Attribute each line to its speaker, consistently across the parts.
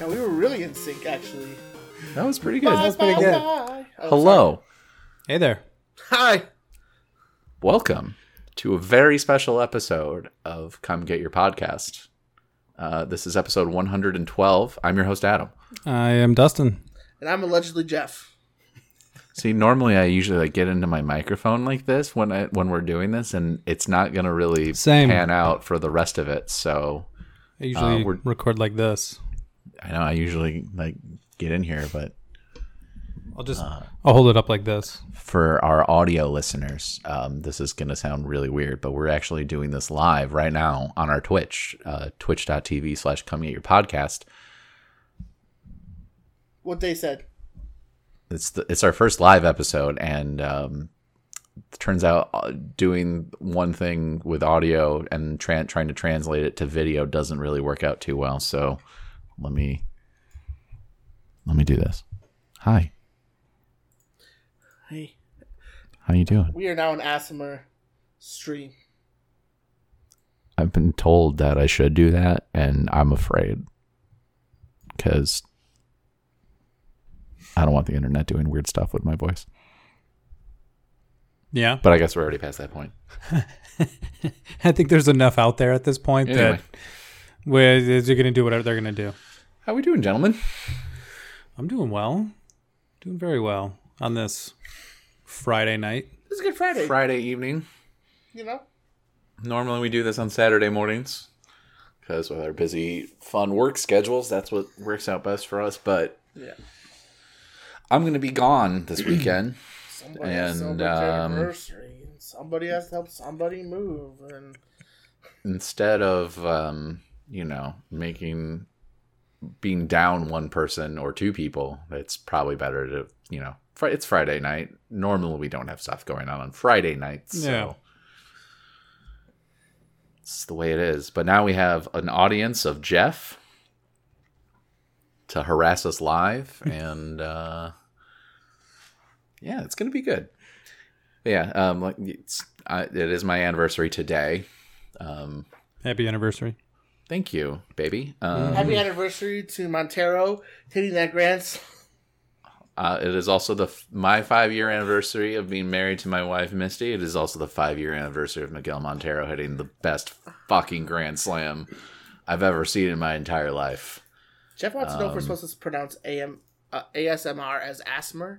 Speaker 1: Yeah, we were really in sync, actually.
Speaker 2: That was pretty good.
Speaker 1: Bye,
Speaker 2: That's
Speaker 1: bye,
Speaker 2: pretty good.
Speaker 1: bye. Oh,
Speaker 2: Hello.
Speaker 3: Hey there.
Speaker 1: Hi.
Speaker 2: Welcome to a very special episode of Come Get Your Podcast. Uh, this is episode 112. I'm your host, Adam.
Speaker 3: I am Dustin.
Speaker 1: And I'm allegedly Jeff.
Speaker 2: See, normally I usually like get into my microphone like this when I when we're doing this, and it's not gonna really
Speaker 3: Same.
Speaker 2: pan out for the rest of it. So
Speaker 3: I usually
Speaker 2: Uh, we're-
Speaker 3: record like this.
Speaker 2: I know I usually like get in here, but
Speaker 3: I'll just
Speaker 2: Uh-huh.
Speaker 3: I'll hold it up like this.
Speaker 2: for our audio listeners, um, this is going to sound really weird, but we're actually doing this live right now on our Twitch, uh, twitch.tv slash come get your podcast.
Speaker 1: What they said.
Speaker 2: It's, the, it's our first live episode, and um, it turns out uh, doing one thing with audio and tran trying to translate it to video doesn't really work out too well. So let me let me do this. Hi,
Speaker 1: Hey.
Speaker 2: how you doing?
Speaker 1: We are now an Asimar stream.
Speaker 2: I've been told that I should do that, and I'm afraid because I don't want the internet doing weird stuff with my voice.
Speaker 3: Yeah.
Speaker 2: But I guess we're already past that point.
Speaker 3: I think there's enough out there at this point
Speaker 2: Anyway,
Speaker 3: that where they're gonna do whatever they're gonna do.
Speaker 2: how we doing, gentlemen?
Speaker 3: I'm doing well. Doing very well on this Friday night.
Speaker 1: It's a good Friday.
Speaker 2: Friday evening.
Speaker 1: you know?
Speaker 2: Normally we do this on Saturday mornings because with our busy, fun work schedules, that's what works out best for us. But
Speaker 1: Yeah.
Speaker 2: I'm going to be gone this weekend.
Speaker 1: Somebody has
Speaker 2: And,
Speaker 1: to celebrate their
Speaker 2: um,
Speaker 1: anniversary. and Somebody has to help somebody move. And
Speaker 2: instead of um, you know making being down one person or two people it's probably better to you know fr- it's friday night normally we don't have stuff going on on friday nights so
Speaker 3: Yeah.
Speaker 2: it's the way it is but now we have an audience of jeff to harass us live and uh yeah it's gonna be good yeah um like it's I, it is my anniversary today um
Speaker 3: Happy anniversary.
Speaker 2: Thank you, baby. Um,
Speaker 1: happy anniversary to Montero hitting that grand
Speaker 2: uh, it is also the f- my five year anniversary of being married to my wife Misty. It is also the five year anniversary of Miguel Montero hitting the best fucking grand slam I've ever seen in my entire life.
Speaker 1: Jeff wants to know if we're
Speaker 2: Um,
Speaker 1: supposed to pronounce AM, uh, ASMR as ASMR.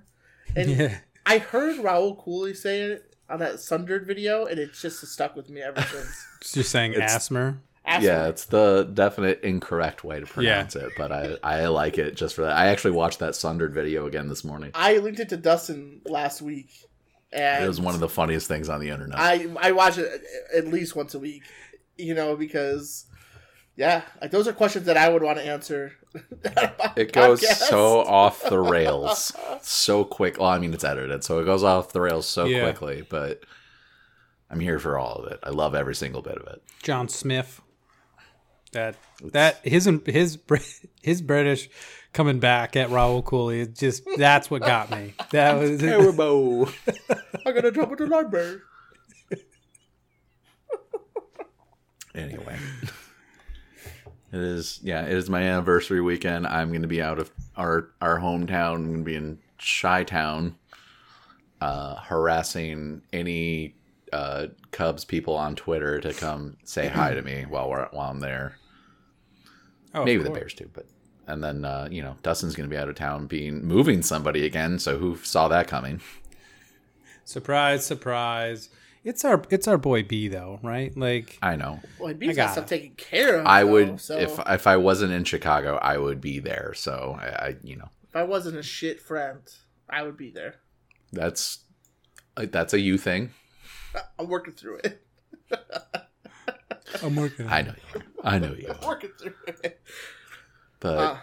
Speaker 1: And
Speaker 3: Yeah.
Speaker 1: I heard Raul Cooley say it on that Sundered video, and it's just stuck with me ever since.
Speaker 3: It's just saying
Speaker 2: It's-
Speaker 3: asthma.
Speaker 2: Yeah,
Speaker 1: ASMR.
Speaker 2: it's the definite incorrect way to pronounce it, but I I like it just for that. I actually watched that Sundered video again this morning.
Speaker 1: I linked it to Dustin last week, and
Speaker 2: It was one of the funniest things on the internet.
Speaker 1: I I watch it at least once a week, you know, because yeah, like those are questions that I would want to answer.
Speaker 2: It goes
Speaker 1: podcast.
Speaker 2: so off the rails so quick. Well, I mean, it's edited, so it goes off the rails so
Speaker 3: Yeah.
Speaker 2: quickly, but I'm here for all of it. I love every single bit of it.
Speaker 3: John Smith. That that his his Br- his British coming back at Raoul Cooley. It just that's what got me. That was
Speaker 2: Terrible.
Speaker 1: I'm gonna jump into the library.
Speaker 2: anyway. It is yeah, it is my anniversary weekend. I'm gonna be out of our our hometown. I'm gonna be in Chi Town uh harassing any uh Cubs people on Twitter to come say hi to me while we're while I'm there.
Speaker 3: Oh, of
Speaker 2: Maybe the
Speaker 3: course.
Speaker 2: Bears too, but and then uh, you know, Dustin's gonna be out of town being moving somebody again, so who saw that coming?
Speaker 3: Surprise, surprise. It's our it's our boy B though, right? Like
Speaker 2: I know.
Speaker 1: Well, he has
Speaker 3: got
Speaker 1: got stuff
Speaker 3: it.
Speaker 1: taken care of.
Speaker 2: I
Speaker 1: though,
Speaker 2: would
Speaker 1: so
Speaker 2: if if I wasn't in Chicago, I would be there. So I, I you know
Speaker 1: if I wasn't a shit friend, I would be there.
Speaker 2: that's like, that's a you thing.
Speaker 1: I'm working through it.
Speaker 3: I'm working.
Speaker 2: I know you. are. I know you.
Speaker 1: I'm
Speaker 2: are.
Speaker 1: working through it.
Speaker 2: But
Speaker 1: Uh,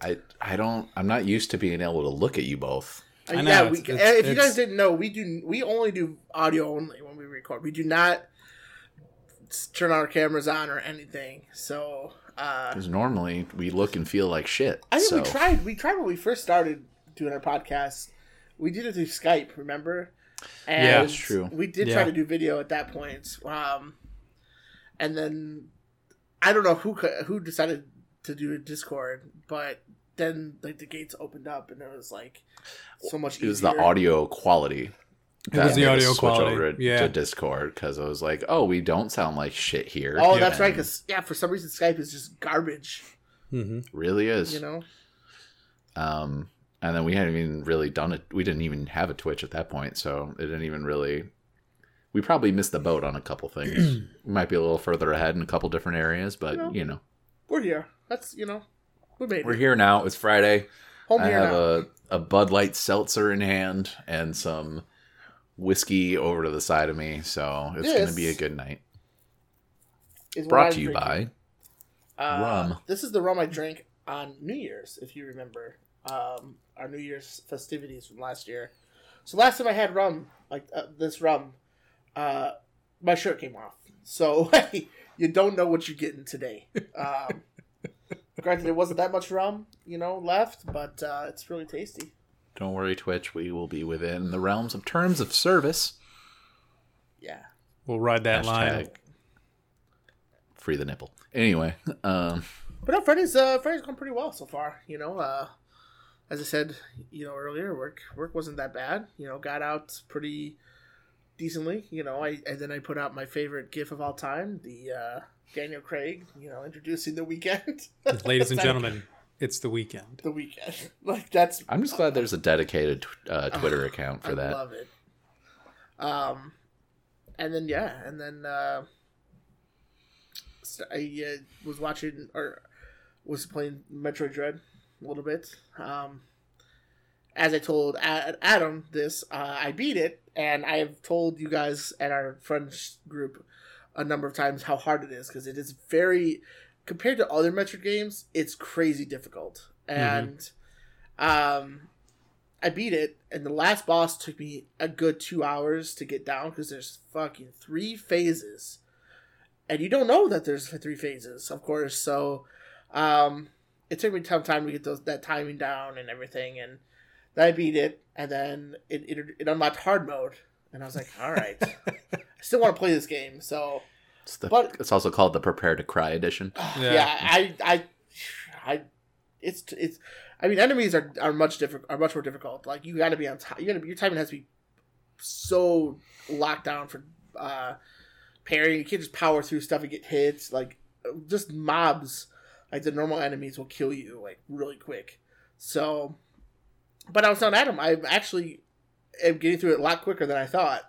Speaker 2: I I don't. I'm not used to being able to look at you both.
Speaker 1: Uh,
Speaker 3: I know,
Speaker 1: yeah,
Speaker 3: it's-
Speaker 1: we,
Speaker 3: it's-
Speaker 1: uh, if you
Speaker 3: it's-
Speaker 1: guys didn't know, we do we only do audio only when we record. We do not s- turn our cameras on or anything. So uh,
Speaker 2: Because normally we look and feel like shit.
Speaker 1: I think
Speaker 2: so
Speaker 1: we tried. We tried when we first started doing our podcast. We did it through Skype, remember? And
Speaker 3: Yeah,
Speaker 2: that's true.
Speaker 1: We did
Speaker 3: Yeah.
Speaker 1: try to do video at that point. Um, and then I don't know who co- who decided to do a Discord, but then like the gates opened up and it was like so much easier.
Speaker 2: It was the audio quality. that
Speaker 3: was the
Speaker 2: made us
Speaker 3: audio
Speaker 2: switch
Speaker 3: quality,
Speaker 2: over to-
Speaker 3: yeah.
Speaker 2: to Discord because I was like, oh, we don't sound like shit here.
Speaker 1: Oh, that's right.
Speaker 2: And it
Speaker 1: Because yeah, for some reason Skype is just garbage.
Speaker 3: Mm-hmm.
Speaker 2: really is.
Speaker 1: You know,
Speaker 2: Um, and then we hadn't even really done it. We didn't even have a Twitch at that point, so it didn't even really. We probably missed the boat on a couple things. we might be a little further ahead in a couple different areas, but
Speaker 1: No.
Speaker 2: you know,
Speaker 1: we're here. That's you know, we made
Speaker 2: we're
Speaker 1: it.
Speaker 2: here now. It's Friday.
Speaker 1: Home
Speaker 2: I
Speaker 1: here
Speaker 2: have
Speaker 1: now.
Speaker 2: a a Bud Light seltzer in hand and some whiskey over to the side of me, so it's
Speaker 1: Yes.
Speaker 2: gonna be a good night.
Speaker 1: is what I
Speaker 2: Brought to you
Speaker 1: drink.
Speaker 2: by
Speaker 1: Uh,
Speaker 2: rum.
Speaker 1: This is the rum I drank on New Year's, if you remember um, our New Year's festivities from last year. So last time I had rum, like uh, this rum, uh, my shirt came off. So you don't know what you're getting today. Um, granted, there wasn't that much rum, you know, left, but uh, it's really tasty.
Speaker 2: Don't worry, Twitch. We will be within the realms of terms of service.
Speaker 1: Yeah.
Speaker 3: We'll ride that line.
Speaker 2: Hashtag free the nipple. Anyway, um,
Speaker 1: But no, Friday's uh, Friday's gone pretty well so far. You know, uh, as I said, you know earlier, work work wasn't that bad. You know, got out pretty decently. You know, I and then I put out my favorite GIF of all time, the uh, Daniel Craig. You know, introducing the weekend.
Speaker 3: Ladies and gentlemen, it's the weekend.
Speaker 1: the weekend, like that's
Speaker 2: I'm just glad there's a dedicated tw- uh, Twitter account for
Speaker 1: I
Speaker 2: that.
Speaker 1: love it. Um, and then yeah, and then uh, st- I uh, was watching or was playing Metroid Dread a little bit. Um, as I told A- Adam this, uh, I beat it, and I have told you guys at our friends group a number of times how hard it is because it is very compared to other Metroid games, it's crazy difficult. And um, I beat it, and the last boss took me a good two hours to get down because there's fucking three phases, and you don't know that there's three phases, of course. So, um, it took me some time to get those that timing down and everything, and then I beat it, and then it it, it unlocked hard mode, and I was like, all right, I still want to play this game, so.
Speaker 2: It's, the,
Speaker 1: But-
Speaker 2: it's also called the Prepare to Cry edition.
Speaker 1: yeah.
Speaker 3: Yeah.
Speaker 1: I, I, I, it's it's. I mean, enemies are, are much different are much more difficult. Like you got to be on top. You got to your timing has to be so locked down for uh parrying. You can't just power through stuff and get hits. Like just mobs, like the normal enemies will kill you like really quick. So, but I was on Adam. I actually am getting through it a lot quicker than I thought.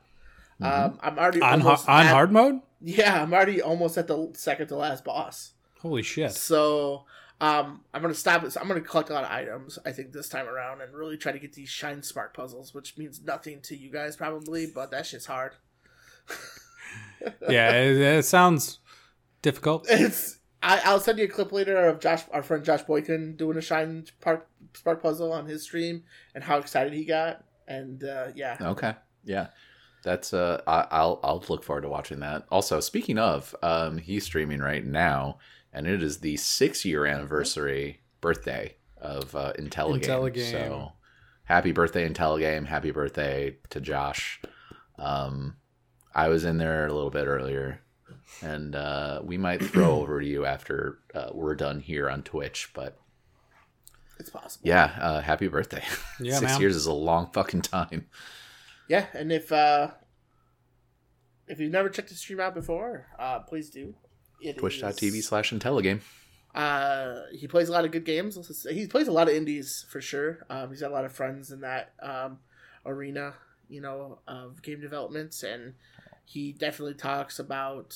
Speaker 1: Um, I'm already
Speaker 3: Mm-hmm. On, har-
Speaker 1: almost
Speaker 3: on
Speaker 1: at-
Speaker 3: hard mode?
Speaker 1: Yeah, I'm already almost at the second to last boss.
Speaker 3: Holy shit.
Speaker 1: So um, I'm gonna stop. it. So I'm gonna collect a lot of items. I think this time around, and really try to get these shine smart puzzles, which means nothing to you guys probably, but that shit's hard.
Speaker 3: Yeah, it, it sounds difficult.
Speaker 1: It's I, I'll send you a clip later of Josh, our friend Josh Boykin, doing a shine park spark puzzle on his stream, and how excited he got. And uh, yeah,
Speaker 2: Okay, yeah, that's uh, I, I'll I'll look forward to watching that. Also, speaking of, um, he's streaming right now, and it is the six year anniversary birthday of uh, Intelligame.
Speaker 3: Intelligame.
Speaker 2: So, happy birthday, Intelligame! Happy birthday to Josh. Um, I was in there a little bit earlier, and uh, we might throw over to you after uh, we're done here on Twitch, but.
Speaker 1: it's possible.
Speaker 2: Yeah, uh, happy birthday.
Speaker 3: Yeah,
Speaker 2: Six
Speaker 3: man.
Speaker 2: years is a long fucking time.
Speaker 1: yeah. And if uh, if you've never checked the stream out before, uh, please do. It
Speaker 2: Twitch.tv
Speaker 1: is-
Speaker 2: slash Intelligame.
Speaker 1: Uh, he plays a lot of good games. Let's just say- He plays a lot of indies for sure. Um, he's got a lot of friends in that um, arena, you know, of game developments, and he definitely talks about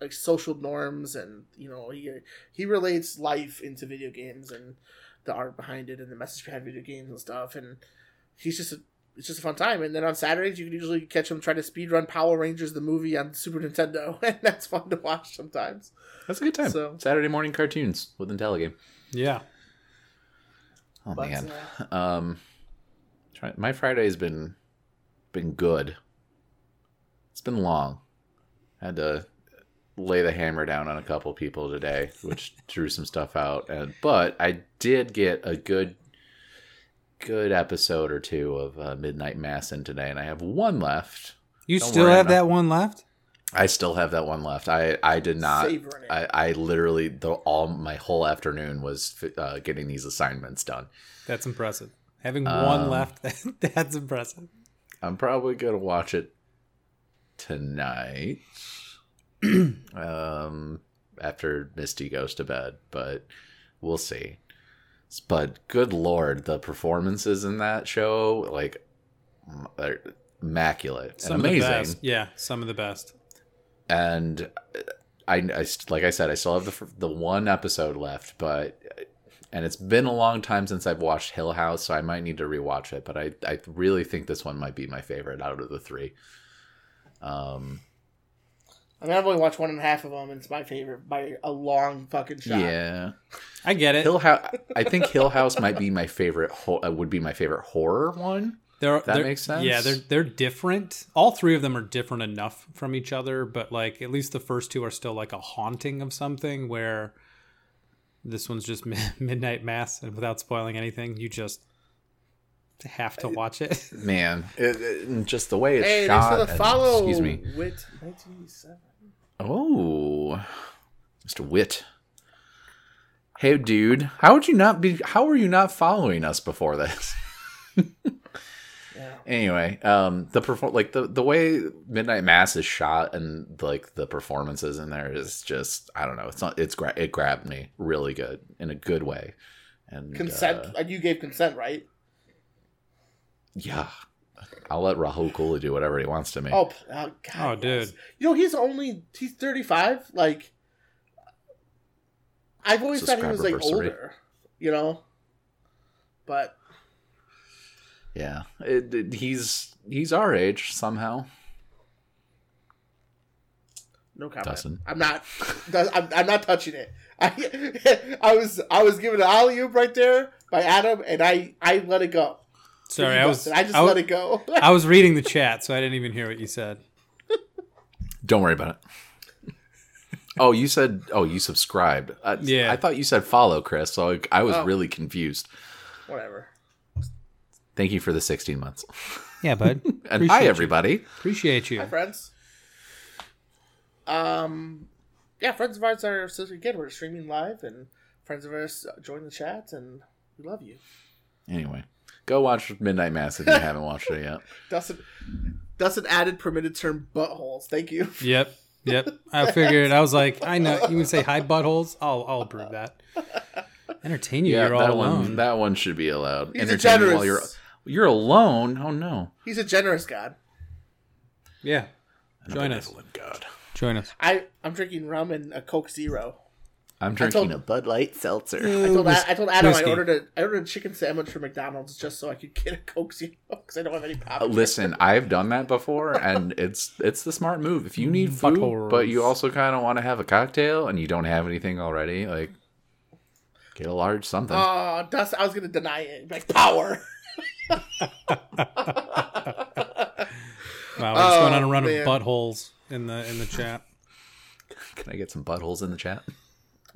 Speaker 1: like social norms, and you know, he he relates life into video games and the art behind it and the message behind video games and stuff. And he's just a, it's just a fun time. And then on Saturdays, you can usually catch him try to speedrun Power Rangers the movie on Super Nintendo, and that's fun to watch sometimes.
Speaker 2: That's a good time.
Speaker 1: So-
Speaker 2: Saturday morning cartoons with Intelligame.
Speaker 3: Yeah.
Speaker 2: Oh
Speaker 1: But,
Speaker 2: man,
Speaker 1: uh,
Speaker 2: um, try, my Friday has been been good. It's been long. had to lay the hammer down on a couple people today, which drew some stuff out. And but I did get a good good episode or two of uh, Midnight Mass in today, and I have one left.
Speaker 3: You
Speaker 2: Don't
Speaker 3: still
Speaker 2: worry,
Speaker 3: have
Speaker 2: I'm not-
Speaker 3: that one left?
Speaker 2: I still have that one left. I I did not.
Speaker 1: Savoring it.
Speaker 2: I, I literally the all my whole afternoon was uh, getting these assignments done.
Speaker 3: That's impressive. Having
Speaker 2: Um,
Speaker 3: one left, that's impressive.
Speaker 2: I'm probably gonna watch it tonight. um, after Misty goes to bed, but we'll see. S- But good lord, the performances in that show like m- are immaculate
Speaker 3: Some
Speaker 2: and amazing.
Speaker 3: Of the best. Yeah, some of the best.
Speaker 2: and I, I st- like I said, I still have the f- the one episode left, but and it's been a long time since I've watched Hill House, so I might need to rewatch it. But I I really think this one might be my favorite out of the three. Um,
Speaker 1: I mean, I've only watched one and a half of them, and it's my favorite by a long fucking shot.
Speaker 2: yeah,
Speaker 3: I get it.
Speaker 2: Hill House. I think Hill House might be my favorite. Ho- uh, would be my favorite horror one.
Speaker 3: They're,
Speaker 2: That
Speaker 3: they're-
Speaker 2: makes sense.
Speaker 3: Yeah, they're they're different. All three of them are different enough from each other, but like at least the first two are still like a haunting of something. Where this one's just mi- midnight mass, and without spoiling anything, you just have to watch it.
Speaker 2: Man, it, it- and just the way it's
Speaker 1: Hey, thanks
Speaker 2: shot.
Speaker 1: for the
Speaker 2: and-
Speaker 1: follow.
Speaker 2: Excuse me.
Speaker 1: Wit 1987.
Speaker 2: Oh, Mr. Wit. Hey, dude, how would you not be? How were you not following us before this?
Speaker 1: Yeah.
Speaker 2: anyway, um, the perform like the the way Midnight Mass is shot and like the performances in there is just I don't know. It's not. It's gra- it grabbed me really good in a good way. And
Speaker 1: Consent.
Speaker 2: uh,
Speaker 1: and you gave consent, right?
Speaker 2: yeah, I'll let Rahul Kula do whatever he wants to me.
Speaker 1: Oh, p- oh God.
Speaker 3: Oh,
Speaker 1: yes.
Speaker 3: dude.
Speaker 1: You know, he's only, he's 35. Like, I've always
Speaker 2: It's a
Speaker 1: thought he was, like,
Speaker 2: Scrabble-versary.
Speaker 1: older, you know? But,
Speaker 2: Yeah, it, it- he's he's our age somehow.
Speaker 1: no comment.
Speaker 2: Dustin.
Speaker 1: I'm not, Dust- I'm, I'm not touching it. I, I was, I was given an alley oop right there by Adam, and I, I let it go.
Speaker 3: Sorry,
Speaker 1: You
Speaker 3: I was
Speaker 1: busted. I just
Speaker 3: w-
Speaker 1: let it go.
Speaker 3: I was reading the chat, so I didn't even hear what you said.
Speaker 2: Don't worry about it. Oh, you said oh you subscribed. I,
Speaker 3: Yeah.
Speaker 2: I thought you said follow, Chris. So I, I was
Speaker 1: Oh.
Speaker 2: really confused.
Speaker 1: Whatever.
Speaker 2: Thank you for the 16 months.
Speaker 3: Yeah, bud.
Speaker 2: And hi everybody.
Speaker 3: Appreciate you.
Speaker 1: Hi, friends. Um, yeah, friends of ours are so again. We're streaming live, and friends of ours uh, join the chat, and we love you.
Speaker 2: Anyway, go watch Midnight Mass if you haven't watched it yet.
Speaker 1: Dustin, Dustin added permitted term buttholes. Thank you.
Speaker 3: Yep. Yep. I figured. I was like, I know you can say hi buttholes. I'll I'll approve that. Entertain you.
Speaker 2: Yeah,
Speaker 3: you're all
Speaker 2: that
Speaker 3: alone.
Speaker 2: one that one should be allowed.
Speaker 1: He's a
Speaker 2: Entertain you
Speaker 1: generous-
Speaker 2: While you're you're alone. Oh no.
Speaker 1: He's a generous god.
Speaker 3: Yeah. Join
Speaker 2: Another
Speaker 3: us.
Speaker 2: benevolent God.
Speaker 3: Join us.
Speaker 1: I I'm drinking rum and a Coke Zero.
Speaker 2: I'm drinking
Speaker 1: told-
Speaker 2: a Bud Light seltzer.
Speaker 1: I told,
Speaker 3: Whis-
Speaker 1: I, I told Adam
Speaker 3: whiskey.
Speaker 1: I ordered a I ordered a chicken sandwich from McDonald's just so I could get a Coke Zero because I don't have any pop.
Speaker 2: Uh, Listen, I've done that before, and it's it's the smart move. If you need food,
Speaker 3: Buttholes.
Speaker 2: but you also kind of want to have a cocktail, and you don't have anything already, like get a large something.
Speaker 1: Oh, Dustin, I was gonna deny it. Like power.
Speaker 3: Wow, we're just going on a
Speaker 1: Oh,
Speaker 3: run
Speaker 1: man.
Speaker 3: of buttholes in the in the chat.
Speaker 2: Can I get some buttholes in the chat?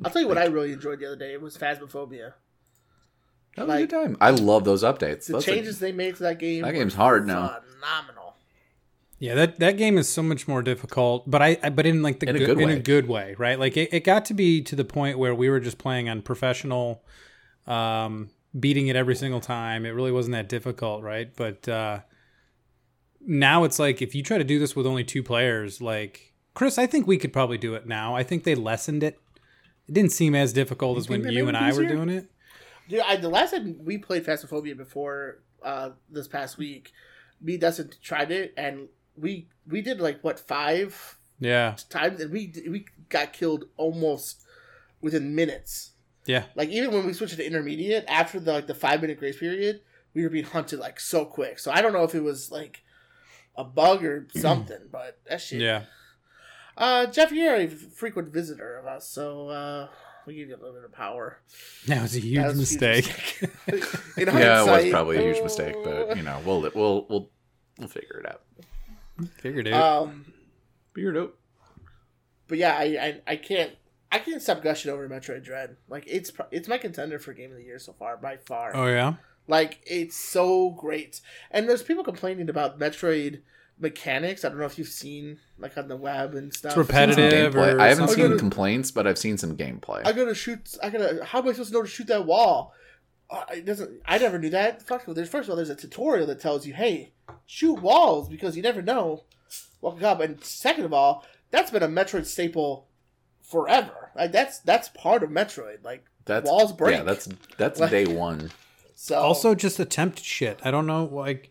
Speaker 1: I'll tell you what I really enjoyed the other day. It was Phasmophobia.
Speaker 2: That was a
Speaker 1: Like-
Speaker 2: good time. I love those updates.
Speaker 1: The
Speaker 2: Those are-
Speaker 1: changes they made to that game.
Speaker 2: that
Speaker 1: were
Speaker 2: game's hard now.
Speaker 1: Phenomenal.
Speaker 3: Yeah, that, that game is so much more difficult, but I, I but in like the
Speaker 2: In a
Speaker 3: good,
Speaker 2: good
Speaker 3: in
Speaker 2: way.
Speaker 3: a good way, right? Like it, it got to be to the point where we were just playing on professional, um, beating it every single time. It really wasn't that difficult, right? But uh, now it's like if you try to do this with only two players, like Chris, I think we could probably do it now. I think they lessened it. It didn't seem as difficult as
Speaker 2: think
Speaker 3: when
Speaker 2: they
Speaker 3: you
Speaker 2: made
Speaker 3: and
Speaker 2: it
Speaker 3: I were
Speaker 2: easier?
Speaker 3: doing it.
Speaker 1: Dude, I, the last time we played Phasmophobia before uh, this past week, me and Dustin tried it, and we we did like what five
Speaker 3: Yeah,
Speaker 1: times, and we we got killed almost within minutes.
Speaker 3: yeah,
Speaker 1: Like even when we switched to intermediate after the like the five minute grace period, we were being hunted like so quick. So I don't know if it was like a bug or something, but that shit.
Speaker 3: yeah.
Speaker 1: Uh, Jeff, you're a frequent visitor of us, so uh, we give you a little bit of power.
Speaker 3: That was a huge
Speaker 1: That was a huge
Speaker 3: mistake.
Speaker 1: mistake. In
Speaker 2: Yeah, it was
Speaker 1: hindsight,
Speaker 2: probably a huge
Speaker 1: oh.
Speaker 2: mistake, but you know, we'll we'll we'll we'll figure it out.
Speaker 3: Figured it.
Speaker 1: Um,
Speaker 2: Figure it out.
Speaker 1: but yeah, I, I I can't I can't stop gushing over Metroid Dread. Like it's pro- it's my contender for game of the year so far by far.
Speaker 3: oh yeah.
Speaker 1: Like it's so great. And there's people complaining about Metroid mechanics. I don't know if you've seen like on the web and stuff.
Speaker 3: It's repetitive.
Speaker 2: Gameplay.
Speaker 3: or
Speaker 2: I haven't
Speaker 1: something.
Speaker 2: seen
Speaker 1: Okay.
Speaker 2: complaints, but I've seen some gameplay.
Speaker 1: I gotta shoot. I gotta. How am I supposed to know to shoot that wall? Uh, it doesn't. I never knew that. Fuck. well, There's first of all, there's a tutorial that tells you, hey, shoot walls because you never know what could up. And second of all, that's been a Metroid staple forever. Like that's that's part of Metroid. Like
Speaker 2: that's
Speaker 1: walls break.
Speaker 2: Yeah, that's that's
Speaker 1: Like-
Speaker 2: day one.
Speaker 1: so.
Speaker 3: also just attempt shit. I don't know. Like,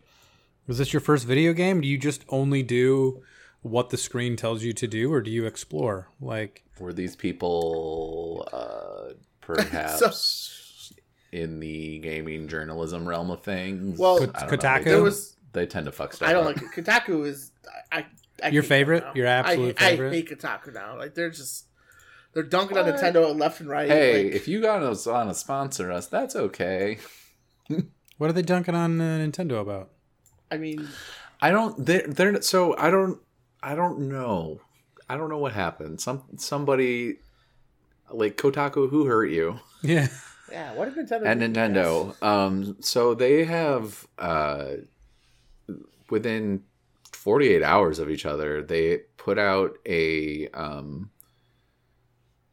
Speaker 3: was this your first video game? Do you just only do what the screen tells you to do, or do you explore? Like,
Speaker 2: Were these people uh, perhaps in the gaming journalism realm of things?
Speaker 1: Well,
Speaker 2: I don't know.
Speaker 3: Kotaku?
Speaker 2: They-
Speaker 1: there was.
Speaker 2: They tend to fuck stuff.
Speaker 1: I don't
Speaker 2: up.
Speaker 1: like it. Kotaku. Is I. I, I
Speaker 3: Your
Speaker 1: hate them
Speaker 3: favorite?
Speaker 1: now.
Speaker 3: Your absolute
Speaker 1: I, I
Speaker 3: favorite?
Speaker 1: hate Kotaku now. Like they're just they're dunking on
Speaker 2: What?
Speaker 1: Nintendo left and right.
Speaker 2: Hey,
Speaker 1: like,
Speaker 2: if you got us on to sponsor us, that's okay.
Speaker 3: what are they dunking on uh, Nintendo about?
Speaker 1: I mean,
Speaker 2: I don't. They're, they're so. I don't. I don't know. I don't know what happened. Some somebody like Kotaku who hurt you
Speaker 3: Yeah,
Speaker 1: yeah. What did Nintendo?
Speaker 2: and
Speaker 1: do?
Speaker 2: Nintendo. Um. So they have uh, within forty eight hours of each other, they put out a um.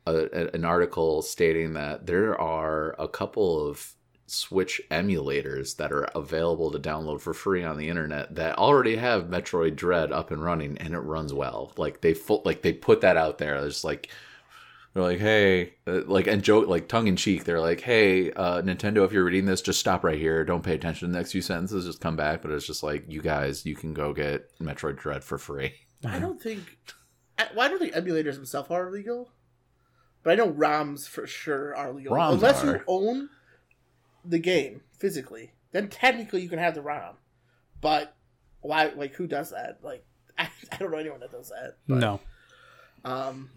Speaker 2: A, a- an article stating that there are a couple of Switch emulators that are available to download for free on the internet that already have Metroid Dread up and running and it runs well. Like they full, like they put that out there. There's like they're like, hey, uh, like and joke like tongue in cheek. They're like, hey, uh, Nintendo, if you're reading this, just stop right here. Don't pay attention to the next few sentences. Just come back. But it's just like, you guys, you can go get Metroid Dread for free.
Speaker 1: I don't think. I, well, I don't think emulators themselves are illegal, but I know ROMs for sure are legal.
Speaker 2: ROMs
Speaker 1: Unless you
Speaker 2: are.
Speaker 1: own the game physically, then technically you can have the ROM. But why? Like, who does that? Like, I, I don't know anyone that does that. But,
Speaker 3: no.
Speaker 1: Um,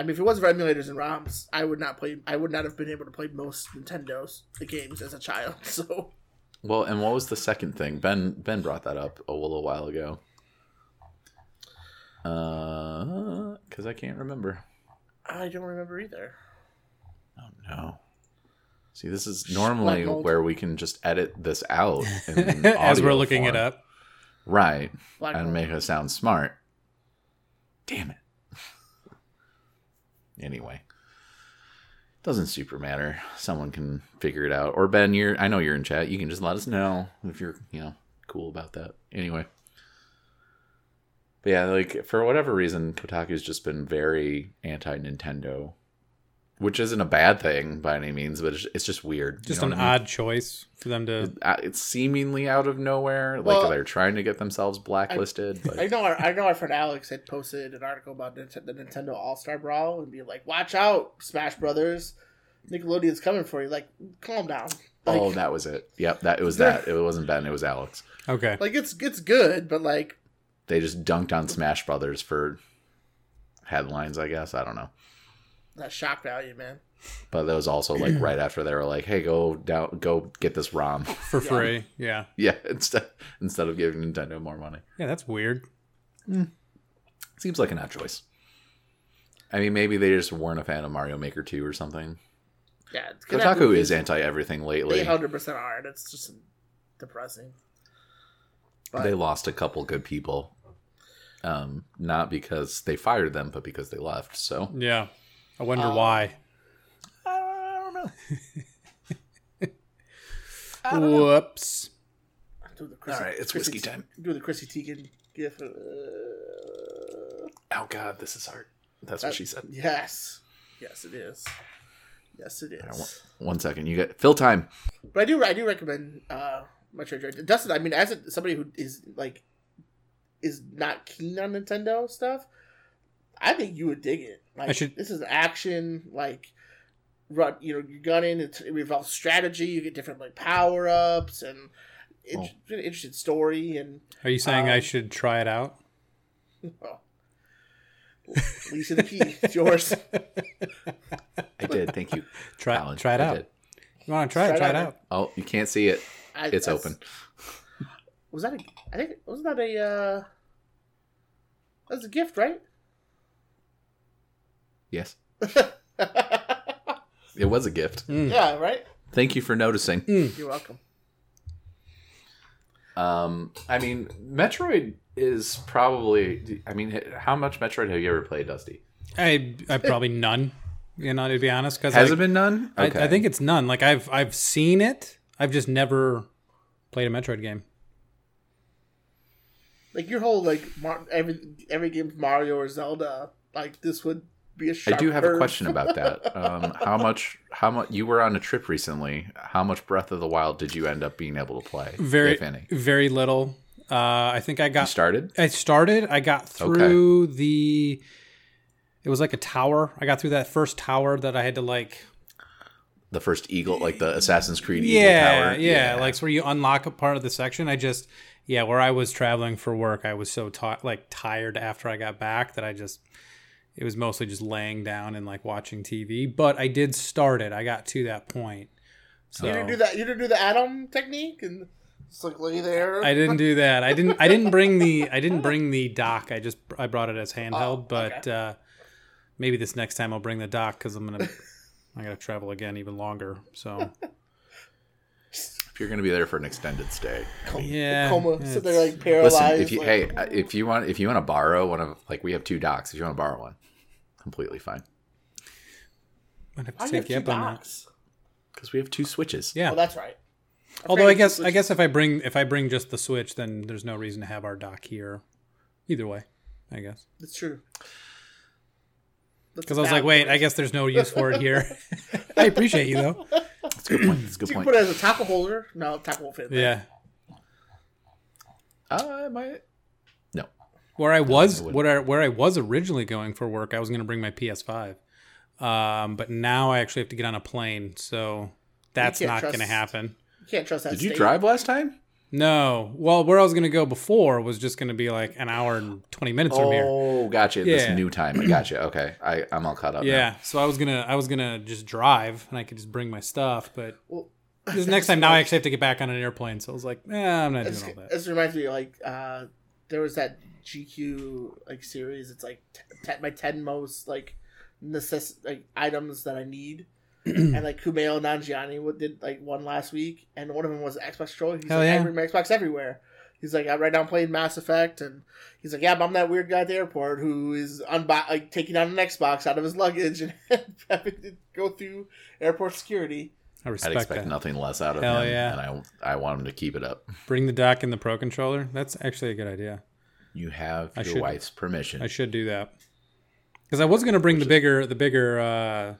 Speaker 1: I mean, if it wasn't for emulators and ROMs, I would not play. I would not have been able to play most Nintendo's games as a child. So
Speaker 2: Well, and what was the second thing? Ben Ben brought that up a little while ago. Uh, because I can't remember.
Speaker 1: I don't remember either.
Speaker 2: Oh no. See, this is
Speaker 1: Shh,
Speaker 2: normally
Speaker 1: black mold.
Speaker 2: where we can just edit this out in
Speaker 3: As we're
Speaker 2: audio
Speaker 3: looking it
Speaker 2: form.
Speaker 3: up,
Speaker 2: right?
Speaker 1: Black
Speaker 2: and
Speaker 1: Hole.
Speaker 2: make us sound smart. Damn it. anyway, doesn't super matter. Someone can figure it out. Or Ben, you're I know you're in chat. You can just let us know if you're you know cool about that. Anyway. But yeah, like for whatever reason, Kotaku's just been very anti Nintendo, which isn't a bad thing by any means, but it's, it's just weird. You
Speaker 3: just
Speaker 2: know
Speaker 3: an
Speaker 2: what I mean?
Speaker 3: odd choice for them to.
Speaker 2: Uh, It's seemingly out of nowhere.
Speaker 1: Well,
Speaker 2: like they're trying to get themselves blacklisted. but...
Speaker 1: I know our I know our friend Alex had posted an article about Nint- the Nintendo All Star Brawl and be like, "Watch out, Smash Brothers! Nickelodeon's coming for you." Like, calm down. Like,
Speaker 2: oh, that was it. Yep, that it was
Speaker 1: There-
Speaker 2: that. It wasn't Ben. It was Alex.
Speaker 3: Okay,
Speaker 1: like it's it's good, but like,
Speaker 2: They just dunked on Smash Brothers for headlines. I guess I don't know.
Speaker 1: that shock value, man.
Speaker 2: But that was also like right after they were like, "Hey, go down, go get this ROM."
Speaker 3: for free. Yeah,
Speaker 2: yeah, instead instead of giving Nintendo more money,
Speaker 3: yeah, that's weird.
Speaker 2: seems like an odd choice. I mean, maybe they just weren't a fan of Mario Maker Two or something.
Speaker 1: Yeah, it's-
Speaker 2: Kotaku is anti everything
Speaker 1: They
Speaker 2: lately.
Speaker 1: hundred percent are. That's just depressing. But
Speaker 2: They lost a couple good people, um, not because they fired them, but because they left. So
Speaker 3: Yeah, I wonder
Speaker 1: Um,
Speaker 3: why.
Speaker 2: I don't know.
Speaker 3: Whoops.
Speaker 1: do the Chrissy,
Speaker 2: All right, it's
Speaker 1: Chrissy
Speaker 2: whiskey
Speaker 1: Te-
Speaker 2: time.
Speaker 1: Do the Chrissy Teigen gif. Uh,
Speaker 2: Oh God, this is hard. That's
Speaker 1: that-
Speaker 2: what she said.
Speaker 1: Yes, yes, it is. Yes, it
Speaker 2: I
Speaker 1: is.
Speaker 2: want- One second, you get fill time.
Speaker 1: But I do I do recommend uh Metroid Dread. Dustin, I mean, as a, somebody who is like is not keen on Nintendo stuff, I think you would dig it. Like
Speaker 3: I should-
Speaker 1: this is action like run you know you're gunning it, it involves strategy you get different like power ups and it,
Speaker 2: Oh.
Speaker 1: an interesting story and
Speaker 3: Are you saying I
Speaker 1: Um,
Speaker 3: should try it out?
Speaker 1: well, Lisa the key it's yours
Speaker 2: I did. Thank you,
Speaker 3: Try
Speaker 2: Alan.
Speaker 3: try it
Speaker 2: I
Speaker 3: out.
Speaker 2: did.
Speaker 3: You want to try it? Try it out.
Speaker 2: Oh, you can't see it.
Speaker 1: I,
Speaker 2: It's
Speaker 1: that's-
Speaker 2: open.
Speaker 1: was that a I think was that a uh that was a gift right
Speaker 2: Yes, it was a
Speaker 3: Mm.
Speaker 2: gift.
Speaker 1: yeah right
Speaker 2: Thank you for noticing.
Speaker 1: You're welcome.
Speaker 2: Um, I mean, Metroid is probably. I mean, how much Metroid have you ever played, Dusty?
Speaker 3: I, I probably none. You know, to be honest, because
Speaker 2: Has it been none?
Speaker 3: I, I think it's none. Like I've I've seen it. I've just never played a Metroid game.
Speaker 1: Like your whole like Mar- every every game Mario or Zelda, like this would be a
Speaker 2: I
Speaker 1: sharp
Speaker 2: do have a
Speaker 1: curve.
Speaker 2: question about that. Um, how much? How much? You were on a trip recently. How much Breath of the Wild did you end up being able to play?
Speaker 3: Very
Speaker 2: if any.
Speaker 3: very little. Uh, I think I
Speaker 2: You
Speaker 3: got
Speaker 2: started.
Speaker 3: I started. I got through the. It was like a tower. I got through that first tower that I had to like.
Speaker 2: the first eagle, like the Assassin's Creed eagle
Speaker 3: Yeah,
Speaker 2: tower.
Speaker 3: yeah, Like it's where you unlock a part of the section. I just, yeah, where I was traveling for work, I was so ti like tired after I got back that I just, it was mostly just laying down and like watching TV. But I did start it. I got to that point. So
Speaker 1: You didn't do that. You didn't do the atom technique and just like lay there.
Speaker 3: I didn't do that. I didn't. I didn't bring the. I didn't bring the dock. I just. I brought it as handheld.
Speaker 1: Oh,
Speaker 3: but uh, maybe this next time I'll bring the dock because I'm gonna. I gotta travel again even longer. So
Speaker 2: if you're gonna be there for an extended stay,
Speaker 1: Com-
Speaker 3: yeah,
Speaker 1: coma.
Speaker 3: it's-
Speaker 1: Sit there like paralyzed.
Speaker 2: listen. If you
Speaker 1: like,
Speaker 2: hey, uh, if you want, if you want to borrow one of, like we have two docks. If you want to borrow one, completely fine
Speaker 3: I'm gonna have
Speaker 1: I
Speaker 3: to
Speaker 1: have
Speaker 3: take you
Speaker 1: two
Speaker 3: up on that.
Speaker 1: docs.
Speaker 2: because we have two switches.
Speaker 3: Yeah.
Speaker 1: Oh, that's right.
Speaker 3: Although I
Speaker 1: forgot
Speaker 3: guess
Speaker 1: the
Speaker 3: I guess if I bring if I bring just the Switch, then there's no reason to have our dock here. Either way, I guess.
Speaker 1: That's true.
Speaker 3: Because I was like, wait, I guess there's no use for it here. I appreciate you though.
Speaker 2: that's a good point. That's a
Speaker 1: You
Speaker 2: good
Speaker 1: can
Speaker 2: point.
Speaker 1: put it as a taco holder. No, taco won't fit. in there.
Speaker 3: Yeah.
Speaker 2: Uh, I might. No,
Speaker 3: Where I was,
Speaker 2: wouldn't.
Speaker 3: what I, where I was originally going for work, I was going to bring my PS5, um, but now I actually have to get on a plane, so that's
Speaker 1: can't
Speaker 3: not going to
Speaker 1: trust-
Speaker 3: happen.
Speaker 1: You can't trust that.
Speaker 2: did you
Speaker 1: state.
Speaker 2: drive last time?
Speaker 3: No, well, where I was going to go before was just going to be like an hour and twenty minutes from here.
Speaker 2: Oh, gotcha. This
Speaker 3: Yeah.
Speaker 2: new time, I gotcha. Okay, I, I'm all caught up. now.
Speaker 3: Yeah, so I was gonna, I was gonna just drive, and I could just bring my stuff, but
Speaker 1: Well,
Speaker 3: This next time, now I actually have to get back on an airplane. So I was like, nah, I'm not doing
Speaker 1: This,
Speaker 3: all that.
Speaker 1: this reminds me, like, uh, there was that GQ like series. It's like t- t- my ten most like necess- like items that I need.
Speaker 3: Hmm.
Speaker 1: and like Kumail Nanjiani would- did like one last week, and one of them was an Xbox controller. He's
Speaker 3: Hell
Speaker 1: like,
Speaker 3: yeah.
Speaker 1: I bring my Xbox everywhere. He's like, "I- right now I'm playing Mass Effect, and he's like, yeah, but I'm that weird guy at the airport who is unbo- like taking out an Xbox out of his luggage and having to go through airport security.
Speaker 3: I
Speaker 2: I'd
Speaker 3: respect
Speaker 2: expect
Speaker 3: that.
Speaker 2: nothing less out of
Speaker 3: Hell
Speaker 2: him,
Speaker 3: yeah.
Speaker 2: and I, I want him to keep it up.
Speaker 3: Bring the dock and the Pro controller. That's actually a good idea.
Speaker 2: You have
Speaker 3: I
Speaker 2: your
Speaker 3: should-
Speaker 2: wife's permission.
Speaker 3: I should do that because I was gonna bring the bigger, the bigger uh,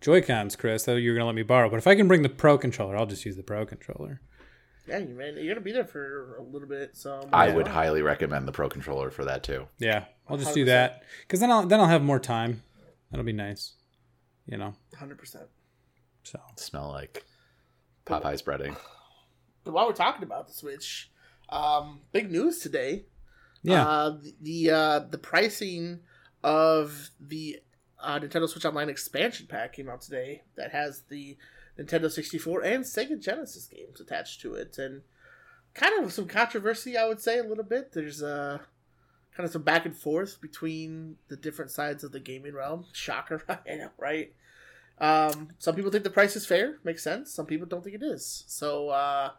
Speaker 3: Joy Cons, Chris. That you were gonna let me borrow. But if I can bring the Pro controller, I'll just use the Pro controller.
Speaker 1: Yeah, you man, you're gonna be there for a little bit, so
Speaker 2: I would highly recommend the Pro Controller for that too.
Speaker 3: Yeah, I'll just do
Speaker 1: 100%.
Speaker 3: that because then I'll then I'll have more time. That'll be nice, you know.
Speaker 1: hundred percent.
Speaker 3: So
Speaker 2: Smell like Popeye's breading.
Speaker 1: But while we're talking about the Switch, um, big news today.
Speaker 3: yeah,
Speaker 1: Uh, the uh, the pricing of the uh, Nintendo Switch Online expansion pack came out today that has the Nintendo 64 and Sega Genesis games attached to it, and kind of some controversy, I would say, a little bit. There's uh, kind of some back and forth between the different sides of the gaming realm. Shocker, I know, right? Um, some people think the price is fair, makes sense. Some people don't think it is. So, uh,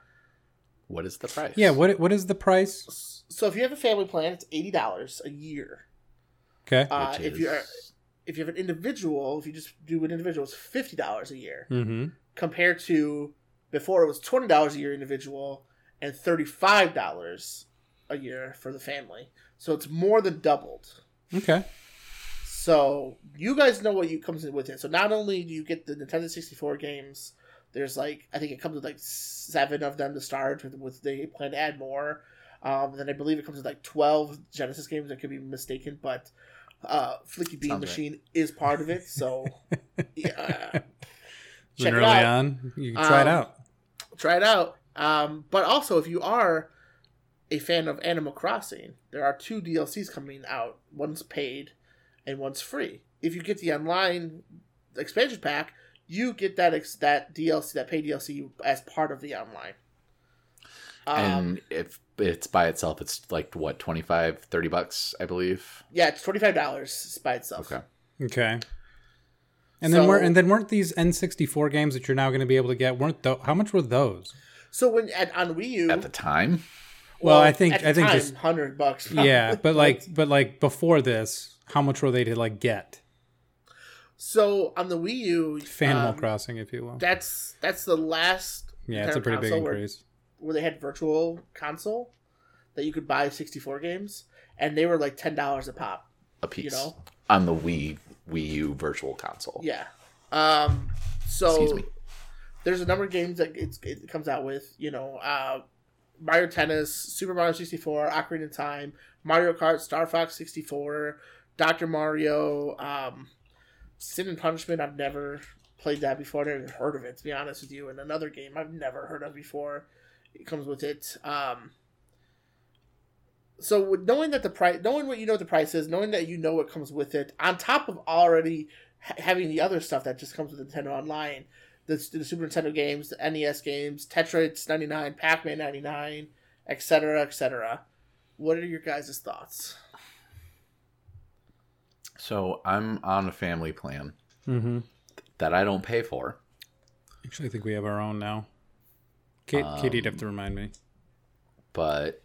Speaker 2: What is the price?
Speaker 3: yeah. What what is the price?
Speaker 1: so if you have a family plan, it's eighty dollars a year.
Speaker 3: Okay.
Speaker 1: Uh,
Speaker 2: Which
Speaker 1: if you're
Speaker 2: is-
Speaker 1: if you have an individual, if you just do an individual, it's fifty dollars a year
Speaker 3: Mm-hmm.
Speaker 1: compared to before it was twenty dollars a year individual and thirty five dollars a year for the family. So it's more than doubled.
Speaker 3: Okay.
Speaker 1: So you guys know what you comes in with it. So not only do you get the Nintendo sixty four games, there's like I think it comes with like seven of them to start. With, with they plan to add more. Um, then I believe it comes with like twelve Genesis games. I could be mistaken, but uh, Flicky Bean
Speaker 2: Sounds right.
Speaker 1: Machine is part of it. So yeah,
Speaker 3: Then
Speaker 1: Check it
Speaker 3: early
Speaker 1: out.
Speaker 3: on, you can try it
Speaker 1: Um,
Speaker 3: out.
Speaker 1: try it out. Um, but also, if you are a fan of Animal Crossing, there are two DLCs coming out. One's paid, and one's free. If you get the online expansion pack, you get that ex- that DLC, that paid DLC, as part of the online. Um,
Speaker 2: and if it's by itself, it's like what 25, 30 bucks, I believe.
Speaker 1: yeah, it's twenty five dollars by itself.
Speaker 2: Okay.
Speaker 3: Okay. And then
Speaker 1: So-
Speaker 3: were and then weren't these N64 games that you're now going to be able to get weren't tho- how much were those?
Speaker 1: So when at, on Wii U,
Speaker 2: At the time,
Speaker 3: Well, I think- I think just-
Speaker 1: hundred bucks.
Speaker 3: yeah, but like, but like before this, how much were they to like get?
Speaker 1: so on the Wii U,
Speaker 3: Fanimal
Speaker 1: um,
Speaker 3: Crossing, if you will.
Speaker 1: That's that's the last.
Speaker 3: Yeah, it's a
Speaker 1: entire
Speaker 3: pretty big
Speaker 1: console where-
Speaker 3: increase.
Speaker 1: where they had virtual console that you could buy 64 games and they were like $10 a pop
Speaker 2: a piece
Speaker 1: you know
Speaker 2: on the Wii Wii U Virtual Console.
Speaker 1: yeah um
Speaker 2: Excuse
Speaker 1: so
Speaker 2: me.
Speaker 1: there's a number of games that it's, it comes out with you know uh mario tennis super mario 64 ocarina of time mario kart star fox 64 dr mario um sin and punishment i've never played that before i never even heard of it to be honest with you and another game i've never heard of before it comes with it um so with knowing that the price knowing what you know what the price is knowing that you know what comes with it on top of already ha- having the other stuff that just comes with nintendo online the, the super nintendo games the nes games tetris 99 pac-man 99 etc etc what are your guys' thoughts
Speaker 2: So I'm on a family plan
Speaker 3: Mm-hmm.
Speaker 2: that I don't pay for.
Speaker 3: Actually, I think we have our own now. Kate, Katie'd have to remind me.
Speaker 2: but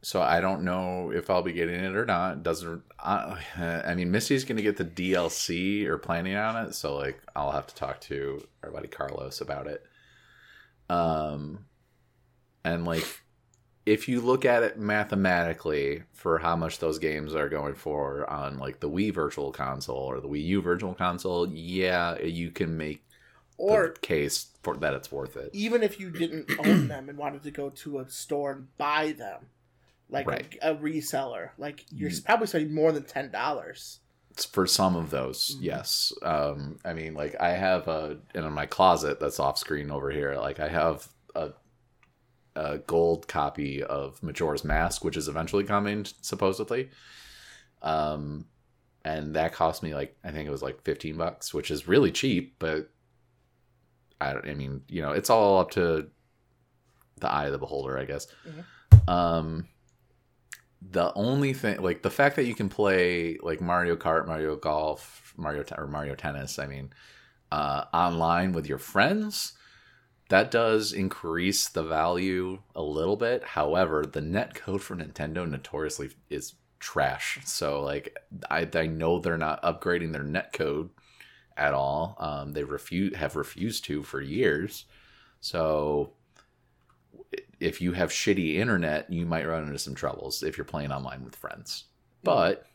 Speaker 2: so I don't know if I'll be getting it or not. It Doesn't I, I mean Missy's gonna get the DLC or planning on it, so like I'll have to talk to our buddy Carlos about it. Um, and like if you look at it mathematically for how much those games are going for on like the Wii Virtual Console or the Wii U Virtual Console, yeah, you can make
Speaker 1: or
Speaker 2: the case for that it's worth it.
Speaker 1: even if you didn't own them and wanted to go to a store and buy them like a-
Speaker 2: Right. Mm.
Speaker 1: a, reseller like you're probably spending more than $10
Speaker 2: for some of those
Speaker 1: Mhm.
Speaker 2: yes um i mean like i have a and in my closet that's off screen over here like i have a a gold copy of majora's mask which is eventually coming supposedly um and that cost me like i think it was like 15 bucks which is really cheap but i don't i mean you know it's all up to the eye of the beholder i guess um the only thing like the fact that you can play like Mario Kart, Mario Golf, Mario te- or Mario Tennis, I mean, uh online with your friends, that does increase the value a little bit. However, the net code for Nintendo notoriously is trash. So like I I know they're not upgrading their net code at all. Um they refuse have refused to for years. So if you have shitty internet, you might run into some troubles if you're playing online with friends.
Speaker 1: Mm.
Speaker 2: But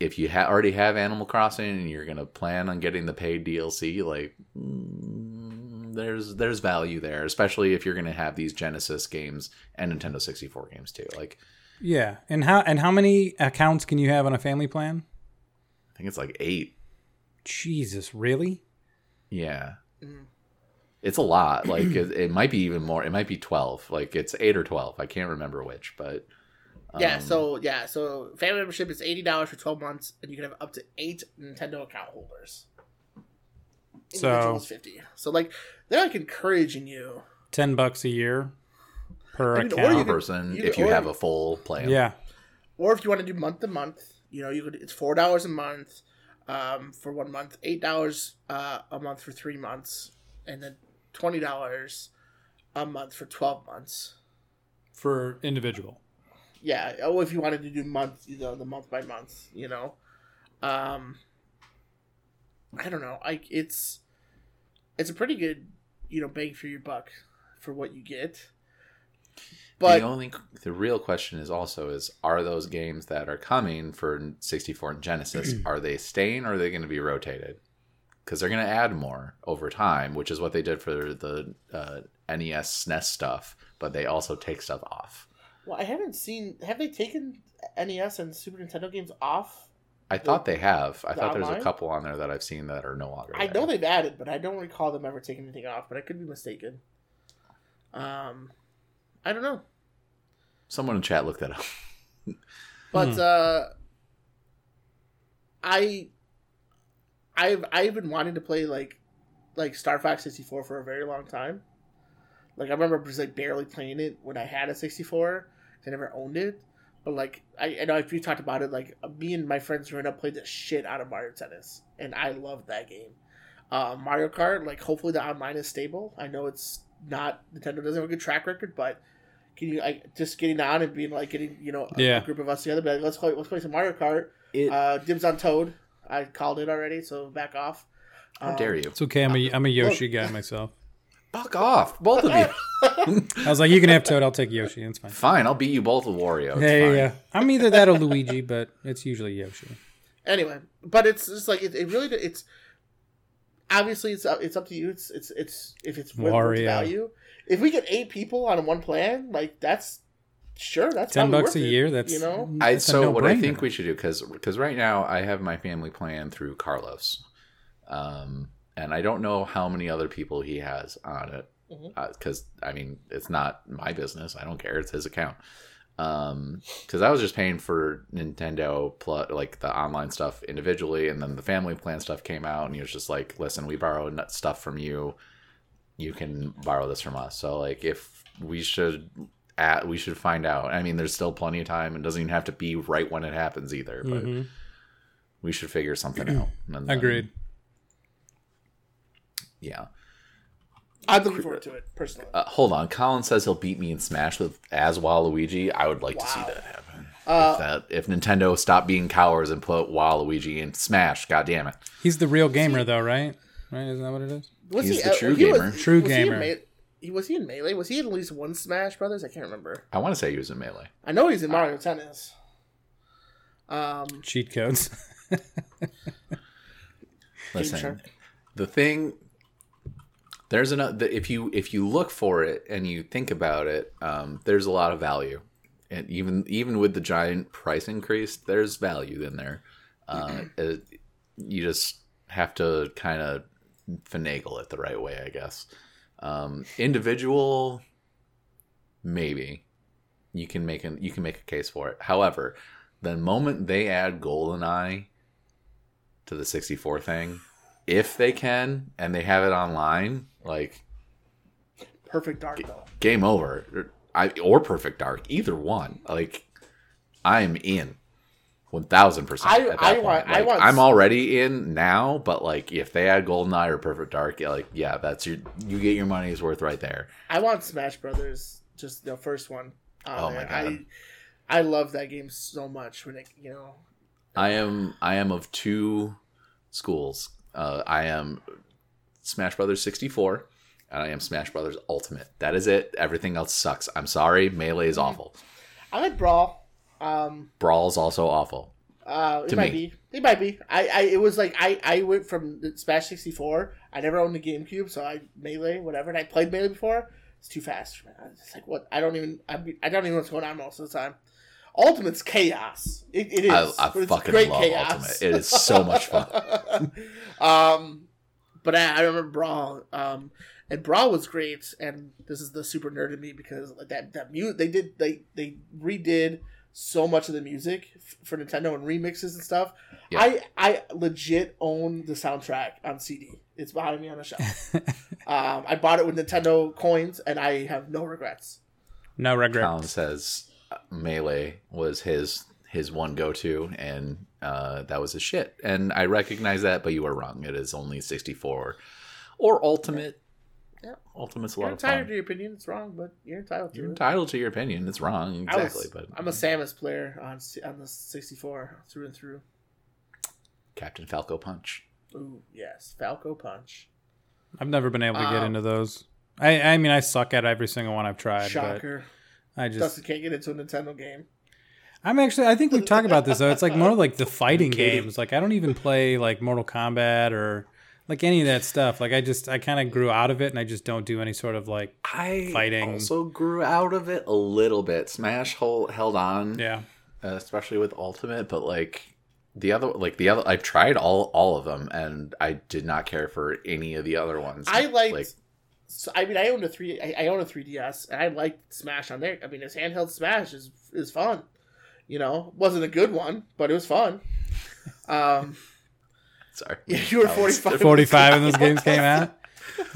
Speaker 2: if you ha- already have Animal Crossing and you're gonna plan on getting the paid DLC, like mm, there's there's value there, especially if you're gonna have these Genesis games and Nintendo 64 games too. Like
Speaker 3: Yeah, and how and how many accounts can you have on a family plan?
Speaker 2: I think it's like eight.
Speaker 3: Jesus, really?
Speaker 2: Yeah,
Speaker 1: Mm.
Speaker 2: it's a lot. Like it, it might be even more. It might be 12. Like it's eight or 12. I can't remember which, but
Speaker 1: Yeah,
Speaker 2: um,
Speaker 1: so yeah, so family membership is eighty dollars for twelve months, and you can have up to eight Nintendo account holders.
Speaker 3: So-
Speaker 1: Individual is fifty. So like they're like encouraging you.
Speaker 3: Ten bucks a year per
Speaker 1: I mean, or
Speaker 3: account.
Speaker 2: per
Speaker 1: you could-
Speaker 2: person
Speaker 1: you
Speaker 2: if
Speaker 1: could-
Speaker 2: you
Speaker 1: or-
Speaker 2: have a full plan.
Speaker 3: yeah,
Speaker 1: Or if you want to do month to month, you know, you could it's four dollars a month, um, for one month, eight dollars uh, a month for three months, and then twenty dollars a month for twelve months.
Speaker 3: for individual.
Speaker 1: yeah oh if you wanted to do month you know the month by month you know um i don't know like it's it's a pretty good you know bang for your buck for what you get but
Speaker 2: the only the real question is also is are those games that are coming for 64 and Genesis are they staying or are they going to be rotated? Because they're going to add more over time, which is what they did for the uh, NES SNES stuff, but they also take stuff off.
Speaker 1: well i haven't seen have they taken nes and super nintendo games off
Speaker 2: I thought they have. I
Speaker 1: The
Speaker 2: thought there's a
Speaker 1: online?
Speaker 2: couple on there that I've seen that are no longer.
Speaker 1: i
Speaker 2: there.
Speaker 1: know they've added but i don't recall them ever taking anything off but i could be mistaken um i don't know
Speaker 2: someone in chat looked that up.
Speaker 1: But
Speaker 3: Hmm.
Speaker 1: uh, I, I've I've been wanting to play like, like Star Fox sixty four for a very long time. Like I remember just like barely playing it when I had a sixty four. I never owned it, but like I, I know if you talked about it, like me and my friends growing up played the shit out of Mario Tennis, and I loved that game. Uh, Mario Kart, like hopefully the online is stable. I know it's not Nintendo doesn't have a good track record, but can you like just getting on and being like getting you know a,
Speaker 3: Yeah.
Speaker 1: a group of us together? Be like, let's play, let's play some Mario Kart.
Speaker 2: It,
Speaker 1: Uh, dibs on Toad. I called it already, so back off.
Speaker 2: how
Speaker 1: um,
Speaker 2: dare you?
Speaker 3: It's okay. I'm a I'm a Yoshi guy myself.
Speaker 2: Fuck off, both of you.
Speaker 1: Um,
Speaker 3: I was like, you can have Toad. I'll take Yoshi. It's fine.
Speaker 2: fine, I'll beat you both with Wario. It's
Speaker 3: Hey,
Speaker 2: fine.
Speaker 3: yeah, I'm either that or Luigi, but it's usually Yoshi.
Speaker 1: anyway but it's just like it, it really it's obviously it's up, it's up to you it's it's it's if it's worth its
Speaker 3: Wario.
Speaker 1: value if we get eight people on one plan like that's sure that's
Speaker 3: Ten
Speaker 1: probably
Speaker 3: bucks a
Speaker 1: worth it,
Speaker 3: year. That's
Speaker 1: you know
Speaker 2: I,
Speaker 3: that's a
Speaker 2: so what I
Speaker 3: no-brainer.
Speaker 2: think we should do because right now I have my family plan through Carlos, um, and I don't know how many other people he has on it
Speaker 1: Mhm.
Speaker 2: because I mean it's not my business. I don't care. It's his account. Um, because I was just paying for Nintendo plus like the online stuff individually, and then the family plan stuff came out, and he was just like, "Listen, we borrowed nut- stuff from you. You can borrow this from us." So like, if we should at we should find out. I mean, there's still plenty of time. It doesn't even have to be right when it happens either. But um,
Speaker 3: Mhm.
Speaker 2: we should figure something out. And then-
Speaker 3: Agreed.
Speaker 2: Yeah.
Speaker 1: i'm looking forward to it personally
Speaker 2: Uh, hold on. Colin says he'll beat me in Smash with as Waluigi. I would like to see
Speaker 1: Wow.
Speaker 2: that happen.
Speaker 1: Uh,
Speaker 2: if that if Nintendo stopped being cowards and put Waluigi in Smash, God damn it.
Speaker 3: He's the real gamer, though, right? Right? Isn't that what it is?
Speaker 1: was
Speaker 2: he's
Speaker 1: he,
Speaker 2: the
Speaker 1: uh,
Speaker 2: true
Speaker 1: he was-
Speaker 2: gamer.
Speaker 3: True
Speaker 1: was
Speaker 3: gamer.
Speaker 1: he, in Me- he- was he in melee was he in at least one smash brothers i can't remember
Speaker 2: I want to say he was in melee.
Speaker 1: i know he's in mario tennis um
Speaker 3: Cheat codes.
Speaker 2: Listen,
Speaker 1: Shark.
Speaker 2: the thing there's another if you if you look for it and you think about it, um, there's a lot of value, and even even with the giant price increase, there's value in there. Uh, it, you just have to kind of finagle it the right way, I guess. Um, individual, maybe you can make an you can make a case for it. However, the moment they add GoldenEye to the 64 thing, if they can and they have it online, like
Speaker 1: perfect dark though
Speaker 2: game over. I or Perfect Dark, either one. Like I'm in. One thousand percent.
Speaker 1: I-
Speaker 2: at that
Speaker 1: I
Speaker 2: point.
Speaker 1: want- I
Speaker 2: Like,
Speaker 1: want-
Speaker 2: I'm already in now, but like if they add GoldenEye or Perfect Dark, yeah, like yeah, that's your you get your money's worth right there.
Speaker 1: I want Smash Brothers, just the first one. on
Speaker 2: Oh my
Speaker 1: there.
Speaker 2: God.
Speaker 1: I, I love that game so much when it, you know,
Speaker 2: I am I am of two schools. Uh, I am Smash Brothers 64 and I am Smash Brothers Ultimate. That is it. Everything else sucks. I'm sorry, Melee is
Speaker 1: Mm-hmm.
Speaker 2: awful.
Speaker 1: I like Brawl. Um,
Speaker 2: Brawl's also awful.
Speaker 1: uh, it
Speaker 2: To
Speaker 1: might
Speaker 2: me.
Speaker 1: be, it might be. I, I, it was like I, I went from the Smash sixty four. I never owned a GameCube, so I melee whatever, and I played melee before. It's too fast. for me. I was just like, what? I don't even. I, be- I don't even know what's going on most of the time. Ultimate's chaos. It, it is.
Speaker 2: I, I
Speaker 1: but it's
Speaker 2: fucking
Speaker 1: great
Speaker 2: love
Speaker 1: chaos.
Speaker 2: Ultimate. It is so much fun.
Speaker 1: um, but I, I remember Brawl. Um, and Brawl was great. And this is the super nerd in me because that that mu- they did they they redid so much of the music f- for Nintendo and remixes and stuff.
Speaker 2: Yeah.
Speaker 1: I I legit own the soundtrack on CD. It's behind me on the shelf. um, I bought it with Nintendo coins, and I have no regrets.
Speaker 3: No regret.
Speaker 2: Colin says uh, Melee was his his one go to, and uh, that was his shit. And I recognize that, but you are wrong. It is only 64 or Ultimate.
Speaker 1: Yep.
Speaker 2: Ultimate's a
Speaker 1: You're
Speaker 2: lot of fun.
Speaker 1: entitled to your opinion. It's wrong, but you're entitled to
Speaker 2: You're
Speaker 1: it.
Speaker 2: entitled to your opinion. It's wrong,
Speaker 1: I was-
Speaker 2: exactly. but
Speaker 1: I'm a Samus player on C- on the 64 through and through.
Speaker 2: Captain Falco Punch.
Speaker 1: Ooh, yes, Falco Punch.
Speaker 3: I've never been able to get
Speaker 1: Um,
Speaker 3: into those. I, I mean, I suck at every single one I've tried.
Speaker 1: Shocker.
Speaker 3: But I just,
Speaker 1: Dustin can't get into a Nintendo game.
Speaker 3: I'm actually, I think we've talked about this though. It's like more like the fighting games. Like I don't even play like Mortal Kombat or like any of that stuff. Like I just, I kind of grew out of it, and I just don't do any sort of like,
Speaker 2: I
Speaker 3: Fighting.
Speaker 2: also grew out of it a little bit. Smash hold, held on,
Speaker 3: yeah,
Speaker 2: uh, especially with Ultimate, but like the other, like the other, I've tried all all of them, and I did not care for any of the other ones.
Speaker 1: I liked. so, I mean, I owned a three. I, I own a 3DS, and I liked Smash on there. I mean, his handheld Smash is is fun. You know, wasn't a good one, but it was fun. Um,
Speaker 2: sorry,
Speaker 1: yeah, you were
Speaker 2: Alex.
Speaker 1: 45.
Speaker 3: 45 when those games came out.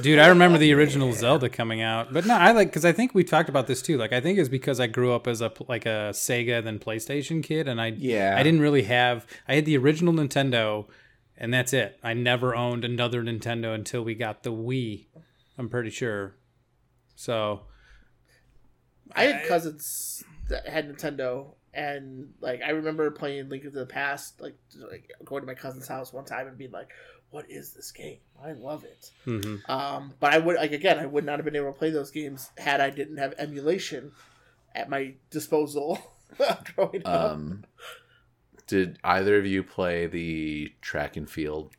Speaker 3: Dude, I remember the original Zelda coming out, but no, I like because I think we talked about this too. Like, I think it's because I grew up as a like a Sega then PlayStation kid, and I
Speaker 2: Yeah.
Speaker 3: I didn't really have I had the original Nintendo, and that's it. I never owned another Nintendo until we got the Wii. I'm pretty sure. So
Speaker 1: I had cousins that had Nintendo, and like I remember playing Link to the Past, like, like going to my cousin's house one time and being like, "What is this game? I love it."
Speaker 3: hmm
Speaker 1: Um, but I would like again, I would not have been able to play those games had I didn't have emulation at my disposal growing up.
Speaker 2: Um, did either of you play the track and field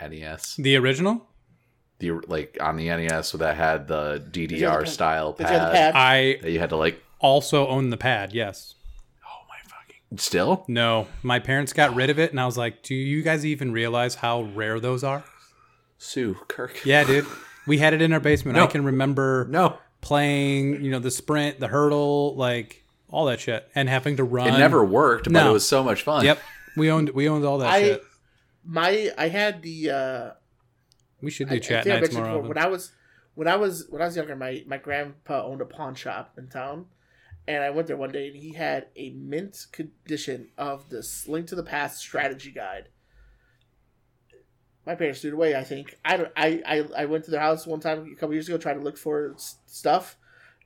Speaker 2: NES?
Speaker 3: The original?
Speaker 2: The like on the NES, so that had the
Speaker 1: you have the
Speaker 2: DDR
Speaker 1: pad?
Speaker 2: style
Speaker 1: Did you have the
Speaker 2: pad,
Speaker 1: pad?
Speaker 3: I
Speaker 2: that you had to like.
Speaker 3: also own the pad, yes.
Speaker 2: Oh my fucking! Still,
Speaker 3: No, my parents got rid of it, and I was like, "Do you guys even realize how rare those are?"
Speaker 2: Sue Kirk.
Speaker 3: Yeah, dude, we had it in our basement.
Speaker 2: No.
Speaker 3: I can remember
Speaker 2: No,
Speaker 3: playing, you know, the sprint, the hurdle, like all that shit, and having to run.
Speaker 2: it never worked, but
Speaker 3: No.
Speaker 2: it was so much fun.
Speaker 3: Yep, we owned we owned all that
Speaker 1: I-
Speaker 3: shit.
Speaker 1: my I had the uh,
Speaker 3: We should
Speaker 1: I,
Speaker 3: do
Speaker 1: I
Speaker 3: chat
Speaker 1: think I
Speaker 3: nights
Speaker 1: mentioned before,
Speaker 3: more often.
Speaker 1: when I was when I was when I was younger, my my grandpa owned a pawn shop in town, and I went there one day and he had a mint condition of this Link to the Past strategy guide. My parents threw it away. I think I don't. I, I I went to their house one time a couple years ago trying to look for s- stuff,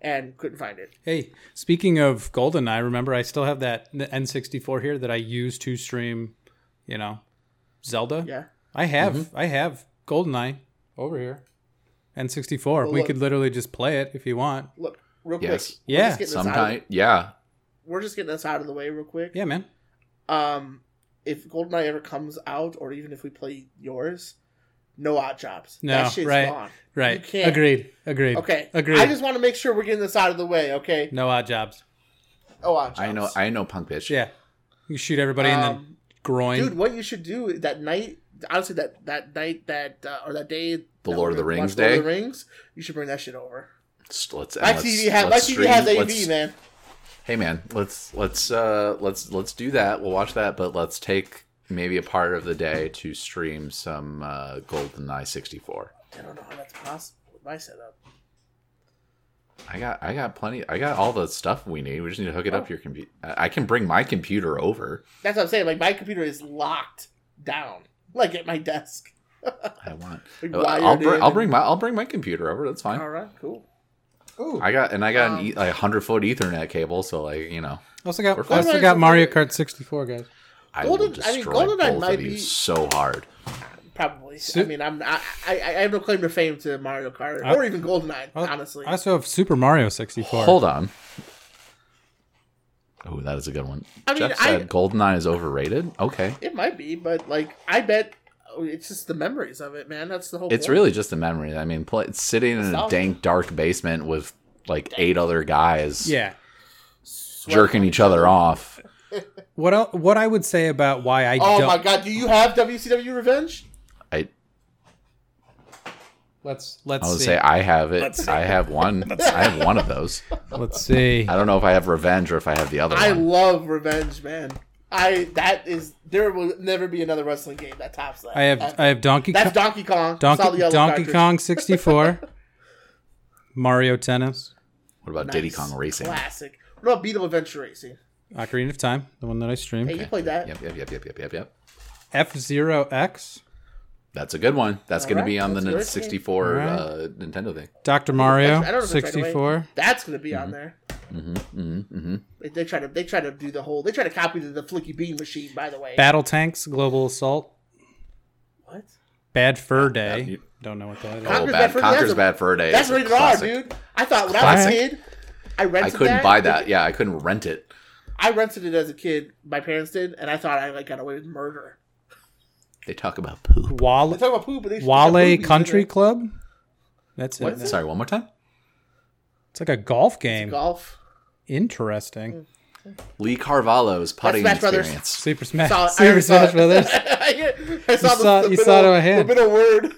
Speaker 1: and couldn't find it.
Speaker 3: Hey, speaking of Golden, I remember I still have that the N64 here that I use to stream, you know, Zelda.
Speaker 1: Yeah.
Speaker 3: I have
Speaker 2: Mm-hmm.
Speaker 3: I have GoldenEye over here. N64. we
Speaker 1: look.
Speaker 3: could literally just play it if you want.
Speaker 1: Look real
Speaker 2: Yes.
Speaker 1: quick.
Speaker 3: Yeah.
Speaker 1: We're just, getting this out of,
Speaker 2: Sometime, yeah.
Speaker 1: we're just getting this out of the way real quick.
Speaker 3: Yeah, man.
Speaker 1: Um, if Goldeneye ever comes out, or even if we play yours, no odd jobs.
Speaker 3: No,
Speaker 1: that shit's
Speaker 3: right.
Speaker 1: gone.
Speaker 3: Right.
Speaker 1: You can't.
Speaker 3: Agreed. Agreed.
Speaker 1: Okay,
Speaker 3: Agreed.
Speaker 1: I just want to make sure we're getting this out of the way. Okay,
Speaker 3: no odd jobs.
Speaker 1: no odd jobs.
Speaker 2: I know. I know, punk bitch.
Speaker 3: Yeah. You shoot everybody in
Speaker 1: Um,
Speaker 3: the groin.
Speaker 1: dude, what you should do is that night, honestly, that that night, that uh, or that day,
Speaker 2: The
Speaker 1: that
Speaker 2: Lord of
Speaker 1: we
Speaker 2: the Rings
Speaker 1: watched Lord
Speaker 2: day?
Speaker 1: of the Rings, you should bring that shit over.
Speaker 2: Let's, let's,
Speaker 1: My
Speaker 2: and let's-
Speaker 1: TV has my
Speaker 2: let's
Speaker 1: TV has
Speaker 2: stream-
Speaker 1: AV,
Speaker 2: let's-
Speaker 1: man.
Speaker 2: Hey man, let's let's uh let's let's do that. We'll watch that, but let's take maybe a part of the day to stream some uh GoldenEye 64.
Speaker 1: I don't know how that's possible with my setup.
Speaker 2: I got I got plenty. I got all the stuff we need. We just need to hook it up to your computer. I I can bring my computer over.
Speaker 1: That's what I'm saying. Like my computer is locked down, like at my desk.
Speaker 2: I want.
Speaker 1: Like, wired
Speaker 2: Uh, I'll bring
Speaker 1: in
Speaker 2: I'll
Speaker 1: and-
Speaker 2: bring my I'll bring my computer over. That's fine.
Speaker 1: All right, cool. Ooh,
Speaker 2: I got and I got
Speaker 1: Um,
Speaker 2: an e- like 100 foot Ethernet cable, so like you know
Speaker 3: also
Speaker 2: We're
Speaker 3: got
Speaker 2: fine.
Speaker 3: also got Mario Kart 64, guys.
Speaker 2: I will
Speaker 1: Golden- I mean,
Speaker 2: destroy
Speaker 1: GoldenEye
Speaker 2: both
Speaker 1: might
Speaker 2: of you
Speaker 1: be-
Speaker 2: so hard.
Speaker 1: Probably.
Speaker 3: Su-
Speaker 1: I mean, I'm I, I I have no claim to fame to Mario Kart
Speaker 3: I-
Speaker 1: or even GoldenEye.
Speaker 3: I-
Speaker 1: honestly,
Speaker 3: I also have Super Mario 64.
Speaker 2: Hold on. Oh, that is a good one.
Speaker 1: I mean,
Speaker 2: Jeff
Speaker 1: I-
Speaker 2: said GoldenEye is overrated. Okay.
Speaker 1: it might be, but like I bet oh, it's just the memories of it, man. That's the whole.
Speaker 2: It's
Speaker 1: point.
Speaker 2: really just a memory. I mean, play, sitting in a
Speaker 1: Solid.
Speaker 2: dank, dark basement with like eight other guys
Speaker 3: Yeah.
Speaker 2: jerking each other off.
Speaker 3: What el- what I would say about why I
Speaker 1: Oh
Speaker 3: don't
Speaker 1: my god! Do you have WCW Revenge?
Speaker 2: I,
Speaker 3: Let's let's
Speaker 2: I would
Speaker 3: see.
Speaker 2: say I have it. I have one. I have one of those.
Speaker 3: let's see.
Speaker 2: I don't know if I have revenge or if I have the other
Speaker 1: I
Speaker 2: one.
Speaker 1: love Revenge, man. I that is there will never be another wrestling game that tops that.
Speaker 3: I have
Speaker 1: Ever.
Speaker 3: I have Donkey
Speaker 1: that's
Speaker 3: Kong
Speaker 1: Donkey Kong. Saw the
Speaker 3: Donkey,
Speaker 1: yellow
Speaker 3: Donkey
Speaker 1: cartridge.
Speaker 3: Kong 64, Mario Tennis,
Speaker 2: What about
Speaker 1: Nice.
Speaker 2: Diddy Kong Racing?
Speaker 1: Classic. What about Beetle Adventure Racing?
Speaker 3: Ocarina of Time, the one that I streamed,
Speaker 1: Hey, you played that?
Speaker 2: Yep, yep, yep, yep, yep, yep, yep.
Speaker 3: F Zero X,
Speaker 2: That's a good one. That's going
Speaker 1: Alright,
Speaker 2: to be on the
Speaker 1: that's
Speaker 2: Nin-
Speaker 1: your team.
Speaker 2: 64
Speaker 3: Alright.
Speaker 2: uh, Nintendo thing.
Speaker 3: Doctor Mario
Speaker 1: Actually, I don't know if it's right away.
Speaker 3: 64.
Speaker 1: That's gonna be
Speaker 2: Mm-hmm.
Speaker 1: on there.
Speaker 2: hmm hmm
Speaker 1: They, they try to they try to do the whole they try to copy the, the flicky bean machine. By the way,
Speaker 3: Battle Tanks, Global Assault,
Speaker 1: what?
Speaker 3: Bad Fur Day.
Speaker 2: you-
Speaker 3: Don't know what that is.
Speaker 2: Oh,
Speaker 1: Conker's Bad
Speaker 2: bad.
Speaker 1: Fur Day, that's
Speaker 2: Conker's
Speaker 1: a-
Speaker 2: Bad Fur Day.
Speaker 1: That's
Speaker 2: is a
Speaker 1: rated R,
Speaker 2: classic.
Speaker 1: dude. I thought when I was a
Speaker 3: Classic.
Speaker 1: kid, I
Speaker 2: I
Speaker 1: rented.
Speaker 2: couldn't buy that.
Speaker 1: It-
Speaker 2: Yeah, I couldn't rent it.
Speaker 1: I rented it as a kid. My parents did, and I thought I like got away with murder.
Speaker 2: They talk about poop.
Speaker 1: They
Speaker 3: Wale,
Speaker 1: talk about poop, but they
Speaker 3: Wale
Speaker 1: they got
Speaker 3: Country
Speaker 1: boobies
Speaker 3: Club. That's it.
Speaker 1: What's
Speaker 3: man.
Speaker 1: it?
Speaker 2: Sorry, one more time.
Speaker 3: It's like a golf
Speaker 1: in it.
Speaker 3: game.
Speaker 1: golf. Mm.
Speaker 3: Interesting.
Speaker 2: Lee Carvalho's putting
Speaker 1: Smash Brothers.
Speaker 2: experience.
Speaker 3: Super Smash.
Speaker 1: Saw- I
Speaker 3: Super
Speaker 1: already saw
Speaker 3: Smash
Speaker 1: it.
Speaker 3: Brothers.
Speaker 1: I saw the,
Speaker 3: You saw-
Speaker 1: the
Speaker 3: you
Speaker 1: middle,
Speaker 3: saw it out of hand.
Speaker 1: The middle word.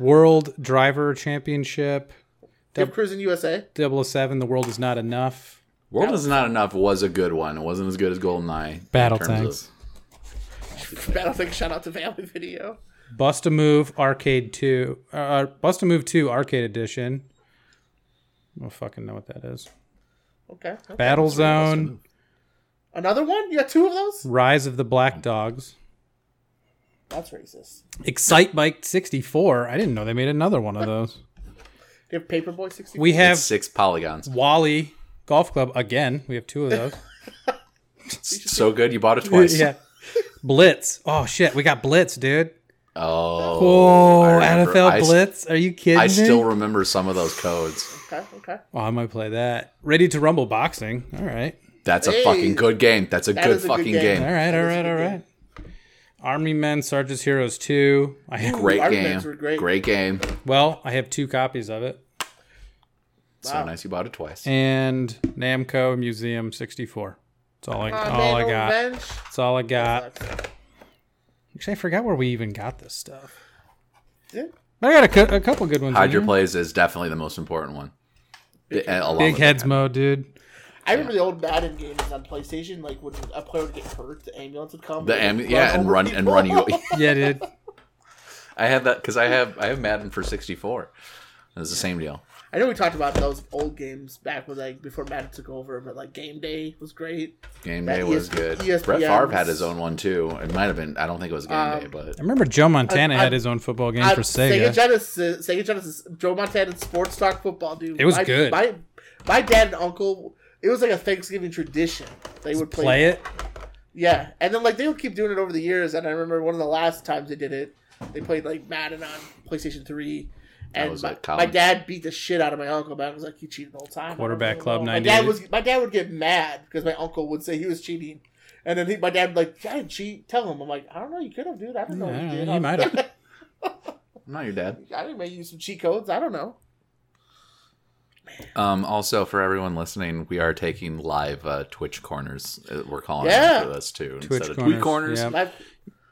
Speaker 3: World Driver Championship.
Speaker 1: Give Cruising USA.
Speaker 3: 007 The World Is Not Enough.
Speaker 2: World is not enough was a good one. It wasn't as good as GoldenEye. in
Speaker 3: Battle
Speaker 2: terms of-
Speaker 3: Tanks.
Speaker 1: Battlefield. Shout out to Family Video.
Speaker 3: Bust a Move Arcade 2. Uh, Bust a Move 2 Arcade Edition. I don't fucking know what that is.
Speaker 1: Okay.
Speaker 3: Battle Zone.
Speaker 1: Another one? You got two of those?
Speaker 3: Rise of the Black Dogs.
Speaker 1: That's racist.
Speaker 3: Excite Bike 64. I didn't know they made another one of those.
Speaker 1: You have Paperboy 64?
Speaker 3: We have
Speaker 2: It's six polygons.
Speaker 3: Wally Golf Club again. We have two of those.
Speaker 2: It's so good you bought it twice.
Speaker 3: yeah. Blitz. Oh shit, we got Blitz, dude.
Speaker 2: Oh,
Speaker 3: Oh,
Speaker 2: I remember.
Speaker 3: NFL
Speaker 2: I s-
Speaker 3: Blitz. Are you kidding
Speaker 2: I
Speaker 3: me?
Speaker 2: still remember some of those codes.
Speaker 1: okay, okay.
Speaker 3: oh, I might play that. Ready to Rumble boxing. All right.
Speaker 2: That's a
Speaker 1: Hey,
Speaker 2: fucking good game. That's a good
Speaker 1: is a good
Speaker 2: fucking
Speaker 1: game.
Speaker 2: game.
Speaker 3: All right, all
Speaker 1: That is a
Speaker 3: right, all
Speaker 1: good
Speaker 3: right. Army Men, Sergeant's Heroes 2. I have,
Speaker 2: Great
Speaker 1: Our
Speaker 2: game.
Speaker 1: bets were great.
Speaker 2: game.
Speaker 3: well, I have two copies of it.
Speaker 2: So nice you bought it twice.
Speaker 3: And Namco Museum 64. That's all Oh, I,
Speaker 1: Ah,
Speaker 3: all
Speaker 1: man,
Speaker 3: I got.
Speaker 1: revenge.
Speaker 3: That's all I got. Actually, I forgot where we even got this stuff.
Speaker 1: Yeah.
Speaker 3: But I got a, cou- a couple good ones. in
Speaker 2: Hide your
Speaker 3: here.
Speaker 2: plays is definitely the most important one. Big,
Speaker 3: Big heads mode, dude.
Speaker 1: I remember the old Madden games on PlayStation, like when a player would get hurt, the ambulance would come.
Speaker 2: The
Speaker 1: and
Speaker 2: am- yeah, and
Speaker 1: over
Speaker 2: run and run you.
Speaker 1: people.
Speaker 3: Yeah, dude.
Speaker 2: I have that because I have I have Madden for sixty four. It's the same deal.
Speaker 1: I know we talked about those old games back when like before Madden took over, but like Game Day was great.
Speaker 2: Game
Speaker 1: That E
Speaker 2: day was
Speaker 1: ES-
Speaker 2: good.
Speaker 1: ESPN's
Speaker 2: Brett Favre had his own one too. It might have been. I don't think it was game day,
Speaker 1: Um,
Speaker 2: but
Speaker 3: I remember Joe Montana
Speaker 1: I- I-
Speaker 3: had his own football game
Speaker 1: Uh,
Speaker 3: for Sega.
Speaker 1: Genesis, Sega Genesis, Joe Montana Sports Talk Football, dude.
Speaker 3: It was
Speaker 1: my,
Speaker 3: good.
Speaker 1: My my dad and uncle, it was like a Thanksgiving tradition. They would play,
Speaker 3: Play it.
Speaker 1: Yeah, and then like they would keep doing it over the years, and I remember one of the last times they did it, they played like Madden on PlayStation Three. And
Speaker 2: was
Speaker 1: my,
Speaker 2: at
Speaker 1: my
Speaker 2: college.
Speaker 1: dad beat the shit out of my uncle. But I was like, "You cheated the whole time."
Speaker 3: Quarterback
Speaker 1: I was like,
Speaker 3: Club
Speaker 1: "No." My dad
Speaker 3: 98.
Speaker 1: was. My dad would get mad because my uncle would say he was cheating, and then he, my dad would like, "I didn't cheat." Tell him. I'm like, "I don't know. You could have, dude. I don't know.
Speaker 3: Yeah,
Speaker 1: what
Speaker 3: I
Speaker 1: you
Speaker 3: don't
Speaker 1: did.
Speaker 3: know. You might have.
Speaker 2: I'm not your dad.
Speaker 1: I didn't make you some cheat codes. I don't know.
Speaker 2: Um, also, for everyone listening, we are taking live uh, Twitch corners. uh, We're calling
Speaker 1: Yeah.
Speaker 2: it for this too
Speaker 3: Twitch
Speaker 2: instead of
Speaker 3: corners,
Speaker 2: tweet corners.
Speaker 3: yeah.
Speaker 1: Live, live,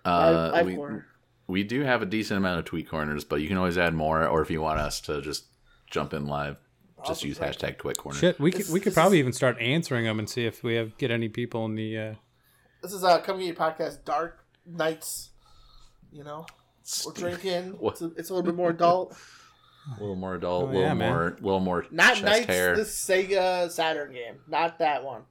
Speaker 2: Uh,
Speaker 1: live
Speaker 2: we,
Speaker 1: corner.
Speaker 2: we do have a decent amount of tweet corners, but you can always add more, or if you want us to just jump in live, just
Speaker 1: Awesome.
Speaker 2: use hashtag tweet corner.
Speaker 3: Shit, we could
Speaker 1: This-
Speaker 3: we could
Speaker 1: this
Speaker 3: probably even start answering them and see if we have get any people in the. Uh,
Speaker 1: This is uh, coming to your podcast, Dark Nights. You know, we're drinking.
Speaker 2: What?
Speaker 1: it's, a, it's a little bit more adult.
Speaker 2: A little more adult, a
Speaker 3: Oh,
Speaker 2: little
Speaker 3: yeah, man.
Speaker 2: more, little more
Speaker 1: Not
Speaker 2: chest
Speaker 1: Knights,
Speaker 2: hair.
Speaker 1: the Sega Saturn game. Not that one.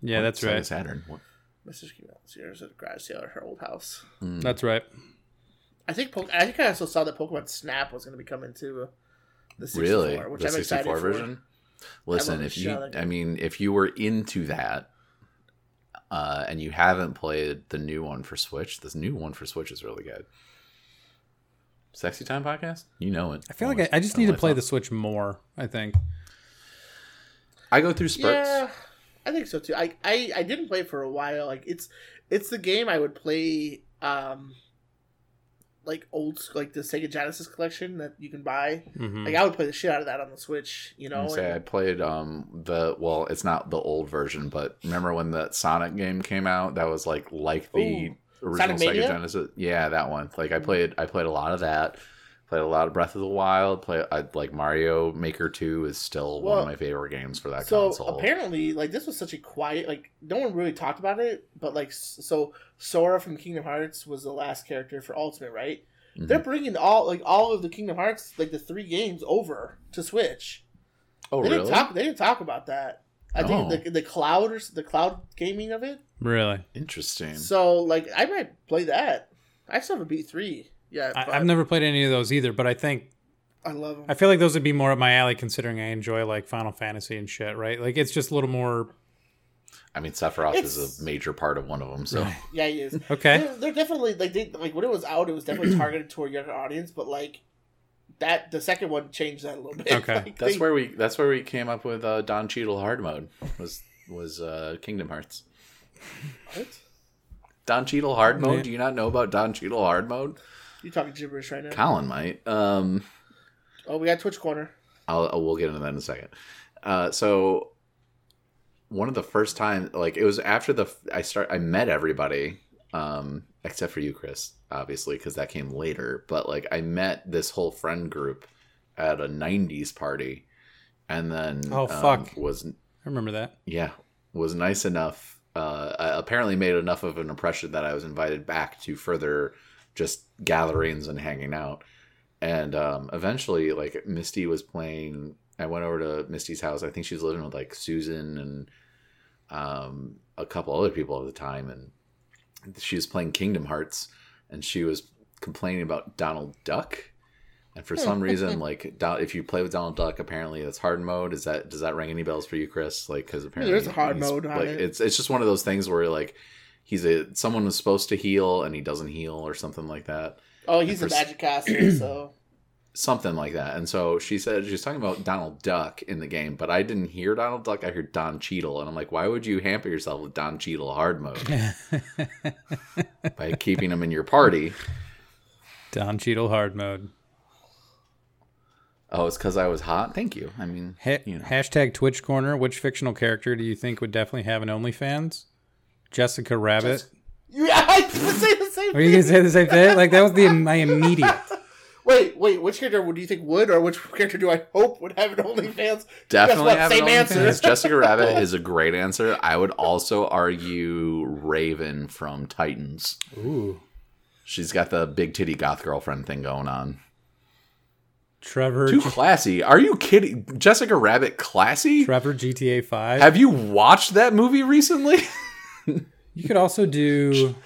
Speaker 3: yeah, that's
Speaker 2: Sega
Speaker 3: right.
Speaker 2: Saturn. What?
Speaker 1: Mrs. came out this year. It was at a garage sale at her old house.
Speaker 3: That's right.
Speaker 1: I think Poke- I think I also saw that Pokemon Snap was going to be coming to uh, the 64,
Speaker 2: Really?
Speaker 1: which
Speaker 2: the
Speaker 1: I'm
Speaker 2: 64
Speaker 1: excited
Speaker 2: version. Listen,
Speaker 1: love
Speaker 2: if
Speaker 1: the
Speaker 2: you,
Speaker 1: show, that-
Speaker 2: I mean, if you were into that, uh, and you haven't played the new one for Switch, this new one for Switch is really good. Sexy Time podcast, you know it.
Speaker 3: I feel like I, I just need to play the Switch more. I think.
Speaker 2: I go through
Speaker 1: for.
Speaker 2: spurts.
Speaker 1: Yeah, I think so too. I, I I didn't play it for a while. Like it's it's the game I would play. um like old sc- like the Sega Genesis collection that you can buy.
Speaker 3: Mhm.
Speaker 2: Mm.
Speaker 1: Like I would play the shit out of that on the Switch, you know.
Speaker 2: I say I
Speaker 1: and-
Speaker 2: played um the well, it's not the old version, but remember when the Sonic game came out? That was like like the
Speaker 1: Ooh.
Speaker 2: original
Speaker 1: Sonic
Speaker 2: Sega
Speaker 1: Mania? Hmm.
Speaker 2: Genesis. Yeah, that one. Like I played, I played a lot of that. Played a lot of Breath of the Wild. Play I, like Mario Maker Two is still one
Speaker 1: Well,
Speaker 2: of my favorite games for that
Speaker 1: so
Speaker 2: console.
Speaker 1: apparently, like this was such a quiet, like no one really talked about it. But like, s- so Sora from Kingdom Hearts was the last character for Ultimate, right?
Speaker 2: Mhm.
Speaker 1: They're bringing all like all of the Kingdom Hearts, like the three games, over to Switch.
Speaker 2: oh
Speaker 1: they
Speaker 2: really?
Speaker 1: didn't talk. They didn't talk about that. I
Speaker 2: Oh.
Speaker 1: think the, the cloud or s- the cloud gaming of it.
Speaker 3: Really,
Speaker 2: Interesting.
Speaker 1: So like, I might play that. I still haven't beat three. Yeah,
Speaker 3: I, I've never played any of those either. But I think
Speaker 1: I love them.
Speaker 3: I feel like those would be more up my alley, considering I enjoy like Final Fantasy and shit. Right? Like it's just a little more.
Speaker 2: I mean, Sephiroth
Speaker 1: It's-
Speaker 2: is a major part of one of them. So
Speaker 1: yeah, he is.
Speaker 3: Okay.
Speaker 1: They're, they're definitely like they like when it was out, it was definitely targeted to a younger audience. But like that, the second one changed that a little bit.
Speaker 3: Okay.
Speaker 1: Like,
Speaker 2: that's
Speaker 1: they-
Speaker 2: where we that's where we came up with uh, Don Cheadle hard mode was was uh, Kingdom Hearts.
Speaker 1: What?
Speaker 2: Don Cheadle hard mode.
Speaker 3: Yeah.
Speaker 2: Do you not know about Don Cheadle hard mode?
Speaker 1: You're talking gibberish right now.
Speaker 2: Colin might. Um,
Speaker 1: oh, we got Twitch corner.
Speaker 2: I'll, I'll- we'll get into that in a second. Uh, so one of the first time, like it was after the I start, I met everybody, um, except for you, Chris, obviously, because that came later. But like I met this whole friend group at a '90s party, and then
Speaker 3: Oh,
Speaker 2: um,
Speaker 3: fuck.
Speaker 2: was
Speaker 3: I remember that.
Speaker 2: yeah was nice enough uh I apparently made enough of an impression that i was invited back to further just gatherings and hanging out and um eventually like misty was playing i went over to misty's house i think she was living with like susan and um a couple other people at the time and she was playing kingdom hearts and she was complaining about donald duck And for some reason, like Don- if you play with Donald Duck, apparently that's hard mode. Is that does that ring any bells for you, Chris? Like because apparently
Speaker 1: there's a hard
Speaker 2: he's-
Speaker 1: mode on
Speaker 2: Like
Speaker 1: it.
Speaker 2: it's it's just one of those things where like he's a someone was supposed to heal and he doesn't heal or something like that
Speaker 1: Oh, he's a
Speaker 2: Pers-
Speaker 1: magic caster, so
Speaker 2: something like that. And so she said she was talking about Donald Duck in the game, but I didn't hear Donald Duck. I heard Don Cheadle, and I'm like, why would you hamper yourself with Don Cheadle hard mode by keeping him in your party?
Speaker 3: Don Cheadle hard mode.
Speaker 2: Oh, it's because I was hot. Thank you. I mean,
Speaker 3: Ha-
Speaker 2: you know.
Speaker 3: Hashtag Twitch Corner. Which fictional character do you think would definitely have an OnlyFans? Jessica Rabbit.
Speaker 1: yeah, I was gonna say the same.
Speaker 3: Are you gonna
Speaker 1: thing.
Speaker 3: say the same thing? Like that was the my immediate.
Speaker 1: Wait, wait. Which character would you think would, or which character do I hope would have an OnlyFans?
Speaker 2: definitely
Speaker 1: what,
Speaker 2: have an
Speaker 1: same answer.
Speaker 2: OnlyFans. Jessica Rabbit is a great answer. I would also argue Raven from Titans.
Speaker 3: Ooh,
Speaker 2: She's got the big titty goth girlfriend thing going on.
Speaker 3: Trevor.
Speaker 2: Too classy. Are you kidding? Jessica Rabbit classy?
Speaker 3: Trevor GTA Five.
Speaker 2: Have you watched that movie recently?
Speaker 3: You could also do.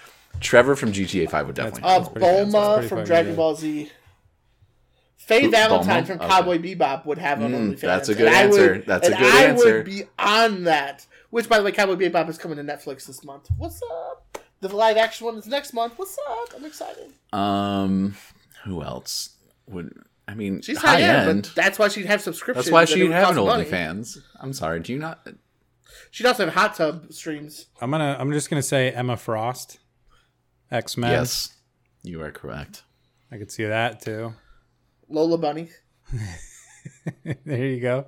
Speaker 2: Trevor from GTA 5 would definitely.
Speaker 1: Uh,
Speaker 2: help.
Speaker 3: pretty good. That's
Speaker 1: Bulma
Speaker 3: pretty
Speaker 1: from
Speaker 3: fucking
Speaker 1: Dragon
Speaker 3: good.
Speaker 1: Ball Z. Faye
Speaker 2: Who,
Speaker 1: Valentine
Speaker 2: Bulma?
Speaker 1: from
Speaker 2: Okay.
Speaker 1: Cowboy Bebop would have an
Speaker 2: Mm,
Speaker 1: OnlyFans.
Speaker 2: that's a
Speaker 1: and
Speaker 2: good
Speaker 1: I would-
Speaker 2: answer. That's a
Speaker 1: and
Speaker 2: good
Speaker 1: I
Speaker 2: answer.
Speaker 1: would be on that. Which, by the way, Cowboy Bebop is coming to Netflix this month. What's up? The live action one is next month. What's up? I'm excited.
Speaker 2: Um, who else would? I mean,
Speaker 1: She's
Speaker 2: high end.
Speaker 1: but that's why she'd have subscriptions.
Speaker 2: That's why
Speaker 1: and it
Speaker 2: she'd
Speaker 1: would
Speaker 2: have an
Speaker 1: cost money.
Speaker 2: OnlyFans. I'm sorry. Do you not?
Speaker 1: She'd also have hot tub streams.
Speaker 3: I'm gonna. I'm just gonna say Emma Frost. X Men.
Speaker 2: Yes, you are correct.
Speaker 3: I could see that too.
Speaker 1: Lola Bunny.
Speaker 3: there you go.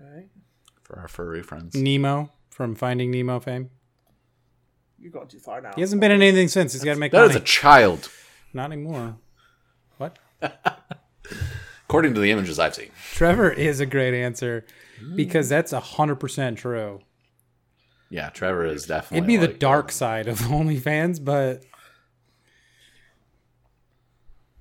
Speaker 1: All right.
Speaker 2: For our furry friends,
Speaker 3: Nemo from Finding Nemo fame.
Speaker 1: You're going too far now.
Speaker 3: He hasn't been in anything since. He's got to make
Speaker 2: that is
Speaker 3: money.
Speaker 2: a child,
Speaker 3: Not anymore. What?
Speaker 2: according to the images I've seen.
Speaker 3: Trevor is a great answer because that's hundred percent true.
Speaker 2: Yeah, Trevor is definitely.
Speaker 3: It'd be the
Speaker 2: like-
Speaker 3: dark side of OnlyFans, but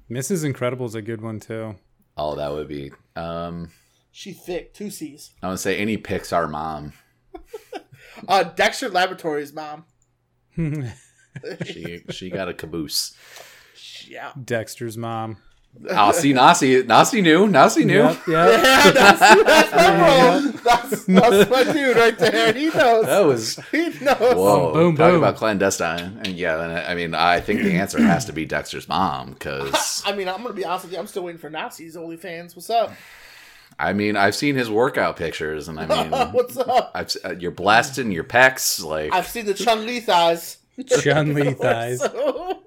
Speaker 3: Mrs. Incredible is a good one too.
Speaker 2: Oh, that would be. Um,
Speaker 1: She thick. Two C's.
Speaker 2: I would say any Pixar mom.
Speaker 1: Uh, Dexter Laboratories, mom.
Speaker 2: She she got a caboose.
Speaker 1: Yeah.
Speaker 3: Dexter's mom.
Speaker 2: Oh, see, Nasi, Nasi knew, Nasi knew.
Speaker 3: Yep, yep.
Speaker 1: Yeah, that's, that's my bro. That's, that's my dude right there. He
Speaker 2: That
Speaker 1: knows.
Speaker 2: was
Speaker 1: He knows.
Speaker 2: Oh. Whoa,
Speaker 3: Boom,
Speaker 2: talk
Speaker 3: boom.
Speaker 2: about clandestine. And yeah, and I I mean, I think the answer has to be Dexter's mom because
Speaker 1: I mean, I'm gonna be honest with you. I'm still waiting for Nazis OnlyFans. What's up?
Speaker 2: I mean, I've seen his workout pictures, and I mean,
Speaker 1: What's up?
Speaker 2: I've, s- uh, you're blasting your pecs like
Speaker 1: I've seen the Chung Li thighs.
Speaker 3: Chun Li thighs.
Speaker 1: So-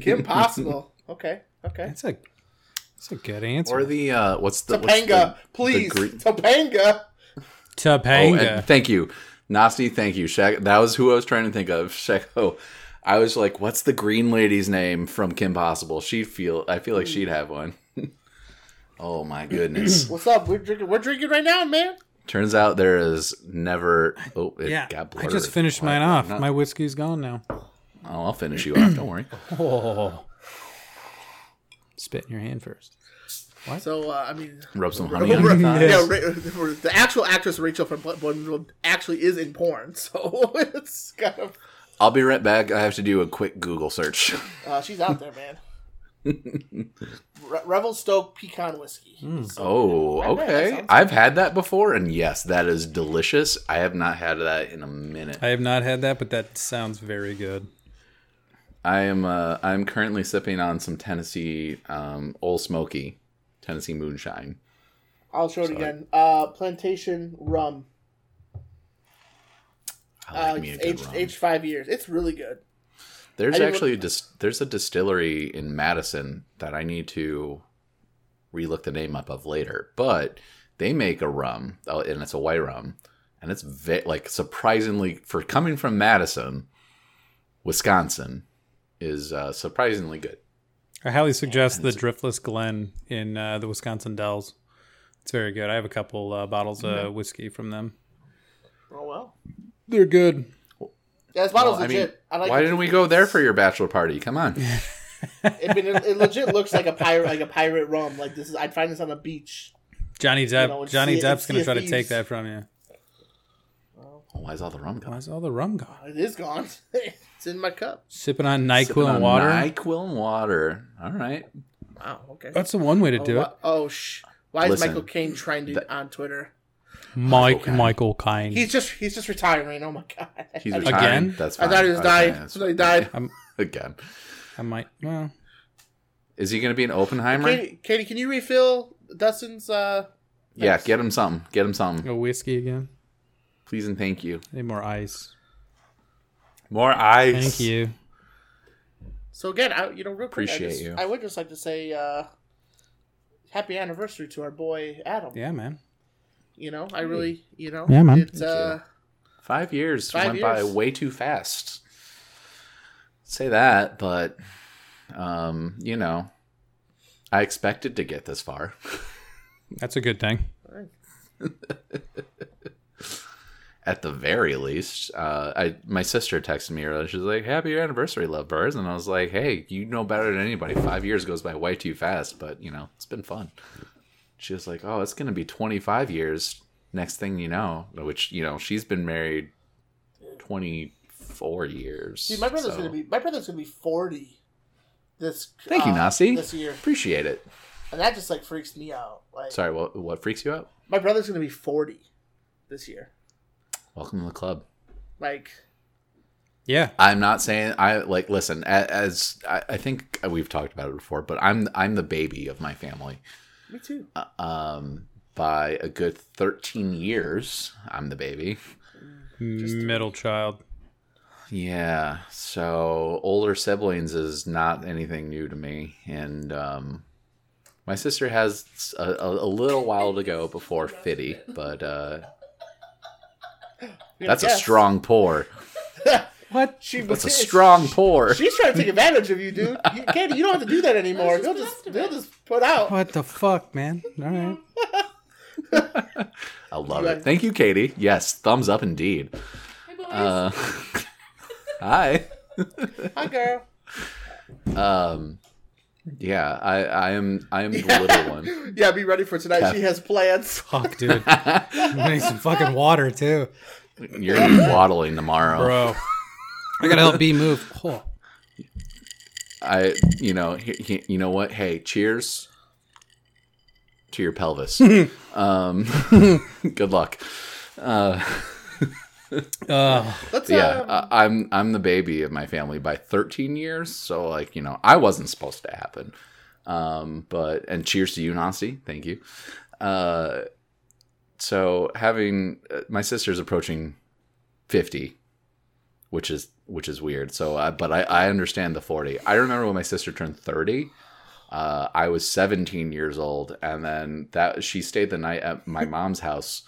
Speaker 1: Kim Possible. Okay. Okay.
Speaker 3: That's a that's a good answer.
Speaker 2: or the uh, what's the what's
Speaker 1: Topanga,
Speaker 2: the-
Speaker 1: please.
Speaker 2: the Greek-
Speaker 1: Topanga.
Speaker 2: Oh,
Speaker 3: Topanga.
Speaker 2: and thank you, Nasty. Thank you, Shaq. That was who I was trying to think of. Sheko. I was like, what's the green lady's name from Kim Possible? She feel I feel like she'd have one. oh my goodness.
Speaker 1: What's up? We're drinking. We're drinking right now, man.
Speaker 2: Turns out there is never. Oh, it
Speaker 3: yeah,
Speaker 2: got
Speaker 3: I
Speaker 2: blurred.
Speaker 3: just finished
Speaker 2: Why-
Speaker 3: mine off.
Speaker 2: not-
Speaker 3: My whiskey's gone now.
Speaker 2: oh, I'll finish you off. Don't worry.
Speaker 3: Oh. Spit in your hand first.
Speaker 1: So uh, I mean,
Speaker 2: Rub some honey. on it.
Speaker 1: yeah, Ra- the actual actress Rachel from Bloodborne actually is in porn, so it's kind of
Speaker 2: I'll be right back. I have to do a quick Google search.
Speaker 1: uh, she's out there, man. Re- Revel Stoke pecan whiskey. So,
Speaker 2: Oh,
Speaker 1: Right, right, that
Speaker 2: okay.
Speaker 1: sounds
Speaker 2: I've had that before, and yes, that is delicious. I have not had that in a minute.
Speaker 3: I have not had that, but that sounds very good.
Speaker 2: I am. Uh, I'm currently sipping on some Tennessee um, Old Smoky, Tennessee Moonshine.
Speaker 1: I'll show it again. Uh, plantation rum.
Speaker 2: I
Speaker 1: Uh,
Speaker 2: like me a good
Speaker 1: aged,
Speaker 2: rum.
Speaker 1: aged five years. Uh, It's really good. I
Speaker 2: There's
Speaker 1: didn't
Speaker 2: actually a dis- there's a distillery in Madison that I need to relook the name up of later, but they make a rum oh, and it's a white rum, and it's ve- like surprisingly for coming from Madison, Wisconsin, is uh, surprisingly good.
Speaker 3: I highly suggest the Driftless Glen in uh, the Wisconsin Dells. It's very good. I have a couple uh, bottles of whiskey from them.
Speaker 1: Oh well.
Speaker 3: They're good.
Speaker 1: Yeah, this bottle's
Speaker 2: Well, I mean,
Speaker 1: legit. I, like
Speaker 2: Why
Speaker 1: it.
Speaker 2: didn't we go there for your bachelor party? Come on,
Speaker 1: I mean, it, it legit looks like a pirate, like a pirate rum. Like this is, I'd find this on a beach.
Speaker 3: Johnny Depp.
Speaker 1: know, and
Speaker 3: Johnny
Speaker 1: see- and
Speaker 3: Depp's
Speaker 1: see
Speaker 3: gonna
Speaker 1: if
Speaker 3: try to
Speaker 1: these-
Speaker 3: take that from you.
Speaker 1: Well,
Speaker 2: Oh, why's all the rum gone?
Speaker 3: Why's all the rum gone?
Speaker 1: It is gone. it's in my cup.
Speaker 3: Sipping on NyQuil
Speaker 2: Sipping on
Speaker 3: and water.
Speaker 2: NyQuil and water. All right.
Speaker 1: Wow. Okay.
Speaker 3: That's the one way to
Speaker 1: oh,
Speaker 3: do it.
Speaker 1: wha- oh, sh- Why is
Speaker 2: Listen,
Speaker 1: Michael Caine trending
Speaker 2: that-
Speaker 1: on Twitter?
Speaker 3: Mike
Speaker 2: Okay.
Speaker 3: Michael Kine.
Speaker 1: He's just he's just retiring. Oh my god.
Speaker 2: He's
Speaker 1: I-
Speaker 2: retired.
Speaker 3: Again?
Speaker 2: That's
Speaker 1: I
Speaker 2: fine.
Speaker 1: thought he was
Speaker 2: Okay,
Speaker 1: dying.
Speaker 2: that's
Speaker 1: So he
Speaker 2: fine.
Speaker 1: died.
Speaker 2: Again.
Speaker 3: I might. Well,
Speaker 2: Is he going to be an Oppenheimer?
Speaker 1: Katie, Katie, can you refill Dustin's? uh
Speaker 2: yeah,
Speaker 1: thanks.
Speaker 2: get him something. Get him something.
Speaker 3: a whiskey again.
Speaker 2: Please and thank you.
Speaker 3: Need more ice.
Speaker 2: More ice.
Speaker 3: Thank you.
Speaker 1: So again, I, you know, real quick, I,
Speaker 2: Appreciate
Speaker 1: just,
Speaker 2: you.
Speaker 1: I would just like to say uh happy anniversary to our boy Adam.
Speaker 3: Yeah, man.
Speaker 1: You know, I really, you know,
Speaker 3: Yeah, man.
Speaker 1: It's, uh,
Speaker 2: Five years
Speaker 1: Five
Speaker 2: went by
Speaker 1: years.
Speaker 2: way too fast. Say that, but um, you know, I expected to get this far.
Speaker 3: That's a good thing.
Speaker 1: uh,
Speaker 2: At the very least, uh, I my sister texted me earlier. She's like, "Happy anniversary, lovebirds," and I was like, "Hey, you know better than anybody. Five years goes by way too fast, but you know, it's been fun." She was like, "Oh, it's gonna be twenty five years next thing you know," which you know she's been married twenty four years.
Speaker 1: dude, my brother's
Speaker 2: so-
Speaker 1: gonna be my brother's gonna be forty. This
Speaker 2: Thank you,
Speaker 1: uh,
Speaker 2: Nasi.
Speaker 1: This year,
Speaker 2: Appreciate it.
Speaker 1: and that just like freaks me out. Like,
Speaker 2: Sorry, what what freaks you out?
Speaker 1: my brother's gonna be forty this year.
Speaker 2: Welcome to the club.
Speaker 1: Like,
Speaker 3: Yeah.
Speaker 2: I'm not saying I like listen a- as I, I think we've talked about it before, but I'm I'm the baby of my family.
Speaker 1: me too.
Speaker 2: Uh, Um, by a good 13 years, I'm the baby.
Speaker 3: Middle child.
Speaker 2: Yeah, so older siblings is not anything new to me, and um, my sister has a, a, a little while to go before 50, but uh,
Speaker 1: You
Speaker 2: that's a
Speaker 1: guess.
Speaker 2: strong pour.
Speaker 3: What?
Speaker 1: She,
Speaker 2: That's a strong pour.
Speaker 1: She's trying to take advantage of you, dude. You, Katie, you don't have to do that anymore. They'll just they'll just put out.
Speaker 3: What the fuck, man? All right.
Speaker 2: I love
Speaker 1: Yeah.
Speaker 2: it. Thank you, Katie. Yes, thumbs up indeed.
Speaker 4: Hey, boys.
Speaker 2: Uh, hi.
Speaker 1: Hi, girl.
Speaker 2: Um, yeah, I, I am. I am the little one.
Speaker 1: Yeah, be ready for tonight. She has plans.
Speaker 3: Fuck, dude. I need some fucking water too,
Speaker 2: You're gonna be waddling tomorrow.
Speaker 3: bro. I gotta help B move. Oh,
Speaker 2: I, you know, he, he- you know what? Hey, cheers to your pelvis. um, good luck. Uh,
Speaker 3: uh,
Speaker 1: Let's
Speaker 2: yeah,
Speaker 1: um,
Speaker 2: I, I'm I'm the baby of my family by 13 years, so like you know, I wasn't supposed to happen. Um, but and cheers to you, Nancy. Thank you. Uh, so having uh, my sister's approaching 50, which is which is weird. So, uh, but I I understand the 40. I remember when my sister turned 30. Uh, I was 17 years old, and then that she stayed the night at my mom's house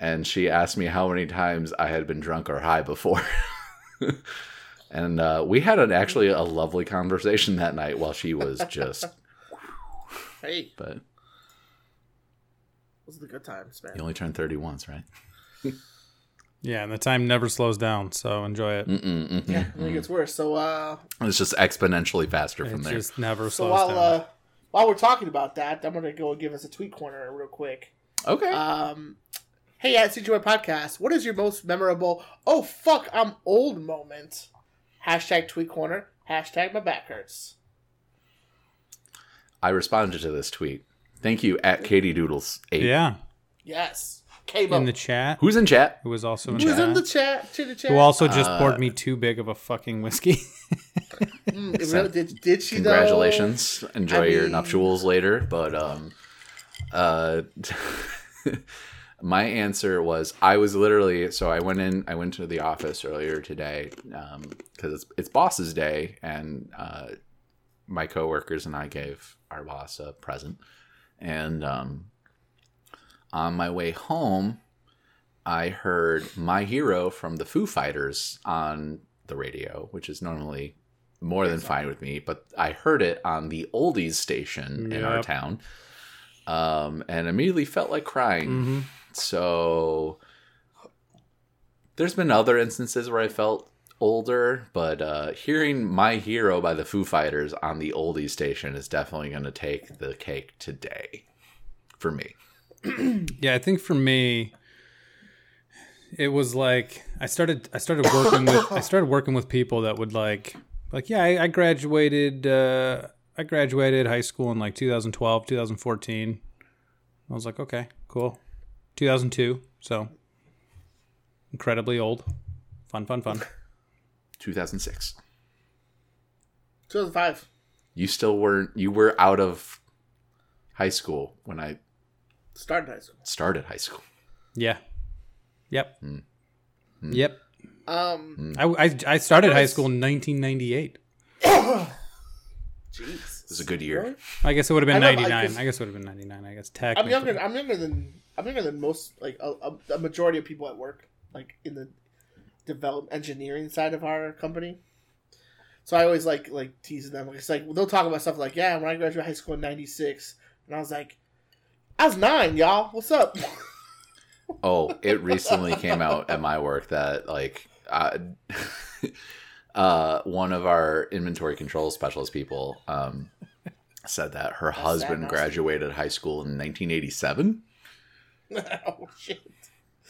Speaker 2: and she asked me how many times I had been drunk or high before. and uh, we had an, actually a lovely conversation that night while she was just,
Speaker 1: hey,
Speaker 2: but
Speaker 1: those are the good times, man.
Speaker 2: you only turn 30 once, right?
Speaker 3: yeah, and the time never slows down, so enjoy it.
Speaker 2: Mm-mm, mm-mm.
Speaker 1: Yeah, I think it's worse. So, uh,
Speaker 2: It's just exponentially faster from
Speaker 3: It
Speaker 2: there.
Speaker 3: just never
Speaker 1: so
Speaker 3: slows
Speaker 1: while
Speaker 3: down.
Speaker 1: uh, while we're talking about that, I'm gonna go and give us a tweet corner real quick.
Speaker 2: Okay.
Speaker 3: Uh,
Speaker 1: Um, hey, at CGY Podcast, what is your most memorable? Oh fuck, I'm old moment. Hashtag tweet corner. Hashtag my back hurts.
Speaker 2: I responded to this tweet. Thank you at Katie Doodles eight.
Speaker 3: yeah,
Speaker 1: Yes, came
Speaker 3: in
Speaker 1: up.
Speaker 3: the chat.
Speaker 2: Who's in chat?
Speaker 3: Who was also in,
Speaker 1: Who's
Speaker 3: chat,
Speaker 1: in the chat? Chitty chat.
Speaker 3: Who also just
Speaker 2: Uh,
Speaker 3: poured me too big of a fucking whiskey.
Speaker 1: Mm, it really- did, did she? though?
Speaker 2: Congratulations. Enjoy
Speaker 1: I
Speaker 2: your
Speaker 1: mean-
Speaker 2: nuptials later. But um uh my answer was I was literally so I went in I went to the office earlier today um cuz it's it's boss's day and uh my coworkers and I gave our boss a present and um on my way home I heard My Hero from the Foo Fighters on the radio, which is normally more than fine with me, but I heard it on the oldies station in our
Speaker 3: Yep.
Speaker 2: town um, and immediately felt like crying.
Speaker 3: mm-hmm.
Speaker 2: So there's been other instances where I felt older, but uh, hearing My Hero by the Foo Fighters on the oldies station is definitely going to take the cake today for me.
Speaker 3: Yeah, I think for me, it was like I started I started working with I started working with people that would like like yeah I, I graduated uh, I graduated high school in like 2012 2014 I was like okay cool 2002 so incredibly old fun fun fun
Speaker 2: 2006.
Speaker 1: 2005.
Speaker 2: You still weren't. You were out of high school when I
Speaker 1: Started high school.
Speaker 2: started high school.
Speaker 3: yeah yep
Speaker 2: Hmm.
Speaker 3: yep
Speaker 2: Mm.
Speaker 1: Um,
Speaker 3: I, I, I started high school in 1998
Speaker 1: jeez.
Speaker 2: It was a good year.
Speaker 3: I guess it would have been
Speaker 1: I know, like,
Speaker 3: 99
Speaker 1: 'cause-
Speaker 3: I guess it would have been 99 I guess technically
Speaker 1: I'm younger. I'm younger than I'm younger than most like a, a, a majority of people at work, like in the develop engineering side of our company. So I always like like teasing them. It's like they'll talk about stuff like, "Yeah, when I graduated high school in '96," and I was like, "I was nine, y'all. What's up?"
Speaker 2: Oh, it recently came out at my work that like uh, uh, one of our inventory control specialist people um, said that her
Speaker 1: sad,
Speaker 2: husband
Speaker 1: nasty.
Speaker 2: graduated high school in 1987.
Speaker 1: oh shit!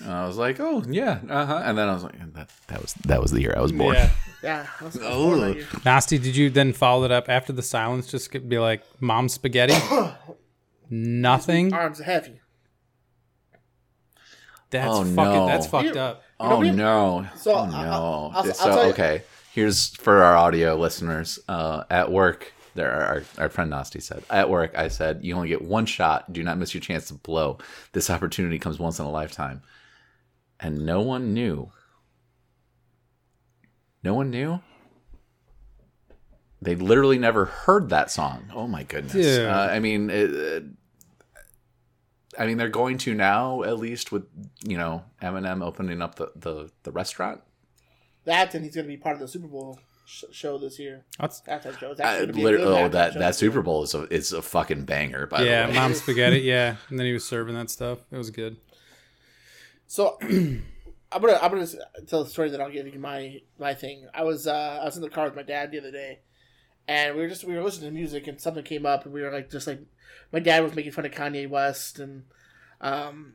Speaker 2: And I was like, oh yeah, uh huh. And then I was like, that that was that was the year I was born.
Speaker 3: yeah
Speaker 1: Yeah. I was- I was
Speaker 2: Oh.
Speaker 1: born that year.
Speaker 3: Nasty, did you then follow it up after the silence? Just get- be like, "Mom, spaghetti." Nothing.
Speaker 2: Oh,
Speaker 1: Arms are heavy.
Speaker 3: That's
Speaker 2: Oh,
Speaker 3: fucking.
Speaker 2: no.
Speaker 3: That's fucked
Speaker 1: You-
Speaker 3: up.
Speaker 2: Oh
Speaker 1: we-
Speaker 2: no!
Speaker 1: So,
Speaker 2: oh
Speaker 1: I- I-
Speaker 2: no!
Speaker 1: I'll- I'll
Speaker 2: so
Speaker 1: tell you-
Speaker 2: okay, here's for our audio listeners. Uh, at work, there our, our friend Nasty said. At work, I said, "You only get one shot. Do not miss your chance to blow. This opportunity comes once in a lifetime." And no one knew. No one knew. They literally never heard that song. Oh my goodness!
Speaker 3: Dude.
Speaker 2: Uh, I mean, it, it, uh, I mean, they're going to now, at least with you know Eminem opening up the the, the restaurant.
Speaker 1: That and he's gonna be part of the Super Bowl sh- show this year.
Speaker 3: That's,
Speaker 1: Halftime show. It's
Speaker 2: I,
Speaker 1: actually gonna be a
Speaker 2: liter-
Speaker 1: good
Speaker 2: oh,
Speaker 1: halftime
Speaker 2: that
Speaker 1: show.
Speaker 2: that Super Bowl is a is a fucking banger. By
Speaker 3: yeah,
Speaker 2: the way,
Speaker 3: mom, spaghetti. Yeah, and then he was serving that stuff. It was good.
Speaker 1: So I'm gonna I'm gonna s- tell a story that I'll give you my my thing. I was uh, I was in the car with my dad the other day, and we were just we were listening to music and something came up and we were like just like my dad was making fun of Kanye West and um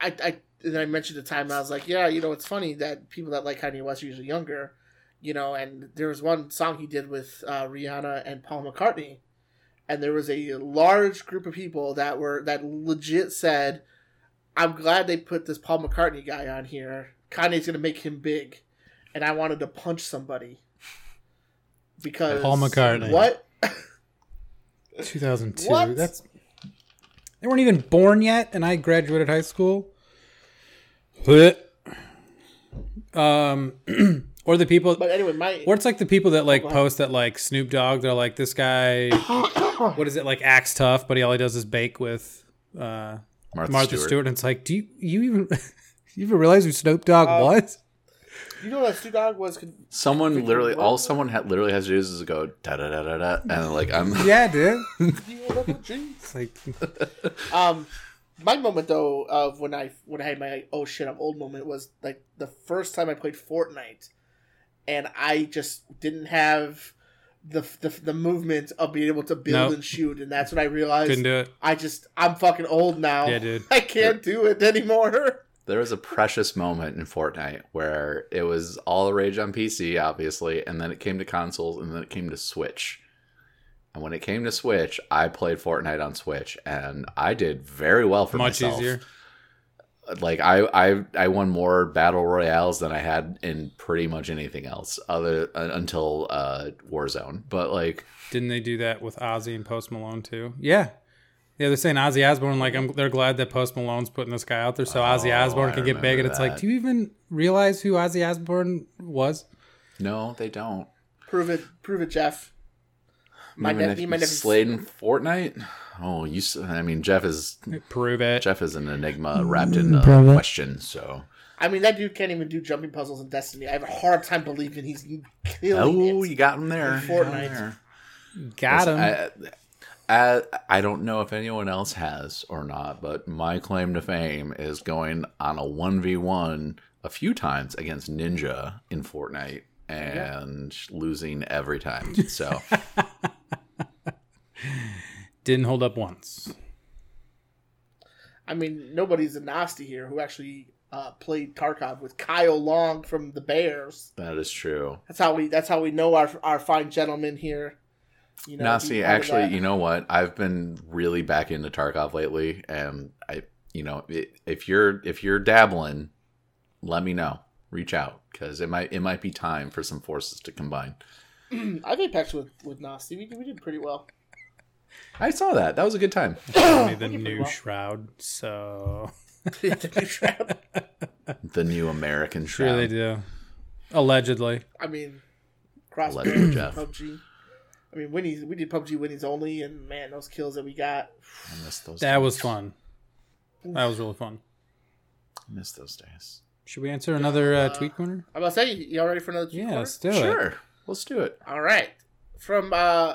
Speaker 1: I I and then I mentioned the time I was like yeah you know it's funny that people that like Kanye West are usually younger, you know and there was one song he did with uh, Rihanna and Paul McCartney, and there was a large group of people that were that legit said I'm glad they put this Paul McCartney guy on here. Kanye's gonna make him big, and I wanted to punch somebody because
Speaker 3: Paul McCartney.
Speaker 1: What?
Speaker 3: 2002.
Speaker 1: What?
Speaker 3: That's. They weren't even born yet, and I graduated high school. Blech. Um, or the people.
Speaker 1: But anyway, my
Speaker 3: Or it's like the people that like post that like Snoop Dogg. They're like, this guy, what is it like? Acts tough, but he all he does is bake with uh,
Speaker 2: Martha,
Speaker 3: Martha Stewart.
Speaker 2: Stewart.
Speaker 3: And it's like, do you you even you even realize who Snoop Dogg was?
Speaker 1: you know that Snoop Dogg was con-
Speaker 2: Someone literally, all someone ha- literally has to do is go da da da da da, and like I'm
Speaker 3: Yeah, dude.
Speaker 1: um,
Speaker 3: It's like,
Speaker 1: my moment though of when I when I had my oh shit I'm old moment was like the first time I played Fortnite, and I just didn't have. The, the, the movement of being able to build
Speaker 3: Nope.
Speaker 1: and shoot and that's when I realized
Speaker 3: Couldn't do it.
Speaker 1: I just I'm fucking old now
Speaker 3: Yeah, dude.
Speaker 1: I can't do it anymore
Speaker 2: There was a precious moment in Fortnite where it was all the rage on PC, obviously, and then it came to consoles, and then it came to Switch. And when it came to Switch, I played Fortnite on Switch, and I did very well for
Speaker 3: much
Speaker 2: myself.
Speaker 3: easier.
Speaker 2: Like I, I, I won more battle royales than I had in pretty much anything else, other uh, until uh, Warzone. But like,
Speaker 3: Didn't they do that with Ozzy and Post Malone too? Yeah. Yeah, they're saying Ozzy Osbourne. Like, I'm, they're glad that Post Malone's putting this guy out there so Ozzy
Speaker 2: Oh,
Speaker 3: Osbourne
Speaker 2: I
Speaker 3: can get
Speaker 2: remember
Speaker 3: big. And it's like,
Speaker 2: that.
Speaker 3: do you even realize who Ozzy Osbourne was?
Speaker 2: no, they don't.
Speaker 1: Prove it, prove it, Jeff. My
Speaker 2: Even
Speaker 1: ne-
Speaker 2: if
Speaker 1: me and my
Speaker 2: you
Speaker 1: nephew.
Speaker 2: slayed in Fortnite. Oh, you. s- I mean, Jeff is
Speaker 3: Prove it.
Speaker 2: Jeff is an enigma
Speaker 3: Mm,
Speaker 2: wrapped in a question, so.
Speaker 1: I mean, that dude can't even do jumping puzzles in Destiny. I have a hard time believing he's killing
Speaker 2: Oh,
Speaker 1: it.
Speaker 2: you got him there.
Speaker 1: In
Speaker 2: You got him
Speaker 1: Fortnite.
Speaker 2: there.
Speaker 3: Got him.
Speaker 2: I, I, I don't know if anyone else has or not, but my claim to fame is going on a 1v1 a few times against Ninja in Fortnite and losing every time. So,
Speaker 3: Didn't hold up once.
Speaker 1: I mean, nobody's a nasty here who actually uh, played Tarkov with Kyle Long from the Bears.
Speaker 2: That is true.
Speaker 1: That's how we. That's how we know our our fine gentleman here. You
Speaker 2: now,
Speaker 1: he
Speaker 2: see,
Speaker 1: had
Speaker 2: actually,
Speaker 1: that-
Speaker 2: you know what? I've been really back into Tarkov lately, and I, you know, i if you're if you're dabbling, let me know. Reach out because it might it might be time for some forces to combine.
Speaker 1: I've Apex with with Nasty. We, did- we did pretty well.
Speaker 2: I saw that. That was a good time.
Speaker 3: Only
Speaker 1: We
Speaker 3: the
Speaker 1: did pretty
Speaker 3: new
Speaker 1: well.
Speaker 3: shroud. So
Speaker 2: The new American
Speaker 3: sure
Speaker 2: shroud.
Speaker 3: they do. Allegedly,
Speaker 1: I mean, cross
Speaker 2: Let me
Speaker 1: Bears,
Speaker 2: Jeff.
Speaker 1: PUBG. I mean, Winnie's, we did PUBG Winnie's only, and man, those kills that we got.
Speaker 2: I miss those.
Speaker 3: that
Speaker 2: days.
Speaker 3: was fun. That was really fun.
Speaker 2: I miss those days.
Speaker 3: Should we answer another uh, tweet corner?
Speaker 1: I'm about to say, y'all ready for another? two
Speaker 3: Yeah,
Speaker 1: quarter?
Speaker 3: let's do it.
Speaker 2: Sure, let's do it.
Speaker 1: All right. From uh,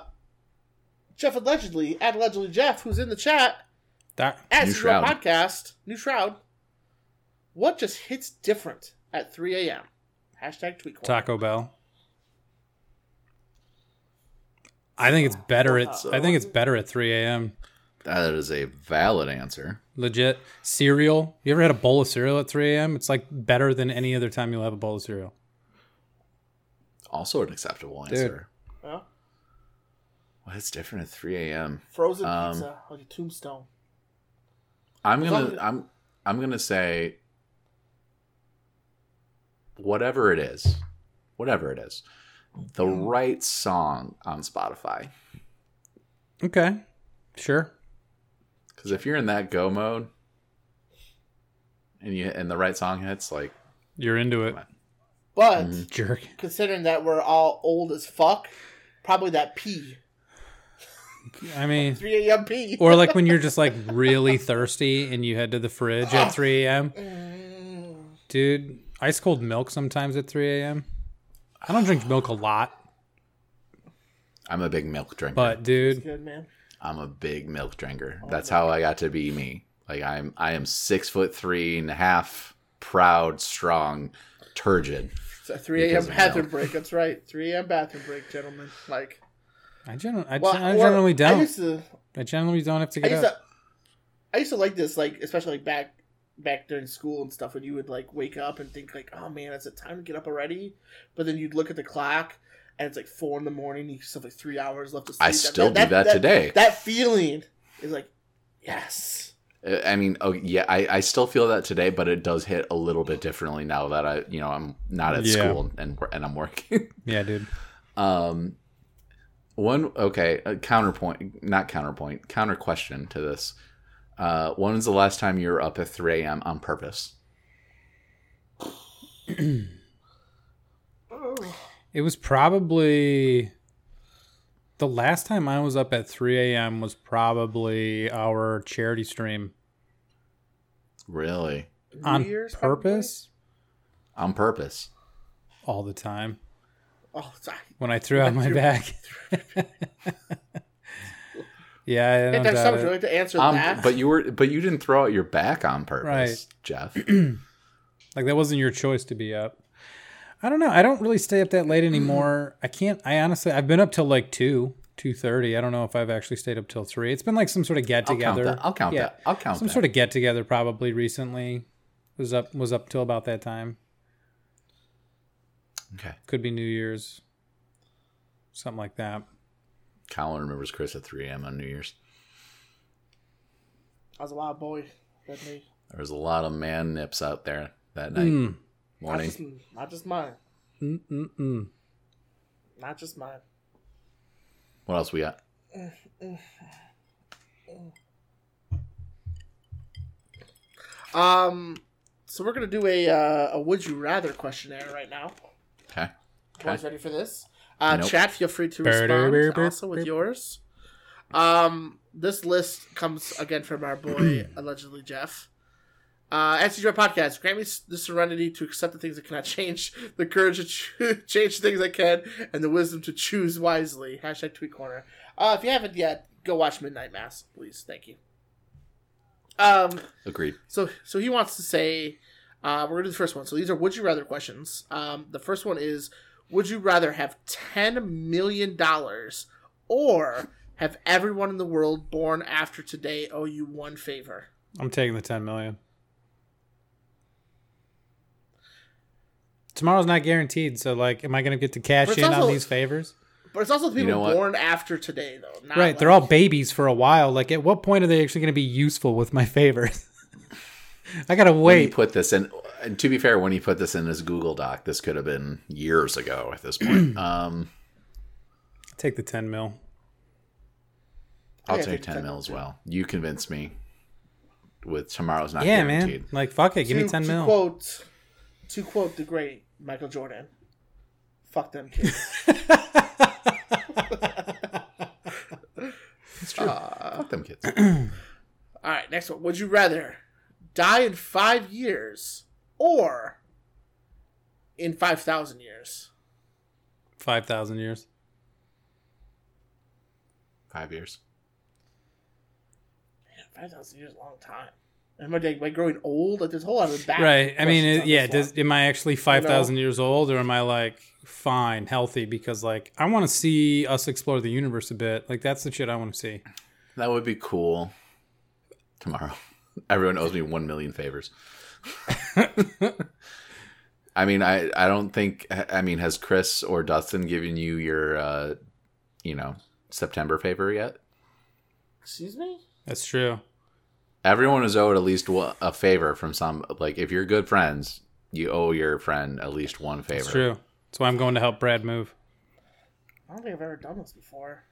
Speaker 1: Jeff allegedly at allegedly Jeff, who's in the chat
Speaker 3: That
Speaker 2: New
Speaker 1: at New Shroud
Speaker 2: Shroud.
Speaker 1: Podcast, New Shroud. What just hits different at 3 a.m. Hashtag tweet corner.
Speaker 3: Taco Bell. I think it's better at I think it's better at 3 a.m.
Speaker 2: That is a valid answer.
Speaker 3: Legit cereal. You ever had a bowl of cereal at 3 a.m.? It's like better than any other time you'll have a bowl of cereal.
Speaker 2: Also, an acceptable answer.
Speaker 1: Yeah.
Speaker 2: Well, it's different at 3 a.m.
Speaker 1: Frozen
Speaker 2: Um,
Speaker 1: pizza like a tombstone.
Speaker 2: I'm
Speaker 1: As long
Speaker 2: gonna
Speaker 1: as-
Speaker 2: I'm I'm gonna say whatever it is, whatever it is, the right song on Spotify.
Speaker 3: Okay, sure.
Speaker 2: Because if you're in that go mode, and you and the right song hits, like
Speaker 3: You're into it,
Speaker 1: But
Speaker 2: mm-hmm.
Speaker 3: jerk.
Speaker 1: considering that we're all old as fuck, probably that P.
Speaker 3: I mean,
Speaker 1: 3 a.m. P.
Speaker 3: or like when you're just like really thirsty and you head to the fridge at 3 a.m.
Speaker 1: Mm,
Speaker 3: Dude, ice cold milk sometimes at 3 a.m. I don't drink milk a lot,
Speaker 2: I'm a big milk drinker.
Speaker 3: but dude,
Speaker 1: good, man.
Speaker 2: I'm a big milk drinker. That's how I got to be me. Like I'm I am six foot three and a half, proud, strong, turgid.
Speaker 1: It's a 3 a.m.
Speaker 2: Because of
Speaker 1: bathroom
Speaker 2: milk.
Speaker 1: break. That's right. 3 a.m. bathroom break, gentlemen. Like,
Speaker 3: I, gen- I,
Speaker 1: well,
Speaker 3: gen- I
Speaker 1: or-
Speaker 3: generally
Speaker 1: I
Speaker 3: don't.
Speaker 1: used to,
Speaker 3: I generally don't have to
Speaker 1: I
Speaker 3: get
Speaker 1: used
Speaker 3: up.
Speaker 1: to, I used to like this, like especially like back back during school and stuff, when you would like wake up and think like, oh man, is it time to get up already? But then you'd look at the clock. And it's like four in the morning. You still have like three hours left to sleep.
Speaker 2: I still do that today.
Speaker 1: That feeling is like, yes.
Speaker 2: Uh, I mean, oh yeah, I, I still feel that today, but it does hit a little bit differently now that I you know I'm not at
Speaker 3: Yeah.
Speaker 2: school and we're- and I'm working.
Speaker 3: Yeah, dude.
Speaker 2: um, one okay, a counterpoint, not counterpoint, counter question to this. Uh, when was the last time you were up at 3 a.m. on purpose?
Speaker 3: It was probably the last time I was up at 3 a.m. was probably our charity stream
Speaker 2: Really,
Speaker 1: New
Speaker 3: on
Speaker 1: Year's, probably?
Speaker 3: purpose
Speaker 2: on purpose?
Speaker 3: all the time
Speaker 1: Oh, sorry.
Speaker 3: when I threw out my back. yeah, I
Speaker 1: If there's
Speaker 3: don't doubt
Speaker 1: someone
Speaker 3: it.
Speaker 1: willing to answer
Speaker 2: Um,
Speaker 1: that,
Speaker 2: but you were, but you didn't throw out your back on purpose, Jeff.
Speaker 3: Like that wasn't your choice to be up. I don't know. I don't really stay up that late
Speaker 2: Mm-hmm.
Speaker 3: anymore. I can't. I honestly, I've been up till like two, two thirty. I don't know if I've actually stayed up till three. It's been like some sort of get
Speaker 2: I'll count
Speaker 3: together.
Speaker 2: that. I'll count that. I'll count
Speaker 3: some
Speaker 2: that.
Speaker 3: sort of get together probably recently. Was up was up till about that time.
Speaker 2: okay,
Speaker 3: Could be New Year's, something like that.
Speaker 2: Colin remembers Chris at 3 a.m. on New Year's.
Speaker 1: I was a wild boy. That me.
Speaker 2: There was a lot of man nips out there that night
Speaker 3: Mm.
Speaker 1: Not
Speaker 2: morning.
Speaker 1: just, not just mine.
Speaker 3: Mm, mm, mm.
Speaker 1: Not just mine.
Speaker 2: What else we got?
Speaker 1: Um, so we're gonna do a uh, a would you rather questionnaire right now.
Speaker 2: Okay.
Speaker 1: Boys, ready for this? Uh,
Speaker 2: Nope.
Speaker 1: Chat, feel free to
Speaker 3: Burr,
Speaker 1: respond
Speaker 3: burr, burr,
Speaker 1: also with
Speaker 3: burr.
Speaker 1: yours. Um, this list comes again from our boy, allegedly Jeff. Uh, Anti Joy Podcast, grant me s- the serenity to accept the things I cannot change, the courage to cho- change the things I can, and the wisdom to choose wisely. Hashtag Tweet Corner. Uh, if you haven't yet, go watch Midnight Mass, please. Thank you. Um,
Speaker 2: Agreed.
Speaker 1: so so he wants to say, uh, we're gonna do the first one. So these are would you rather questions. Um, the first one is, would you rather have ten million dollars or have everyone in the world born after today owe you one favor?
Speaker 3: I'm taking the ten million. tomorrow's not guaranteed. So like, am I going to get to cash
Speaker 1: But
Speaker 3: in
Speaker 1: it's
Speaker 3: on
Speaker 1: also-
Speaker 3: these favors?
Speaker 1: But it's also the
Speaker 2: You
Speaker 1: people
Speaker 2: know what?
Speaker 1: born after today, though. Not
Speaker 3: Right, they're
Speaker 1: like-
Speaker 3: all babies for a while. Like, at what point are they actually going to be useful with my favors? I gotta
Speaker 2: When he
Speaker 3: wait.
Speaker 2: put this in, and to be fair, when he put this in his Google Doc, this could have been years ago at this point. um,
Speaker 3: Take the ten mil.
Speaker 2: I'll
Speaker 1: Yeah, I
Speaker 2: take
Speaker 1: think
Speaker 2: 10
Speaker 1: 10
Speaker 2: mil as well. You convinced me with tomorrow's not
Speaker 3: Yeah,
Speaker 2: guaranteed.
Speaker 3: man. Like, fuck it. Give
Speaker 1: to,
Speaker 3: me ten
Speaker 1: to
Speaker 3: mil.
Speaker 1: Quote, to quote the great Michael Jordan, "Fuck them kids."
Speaker 2: It's true. Fuck them kids.
Speaker 1: All right, next one. Would you rather die in five years or in five thousand years?
Speaker 3: Five thousand years.
Speaker 2: Five years.
Speaker 1: Man, five thousand years, is a long time. Am I like, am I growing old? Like there's a whole lot of back
Speaker 3: Right. I mean,
Speaker 1: questions
Speaker 3: it,
Speaker 1: on
Speaker 3: yeah.
Speaker 1: this
Speaker 3: Does,
Speaker 1: one.
Speaker 3: am I actually five thousand years old, or am I like fine, healthy? Because like, I want to see us explore the universe a bit. Like, that's the shit I want to see.
Speaker 2: That would be cool. Tomorrow. Everyone owes me 1 million favors. I mean, I, I don't think, I mean, has Chris or Dustin given you your, uh, you know, September favor yet?
Speaker 1: excuse me?
Speaker 3: That's true.
Speaker 2: Everyone is owed at least one, a favor from some, like, if you're good friends, you owe your friend at least one favor.
Speaker 3: That's true. That's why I'm going to help Brad move.
Speaker 1: I don't think I've ever done this before.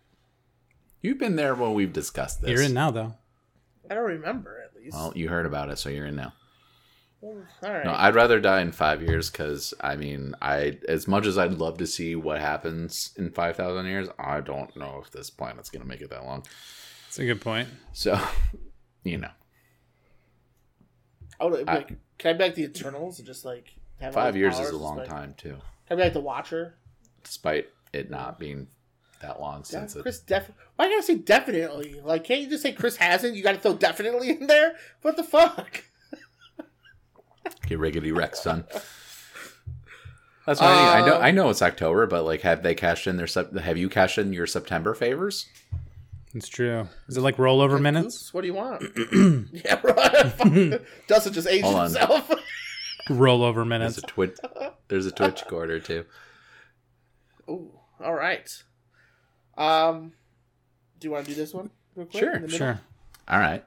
Speaker 2: You've been there when we've discussed this.
Speaker 3: You're in now, though.
Speaker 1: I don't remember at least.
Speaker 2: Well, you heard about it, so you're in now.
Speaker 1: Well, all right.
Speaker 2: No, I'd rather die in five years because I mean, I as much as I'd love to see what happens in five thousand years, I don't know if this planet's gonna make it that long.
Speaker 3: That's a good point.
Speaker 2: So, you know,
Speaker 1: I would,
Speaker 2: I-
Speaker 1: like, can I back the Eternals and just like have all
Speaker 2: five
Speaker 1: the
Speaker 2: years
Speaker 1: powers
Speaker 2: is a
Speaker 1: and
Speaker 2: long
Speaker 1: stuff?
Speaker 2: time too,
Speaker 1: Can I be like the Watcher?
Speaker 2: despite it not being that long
Speaker 1: Yeah,
Speaker 2: since it.
Speaker 1: Chris def. Why gotta say definitely? Like, can't you just say Chris hasn't? You gotta throw definitely in there. What the fuck?
Speaker 2: Get riggedy wrecked, son. That's what I, mean. I know.
Speaker 1: Uh,
Speaker 2: I know it's October, but like, have they cashed in their? Sep- Have you cashed in your September favors?
Speaker 3: It's true. Is it like rollover minutes?
Speaker 1: Oops, what do you want? yeah, right. Fuck. Dustin just aged
Speaker 2: Hold on.
Speaker 1: himself.
Speaker 3: Rollover
Speaker 2: There's
Speaker 3: minutes.
Speaker 2: a twitch. There's a Twitch quarter too.
Speaker 1: Ooh, all right. Um, do you want to do this one? Real quick,
Speaker 2: Sure,
Speaker 1: in the middle?
Speaker 3: Sure.
Speaker 2: All right.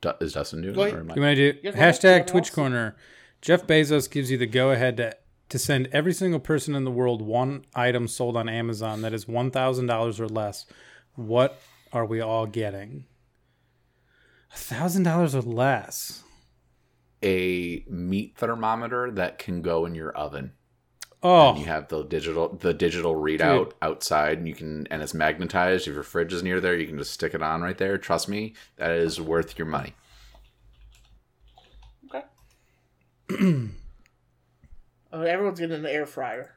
Speaker 2: Du- is Dustin doing
Speaker 1: Go
Speaker 2: it?
Speaker 1: ahead.
Speaker 2: Or am I-
Speaker 3: You want to do
Speaker 1: Yeah, go ahead.
Speaker 3: hashtag
Speaker 1: Whatever
Speaker 3: Twitch
Speaker 1: else.
Speaker 3: Corner? Jeff Bezos gives you the go ahead to to send every single person in the world one item sold on Amazon that is one thousand dollars or less. What are we all getting? thousand dollars or less.
Speaker 2: a meat thermometer that can go in your oven. You
Speaker 3: Oh,
Speaker 2: have the digital the digital readout outside and you can and it's magnetized. If your fridge is near there, you can just stick it on right there. Trust me, that is worth your money.
Speaker 1: Okay. oh, everyone's getting an air fryer.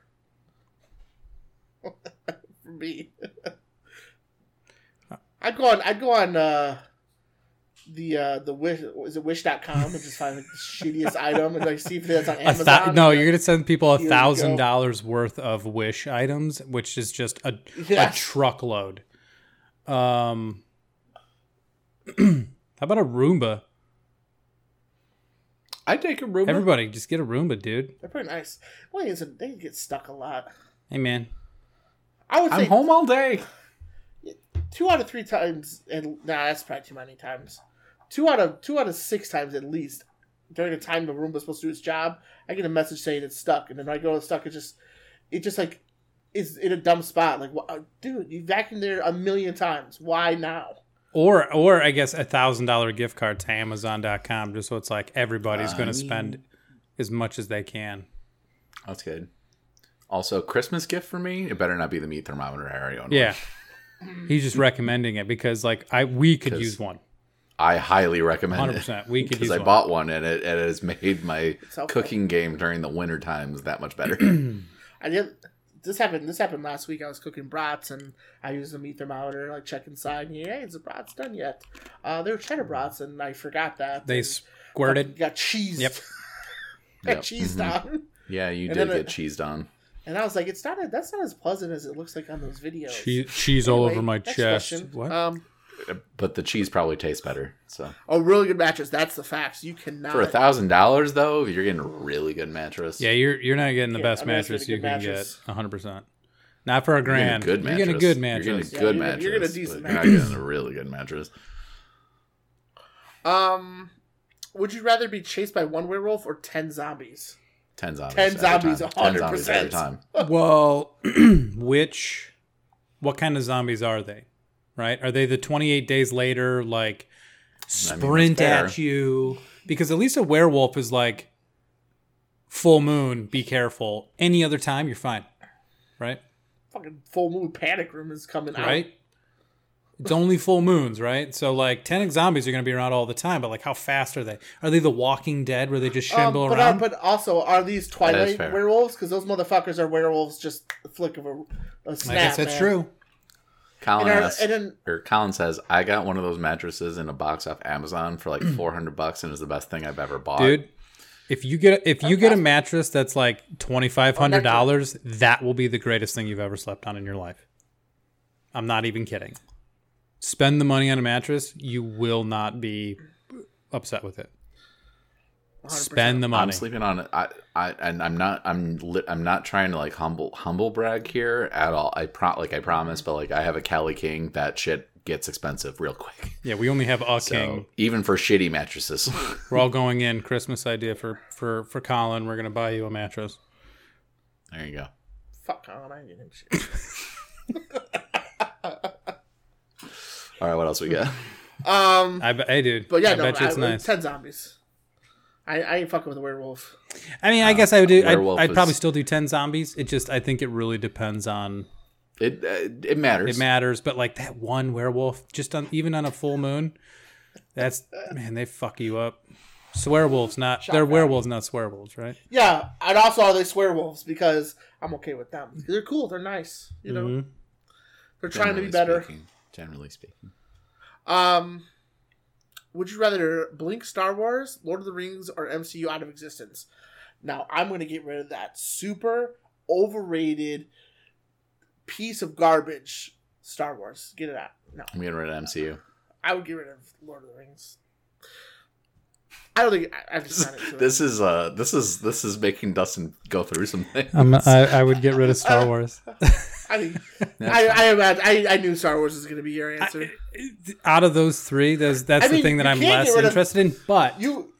Speaker 1: For me, I'd go on. I'd go on uh, the uh, the wish is it wish.com and just find like, the shittiest item and like see if that's on
Speaker 3: a
Speaker 1: Amazon.
Speaker 3: thou- no! You're gonna send people a
Speaker 1: Here we
Speaker 3: thousand
Speaker 1: go.
Speaker 3: dollars worth of Wish items, which is just a
Speaker 1: Yes.
Speaker 3: a truckload. Um, how about a Roomba?
Speaker 2: I take a room.
Speaker 3: Everybody, just get a Roomba, dude.
Speaker 1: They're pretty nice. Well, it's a, they get stuck a lot.
Speaker 3: Hey, man.
Speaker 1: I would
Speaker 2: I'm
Speaker 1: say
Speaker 2: home all day.
Speaker 1: two out of three times, and nah, that's probably too many times. Two out of two out of six times at least during the time the Roomba's supposed to do its job, I get a message saying it's stuck, and then when I go it's stuck. It's just, it just like, is in a dumb spot. Like, wha- dude, you vacuumed there a million times. Why now?
Speaker 3: Or, or I guess a thousand dollar gift card to Amazon.com, just so it's like everybody's
Speaker 2: I
Speaker 3: going to
Speaker 2: mean-
Speaker 3: spend as much as they can.
Speaker 2: That's good. Also, Christmas gift for me. It better not be the meat thermometer I already own.
Speaker 3: Yeah, he's just recommending it because like I we could
Speaker 2: 'Cause-
Speaker 3: use one.
Speaker 2: I highly recommend
Speaker 3: Hundred
Speaker 2: it.
Speaker 3: percent, we could
Speaker 2: because
Speaker 3: use
Speaker 2: I
Speaker 3: one.
Speaker 2: bought one and it, and it has made my
Speaker 1: helpful.
Speaker 2: cooking game during the winter times that much better.
Speaker 1: I did. This happened. This happened last week. I was cooking brats, and I used the meat thermometer, like check inside. And, yeah, is the brats done yet? Uh, they were cheddar brats, and I forgot that
Speaker 3: they
Speaker 1: And
Speaker 3: squirted.
Speaker 1: Got cheese.
Speaker 3: Yep. Mm-hmm.
Speaker 2: Yep.
Speaker 1: got cheesed on.
Speaker 2: yeah, you
Speaker 1: And
Speaker 2: did
Speaker 1: then
Speaker 2: get
Speaker 1: it-
Speaker 2: cheesed on.
Speaker 1: And I was like, it's not a, that's not as pleasant as it looks like on those videos.
Speaker 3: Cheese, cheese all
Speaker 1: Anyway,
Speaker 3: over my
Speaker 1: next
Speaker 3: chest.
Speaker 1: question.
Speaker 3: What?
Speaker 1: Um,
Speaker 2: but the cheese probably tastes better. So
Speaker 1: Oh, really good mattress. That's the facts. You cannot.
Speaker 2: for a thousand dollars though, you're getting a really good mattress.
Speaker 3: Yeah, you're you're not getting the
Speaker 1: Yeah,
Speaker 3: best
Speaker 1: I'm not getting
Speaker 3: mattress
Speaker 1: a
Speaker 3: you
Speaker 1: good
Speaker 3: can
Speaker 1: mattress.
Speaker 3: get. 100. percent Not for a
Speaker 2: You're getting
Speaker 3: grand.
Speaker 2: a good mattress.
Speaker 3: You're getting a good
Speaker 2: You're getting
Speaker 3: mattress.
Speaker 2: a good
Speaker 1: Yeah,
Speaker 2: mattress.
Speaker 1: you're getting- you're getting a decent
Speaker 2: but you're not getting a really good mattress.
Speaker 1: Um, would you rather be chased by one werewolf or ten zombies?
Speaker 2: Ten zombies.
Speaker 1: 10
Speaker 2: every
Speaker 1: zombies,
Speaker 2: time.
Speaker 1: 100%.
Speaker 2: Ten zombies every time.
Speaker 3: well, which, what kind of zombies are they? Right? Are they the 28 days later like
Speaker 2: I mean, that's
Speaker 3: sprint
Speaker 2: fair.
Speaker 3: at you? Because at least a werewolf is like full moon. Be careful. Any other time, you're fine. Right?
Speaker 1: Fucking full moon panic room is coming out.
Speaker 3: right? It's only full moons, right? So like ten zombies are going to be around all the time, but like how fast are they? Are they the Walking Dead where they just
Speaker 1: Um,
Speaker 3: shamble
Speaker 1: but, uh,
Speaker 3: around?
Speaker 1: but also, are these Twilight
Speaker 2: fair.
Speaker 1: werewolves? Because those motherfuckers are werewolves just the flick of a, a
Speaker 3: I
Speaker 1: snap.
Speaker 3: guess that's
Speaker 1: man.
Speaker 3: true.
Speaker 2: Colin
Speaker 1: And, are,
Speaker 2: asks-
Speaker 1: and then,
Speaker 2: or Colin says, I got one of those mattresses in a box off Amazon for like four hundred bucks, and it's the best thing I've ever bought.
Speaker 3: Dude, if you get if you get a mattress that's like twenty five hundred dollars, that will be the greatest thing you've ever slept on in your life. I'm not even kidding. Spend the money on a mattress, you will not be upset with it.
Speaker 1: 100%.
Speaker 3: Spend the money.
Speaker 2: I'm sleeping on it. I, I, and I'm not. I'm. Li- I'm not trying to like humble humble brag here at all. I pro like I promise, but like I have a Cali King. That shit gets expensive real quick.
Speaker 3: Yeah, we only have a
Speaker 2: So
Speaker 3: king.
Speaker 2: even for shitty mattresses,
Speaker 3: We're all going in. Christmas idea for for for Colin. We're gonna buy you a mattress.
Speaker 2: there you go.
Speaker 1: Fuck Colin, I ain't getting him shit.
Speaker 2: All right, what else we got?
Speaker 1: um,
Speaker 3: I, be- I dude.
Speaker 1: but yeah,
Speaker 3: I
Speaker 1: no,
Speaker 3: bet you it's
Speaker 1: I,
Speaker 3: nice.
Speaker 1: ten zombies. I, I ain't fucking with a werewolf.
Speaker 3: I mean, I guess I would do. I'd,
Speaker 2: werewolf
Speaker 3: I'd probably
Speaker 2: is-
Speaker 3: still do ten zombies. It just, I think it really depends on.
Speaker 2: It uh, it matters.
Speaker 3: It matters, but like that one werewolf, just on even on a full moon, that's man, they fuck you up. Swearwolves, not they're werewolves, not swearwolves, right?
Speaker 1: Yeah, and also are they swearwolves? Because I'm okay with them. They're cool. They're nice. You know,
Speaker 3: Mhm.
Speaker 1: they're trying to be
Speaker 2: Generally
Speaker 1: better.
Speaker 2: speaking- generally speaking,
Speaker 1: Um, would you rather blink Star Wars, Lord of the Rings, or MCU out of existence? Now I'm going to get rid of that super overrated piece of garbage. Star Wars, get it out. No,
Speaker 2: I'm getting rid of MCU.
Speaker 1: I would get rid of Lord of the Rings. I don't think I, I've just
Speaker 2: This,
Speaker 1: not into it.
Speaker 2: this is uh this is this is making Dustin go through some things.
Speaker 3: I, I would get rid of Star Wars.
Speaker 1: I think
Speaker 2: That's
Speaker 1: I,
Speaker 2: fine.
Speaker 1: I, imagine, I I knew Star Wars was going to be your answer.
Speaker 3: Out of those three, those, that's
Speaker 1: I mean,
Speaker 3: the thing that
Speaker 1: you
Speaker 3: I'm
Speaker 1: can't get
Speaker 3: less
Speaker 1: rid of-
Speaker 3: interested in. But
Speaker 1: you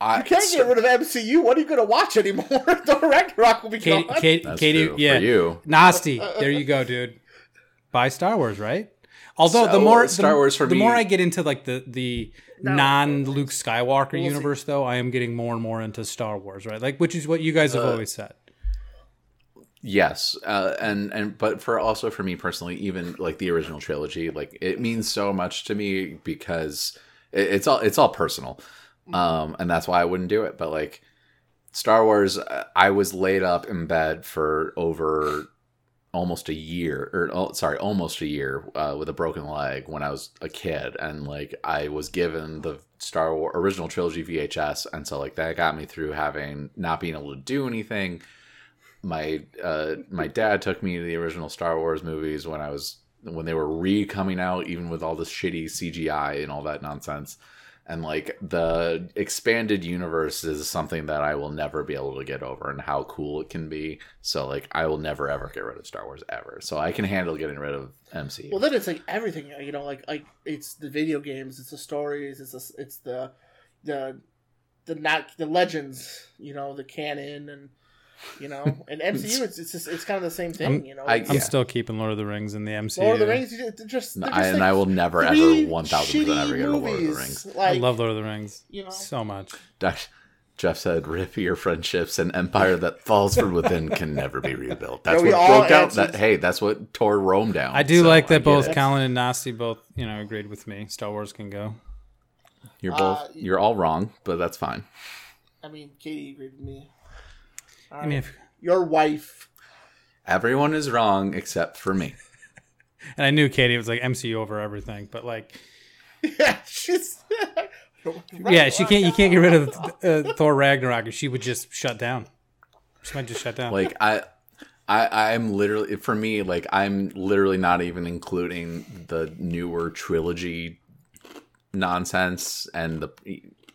Speaker 2: I-
Speaker 1: you can't get rid of MCU. What are you going to watch anymore? the Ragnarok will be
Speaker 3: Katie,
Speaker 1: gone.
Speaker 3: Katie,
Speaker 2: That's
Speaker 3: Katie
Speaker 2: true
Speaker 3: yeah,
Speaker 2: for you.
Speaker 3: Nasty.
Speaker 2: Uh,
Speaker 3: There you go, dude. Buy Star Wars, right? Although the
Speaker 2: So,
Speaker 3: more
Speaker 2: Star
Speaker 3: the,
Speaker 2: Wars for
Speaker 3: the
Speaker 2: me-
Speaker 3: more I get into like the the
Speaker 1: No.
Speaker 3: non Luke Skywalker universe, though, I am getting more and more into Star Wars, right? Like, which is what you guys
Speaker 2: Uh,
Speaker 3: have always said.
Speaker 2: Yes, uh, and and but for also for me personally, even like the original trilogy, like it means so much to me because it, it's all it's all personal, um, and that's why I wouldn't do it. But like Star Wars, uh, I was laid up in bed for over almost a year, or oh, sorry, almost a year uh, with a broken leg when I was a kid, and like I was given the Star Wars original trilogy VHS, and so like that got me through having not being able to do anything my uh my dad took me to the original Star Wars movies when I was when they were re coming out, even with all this shitty CGI and all that nonsense. And like the expanded universe is something that I will never be able to get over and how cool it can be. So like I will never ever get rid of Star Wars ever. So I can handle getting rid of MCU.
Speaker 1: Well, then it's like everything, you know, like like it's the video games, it's the stories, it's the, it's the the the not the legends, you know, the canon, and you know, and MCU, it's it's just, it's kind of the same thing,
Speaker 3: I'm-
Speaker 1: you know.
Speaker 2: I-
Speaker 1: It's
Speaker 3: I'm
Speaker 2: Yeah.
Speaker 3: still keeping Lord of the Rings in the MCU.
Speaker 1: Lord of the Rings, you- they're just
Speaker 2: and
Speaker 1: they're
Speaker 2: I,
Speaker 1: just
Speaker 2: and
Speaker 1: like
Speaker 2: I will never
Speaker 1: three
Speaker 2: ever one thousand
Speaker 1: shitty
Speaker 2: percent ever get rid of Lord of the
Speaker 1: movies,
Speaker 2: Rings.
Speaker 1: Like,
Speaker 3: I love Lord of the Rings
Speaker 1: you know.
Speaker 3: so
Speaker 2: Oh,
Speaker 3: much.
Speaker 2: Doc- Jeff said, "Rip your friendships. An empire that falls from within can never be rebuilt." That's
Speaker 1: we
Speaker 2: what
Speaker 1: all
Speaker 2: broke out.
Speaker 1: answered-
Speaker 2: That hey, that's what tore Rome down.
Speaker 3: I do
Speaker 2: So
Speaker 3: like that
Speaker 2: get
Speaker 3: both
Speaker 2: it.
Speaker 3: Colin and Nasty both you know agreed with me. Star Wars can go.
Speaker 2: You're both.
Speaker 1: Uh,
Speaker 2: you're all wrong, but that's fine.
Speaker 1: I mean, Katie agreed with me.
Speaker 3: I mean, if,
Speaker 1: Your wife,
Speaker 2: Everyone is wrong except for me.
Speaker 3: and I knew Katie was like MCU over everything, but like
Speaker 1: yeah, she's
Speaker 3: yeah, she can't. You can't get rid of uh, Thor Ragnarok. or She would just shut down. She might just shut down.
Speaker 2: Like I, I, I'm literally for me, like I'm literally not even including the newer trilogy nonsense and the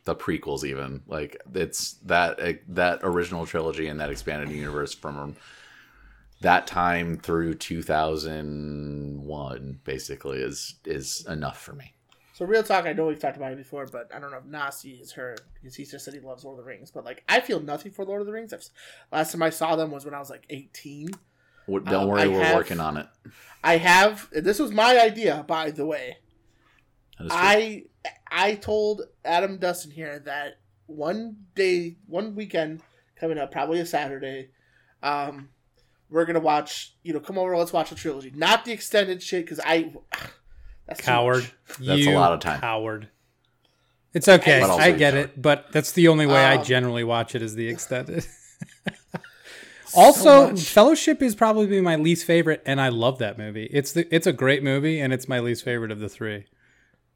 Speaker 2: the prequels even like it's that that original trilogy and that expanded universe from that time through 2001 basically is is enough for me
Speaker 1: So real talk, I know we've talked about it before, but I don't know if Nasi is her because he just said he loves Lord of the Rings. But like, I feel nothing for Lord of the Rings. I've, last time I saw them was when I was like eighteen.
Speaker 2: W-
Speaker 1: Um,
Speaker 2: don't worry
Speaker 1: I
Speaker 2: we're
Speaker 1: have-
Speaker 2: working on it
Speaker 1: I have. and This was my idea, by the way.
Speaker 2: That is true.
Speaker 1: I I told Adam Dustin here that one day, one weekend coming up, probably a Saturday, um, we're gonna watch. You know, come over, let's watch the trilogy, not the extended shit, because I that's too
Speaker 3: Coward.
Speaker 1: much.
Speaker 2: That's a
Speaker 3: You
Speaker 2: lot of time.
Speaker 3: Coward. It's okay.
Speaker 2: But also
Speaker 3: I
Speaker 2: you
Speaker 3: get it, but that's the only way I
Speaker 1: Um,
Speaker 3: generally watch it is the extended.
Speaker 1: So
Speaker 3: also,
Speaker 1: much.
Speaker 3: Fellowship is probably my least favorite, and I love that movie. It's the it's a great movie, and it's my least favorite of the three.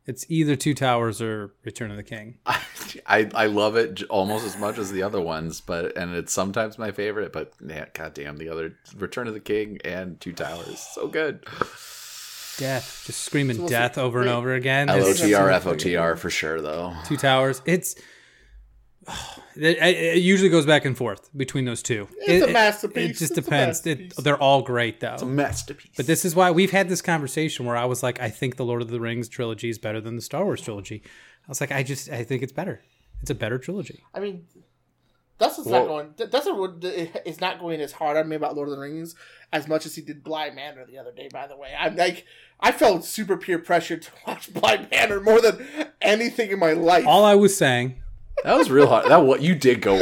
Speaker 3: It's either Two Towers or Return of the King.
Speaker 2: I, I love it j- almost as much as the other ones, but and it's sometimes my favorite. But yeah, goddamn, the other Return of the King and Two Towers, so good.
Speaker 3: Death, just screaming
Speaker 1: we'll see.
Speaker 3: death over and
Speaker 1: Wait.
Speaker 3: over again.
Speaker 2: L O
Speaker 3: It's-
Speaker 2: T R F O T R for sure, though.
Speaker 3: Two Towers. It's it, it- it usually goes back and forth between those two.
Speaker 1: It's
Speaker 3: it,
Speaker 1: a
Speaker 3: it-
Speaker 1: masterpiece.
Speaker 3: It,
Speaker 1: It's
Speaker 3: just
Speaker 1: a
Speaker 3: depends. It,
Speaker 1: masterpiece.
Speaker 3: they're all great though.
Speaker 2: It's a masterpiece.
Speaker 3: But this is why we've had this conversation where I was like, I think the Lord of the Rings trilogy is better than the Star Wars trilogy. I was like, I just I think it's better. It's a better trilogy.
Speaker 1: I mean, Dustin's
Speaker 2: Well-
Speaker 1: not going. D- Dustin would- is not going as hard on me about Lord of the Rings as much as he did Blind Manor the other day. By the way, I'm like, I felt super peer pressure to watch Blind Manor more than anything in my life.
Speaker 3: All I was saying,
Speaker 2: that was real hard. That what you did go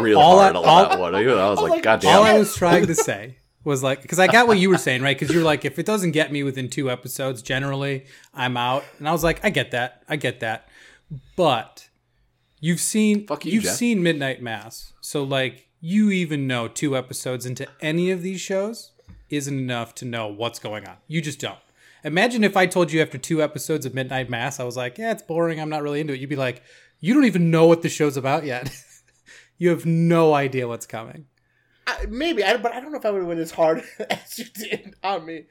Speaker 2: real
Speaker 3: All I-
Speaker 2: hard on
Speaker 3: all-
Speaker 2: that one. I was like,
Speaker 1: like,
Speaker 2: goddamn.
Speaker 3: all I was trying to say was like, because I got what you were saying, right? Because you're like, if it doesn't get me within two episodes, generally I'm out. And I was like, I get that, I get that, but you've seen
Speaker 2: Fuck you,
Speaker 3: have
Speaker 2: Jeff.
Speaker 3: seen Midnight Mass, so like you even know two episodes into any of these shows isn't enough to know what's going on. You just don't. Imagine if I told you after two episodes of Midnight Mass, I was like, yeah, it's boring. I'm not really into it. You'd be like, you don't even know what the show's about yet. you have no idea what's coming.
Speaker 1: I, maybe, I, but I don't know if I would have went as hard as you did on me.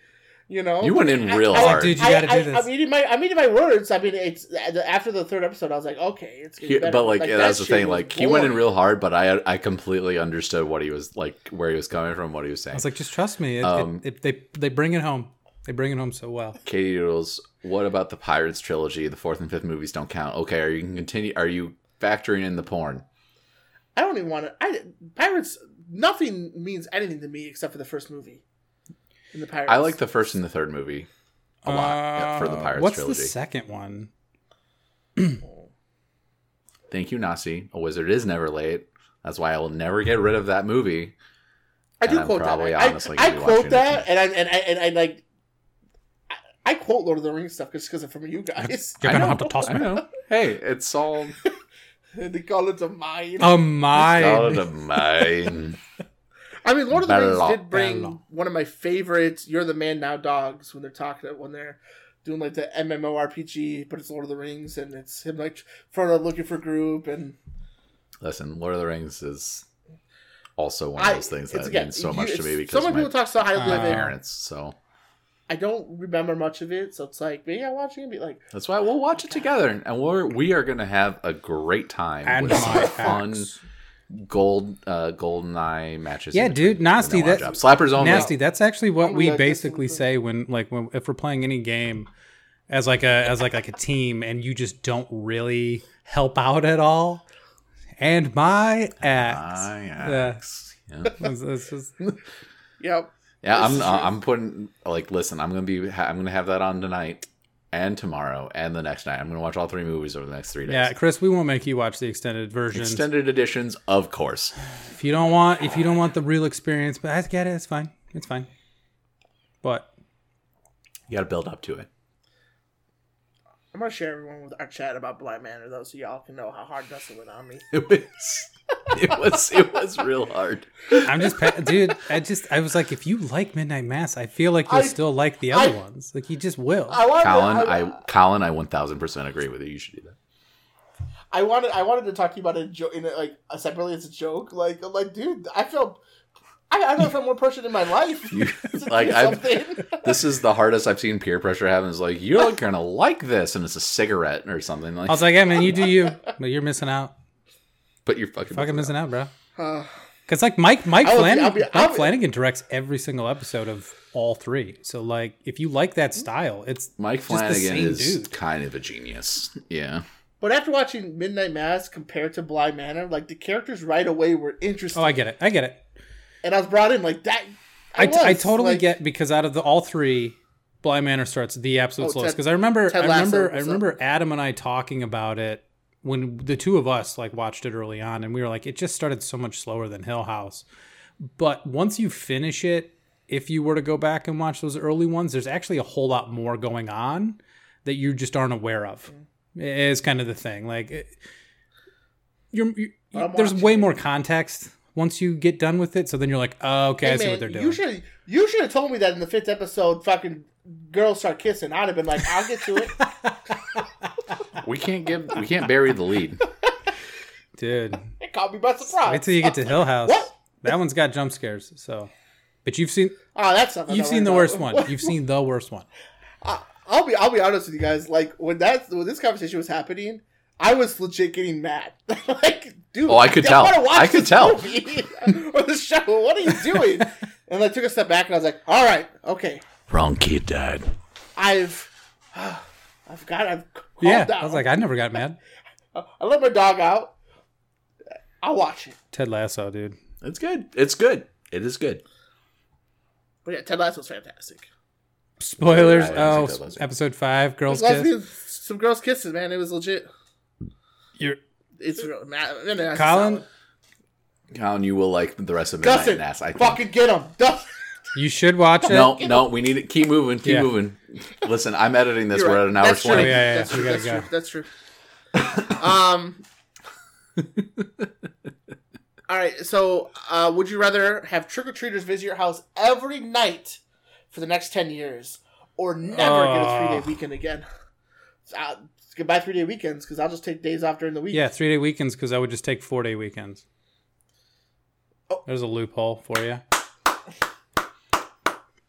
Speaker 1: You know,
Speaker 2: you went in real
Speaker 1: I- I-
Speaker 2: hard.
Speaker 3: Dude, you
Speaker 1: I,
Speaker 3: gotta do
Speaker 1: I,
Speaker 3: this.
Speaker 1: I'm eating my I'm eating my words. I mean, it's after the third episode, I was like, okay, it's getting
Speaker 2: He-
Speaker 1: better.
Speaker 2: but like, yeah, that's
Speaker 1: that
Speaker 2: the
Speaker 1: shit
Speaker 2: thing.
Speaker 1: was
Speaker 2: Like he went in
Speaker 1: boring.
Speaker 2: real hard, but I I completely understood what he was like, where he was coming from, what he was saying.
Speaker 3: I was like, just trust me. It,
Speaker 2: Um,
Speaker 3: it, it, they they bring it home. They bring it home so well.
Speaker 2: Katie Doodles, what about the Pirates trilogy? The fourth and fifth movies don't count. Okay, are you can continue? Are you factoring in the porn?
Speaker 1: I don't even want to. I pirates. Nothing means anything to me except for the first movie. In the pirates,
Speaker 2: I like the first and the third movie a lot yeah, for the
Speaker 3: Uh,
Speaker 2: Pirates
Speaker 3: What's
Speaker 2: trilogy.
Speaker 3: the second one?
Speaker 2: Thank you, Nasi. A wizard is never late. That's why I will never get rid of that movie.
Speaker 1: I do
Speaker 2: and I'm
Speaker 1: quote
Speaker 2: probably
Speaker 1: that. I-
Speaker 2: honestly
Speaker 1: I, I
Speaker 2: gonna be watching
Speaker 1: quote
Speaker 2: it
Speaker 1: that, and I and I and I like. I, I quote Lord of the Rings stuff just because I'm from you guys.
Speaker 3: You're
Speaker 2: I
Speaker 3: gonna
Speaker 2: know.
Speaker 3: have to toss
Speaker 2: I
Speaker 3: me.
Speaker 2: know. Hey, it's all
Speaker 1: they call it a mine.
Speaker 3: Oh my!
Speaker 2: out of mine.
Speaker 1: I mean, Lord of the Rings
Speaker 2: Belloc,
Speaker 1: did bring
Speaker 3: belloc.
Speaker 1: one of my favorite "You're the Man Now" dogs when they're talking when they're doing like the MMORPG, but it's Lord of the Rings and it's him like front of looking for group and
Speaker 2: Listen, Lord of the Rings is also one
Speaker 1: I-
Speaker 2: of those things that
Speaker 1: it's again,
Speaker 2: means so
Speaker 1: you-
Speaker 2: much to
Speaker 1: it's-
Speaker 2: me because
Speaker 1: so many
Speaker 2: my
Speaker 1: people talk so highly of it.
Speaker 3: Uh,
Speaker 2: parents. So
Speaker 1: I don't remember much of it, so it's like maybe I watch it and be like,
Speaker 2: that's why we'll watch it together, and we're we are gonna have a great time
Speaker 3: And
Speaker 2: with some
Speaker 3: my
Speaker 2: fun.
Speaker 3: axe.
Speaker 2: gold uh golden eye matches
Speaker 3: Yeah,
Speaker 2: in
Speaker 3: dude,
Speaker 2: between.
Speaker 3: nasty,
Speaker 2: No one
Speaker 3: that-
Speaker 2: job. slappers only
Speaker 3: Nasty. That's actually what we
Speaker 1: Yeah, that's
Speaker 3: basically
Speaker 1: what-
Speaker 3: say when, like, when if we're playing any game as like a as like like a team, and you just don't really help out at all. And my axe.
Speaker 2: Eye
Speaker 3: Yeah.
Speaker 2: axe. Ah, Yeah.
Speaker 3: That's- that's just-
Speaker 1: "Yep,
Speaker 2: Yeah,
Speaker 1: This
Speaker 2: I'm
Speaker 1: is
Speaker 2: uh,
Speaker 1: true.
Speaker 2: I'm putting like listen, I'm gonna be ha- I'm gonna have that on tonight and tomorrow and the next night. I'm gonna watch all three movies over the next three days.
Speaker 3: yeah, Chris, we won't make you watch the extended version.
Speaker 2: Extended editions, of course.
Speaker 3: If you don't want, if you don't want the real experience, but I get it. It's fine. It's fine. But
Speaker 2: You got to build up to it.
Speaker 1: I'm gonna share everyone with our chat about Blind Manor though, so y'all can know how hard Dustin went on me."
Speaker 2: It was it was it was real hard.
Speaker 3: I'm just, pa- dude. I just, I was like, if you like Midnight Mass, I feel like you'll
Speaker 1: I-
Speaker 3: still like the other
Speaker 1: I-
Speaker 3: ones. Like you just will.
Speaker 1: I wanted,
Speaker 2: Colin,
Speaker 1: I,
Speaker 2: I Colin, I 1000% agree with you. You should do that.
Speaker 1: I wanted, I wanted to talk to you about it in, jo- in a, like separately as a joke. Like, I'm like, dude, I felt I, I don't know if I'm more pressured in my life.
Speaker 2: You-
Speaker 1: to do
Speaker 2: like, I've-
Speaker 1: something.
Speaker 2: This is the hardest I've seen peer pressure happen. Is like you're gonna like this, and it's a cigarette or something. Like,
Speaker 3: I was like, yeah, man, you do you, but you're missing out.
Speaker 2: but you're fucking,
Speaker 3: Fucking missing out, bro.
Speaker 1: Uh,
Speaker 3: Because like Mike, Mike
Speaker 1: I would be-
Speaker 3: Flanagan,
Speaker 1: I'll be-
Speaker 3: Mike
Speaker 1: I'll be-
Speaker 3: Flanagan directs every single episode of all three. So like, if you like that style, it's
Speaker 2: Mike
Speaker 3: the
Speaker 2: Flanagan
Speaker 3: same
Speaker 2: is
Speaker 3: dude.
Speaker 2: kind of a genius. Yeah,
Speaker 1: but after watching Midnight Mass compared to Bly Manor, like the characters right away were interesting,
Speaker 3: oh, I get it, I get it.
Speaker 1: and I was brought in like that.
Speaker 3: I,
Speaker 1: was,
Speaker 3: I totally
Speaker 1: like,
Speaker 3: get because out of the all three, Blind Manor starts the absolute
Speaker 1: Oh,
Speaker 3: slowest.
Speaker 1: Ted-
Speaker 3: Because I remember,
Speaker 1: Ted
Speaker 3: I
Speaker 1: Lasso
Speaker 3: remember, I
Speaker 1: was up.
Speaker 3: remember Adam and I talking about it when the two of us like watched it early on, and we were like, it just started so much slower than Hill House. But once you finish it, if you were to go back and watch those early ones, there's actually a whole lot more going on that you just aren't aware of.
Speaker 1: Mm-hmm.
Speaker 3: Is kind of the thing. Like, it, you're, you
Speaker 1: I'm
Speaker 3: there's
Speaker 1: watching
Speaker 3: way
Speaker 1: it.
Speaker 3: more context once you get done with it. So then you're like, oh, okay,
Speaker 1: Hey,
Speaker 3: I see
Speaker 1: man,
Speaker 3: what they're doing.
Speaker 1: You should you should have told me that in the fifth episode. Fucking girls start kissing. I'd have been like, I'll get to it.
Speaker 2: we can't give, we can't bury the lead.
Speaker 3: Dude,
Speaker 1: it caught me by surprise.
Speaker 3: wait till you get to Hill House.
Speaker 1: What?
Speaker 3: That one's got jump scares. So, but you've seen
Speaker 1: oh, that's something.
Speaker 3: you've
Speaker 1: I
Speaker 3: seen the
Speaker 1: learned
Speaker 3: worst
Speaker 1: about-
Speaker 3: one. You've seen the worst one.
Speaker 1: I'll be I'll be honest with you guys. Like when that when this conversation was happening, I was legit getting mad. like, dude,
Speaker 2: Oh, I could tell.
Speaker 1: wanna watch
Speaker 2: I could
Speaker 1: this
Speaker 2: tell.
Speaker 1: movie or the show. What are you doing? and I took a step back and I was like, all right, okay,
Speaker 2: Wrong kid died.
Speaker 1: I've I've got I've calmed
Speaker 3: yeah,
Speaker 1: down.
Speaker 3: I was like, I never got mad.
Speaker 1: I let my dog out. I'll watch it.
Speaker 3: Ted Lasso, dude.
Speaker 2: It's good. It's good. It is good.
Speaker 1: But yeah, Ted Lasso's fantastic.
Speaker 3: Spoilers.
Speaker 2: Yeah, I haven't
Speaker 3: oh,
Speaker 2: seen Ted Lasso.
Speaker 3: episode five, girls
Speaker 1: Last
Speaker 3: kiss.
Speaker 1: few- some girls kisses, man. It was legit.
Speaker 3: You're,
Speaker 1: It's real. Man, man, that's
Speaker 3: Colin,
Speaker 1: solid.
Speaker 2: Colin, you will like the rest of Midnight
Speaker 1: Dustin,
Speaker 2: Mass. I think.
Speaker 1: fucking get him, Dustin.
Speaker 3: you should watch it.
Speaker 2: no, no, we need to keep moving, keep
Speaker 3: Yeah.
Speaker 2: moving. Listen, I'm editing this.
Speaker 1: You're
Speaker 2: We're
Speaker 1: right.
Speaker 2: at an hour
Speaker 1: That's true.
Speaker 2: twenty.
Speaker 3: Oh, yeah, yeah,
Speaker 1: That's
Speaker 3: yeah.
Speaker 1: true.
Speaker 3: We gotta
Speaker 1: That's
Speaker 3: go.
Speaker 1: true. That's true. um. All right. So, uh, would you rather have trick or treaters visit your house every night for the next ten years, or never get a three
Speaker 3: Oh.
Speaker 1: day weekend again? Uh, goodbye three day weekends because I'll just take days off during the week.
Speaker 3: Yeah, three day weekends because I would just take four day weekends.
Speaker 1: Oh.
Speaker 3: There's a loophole for you.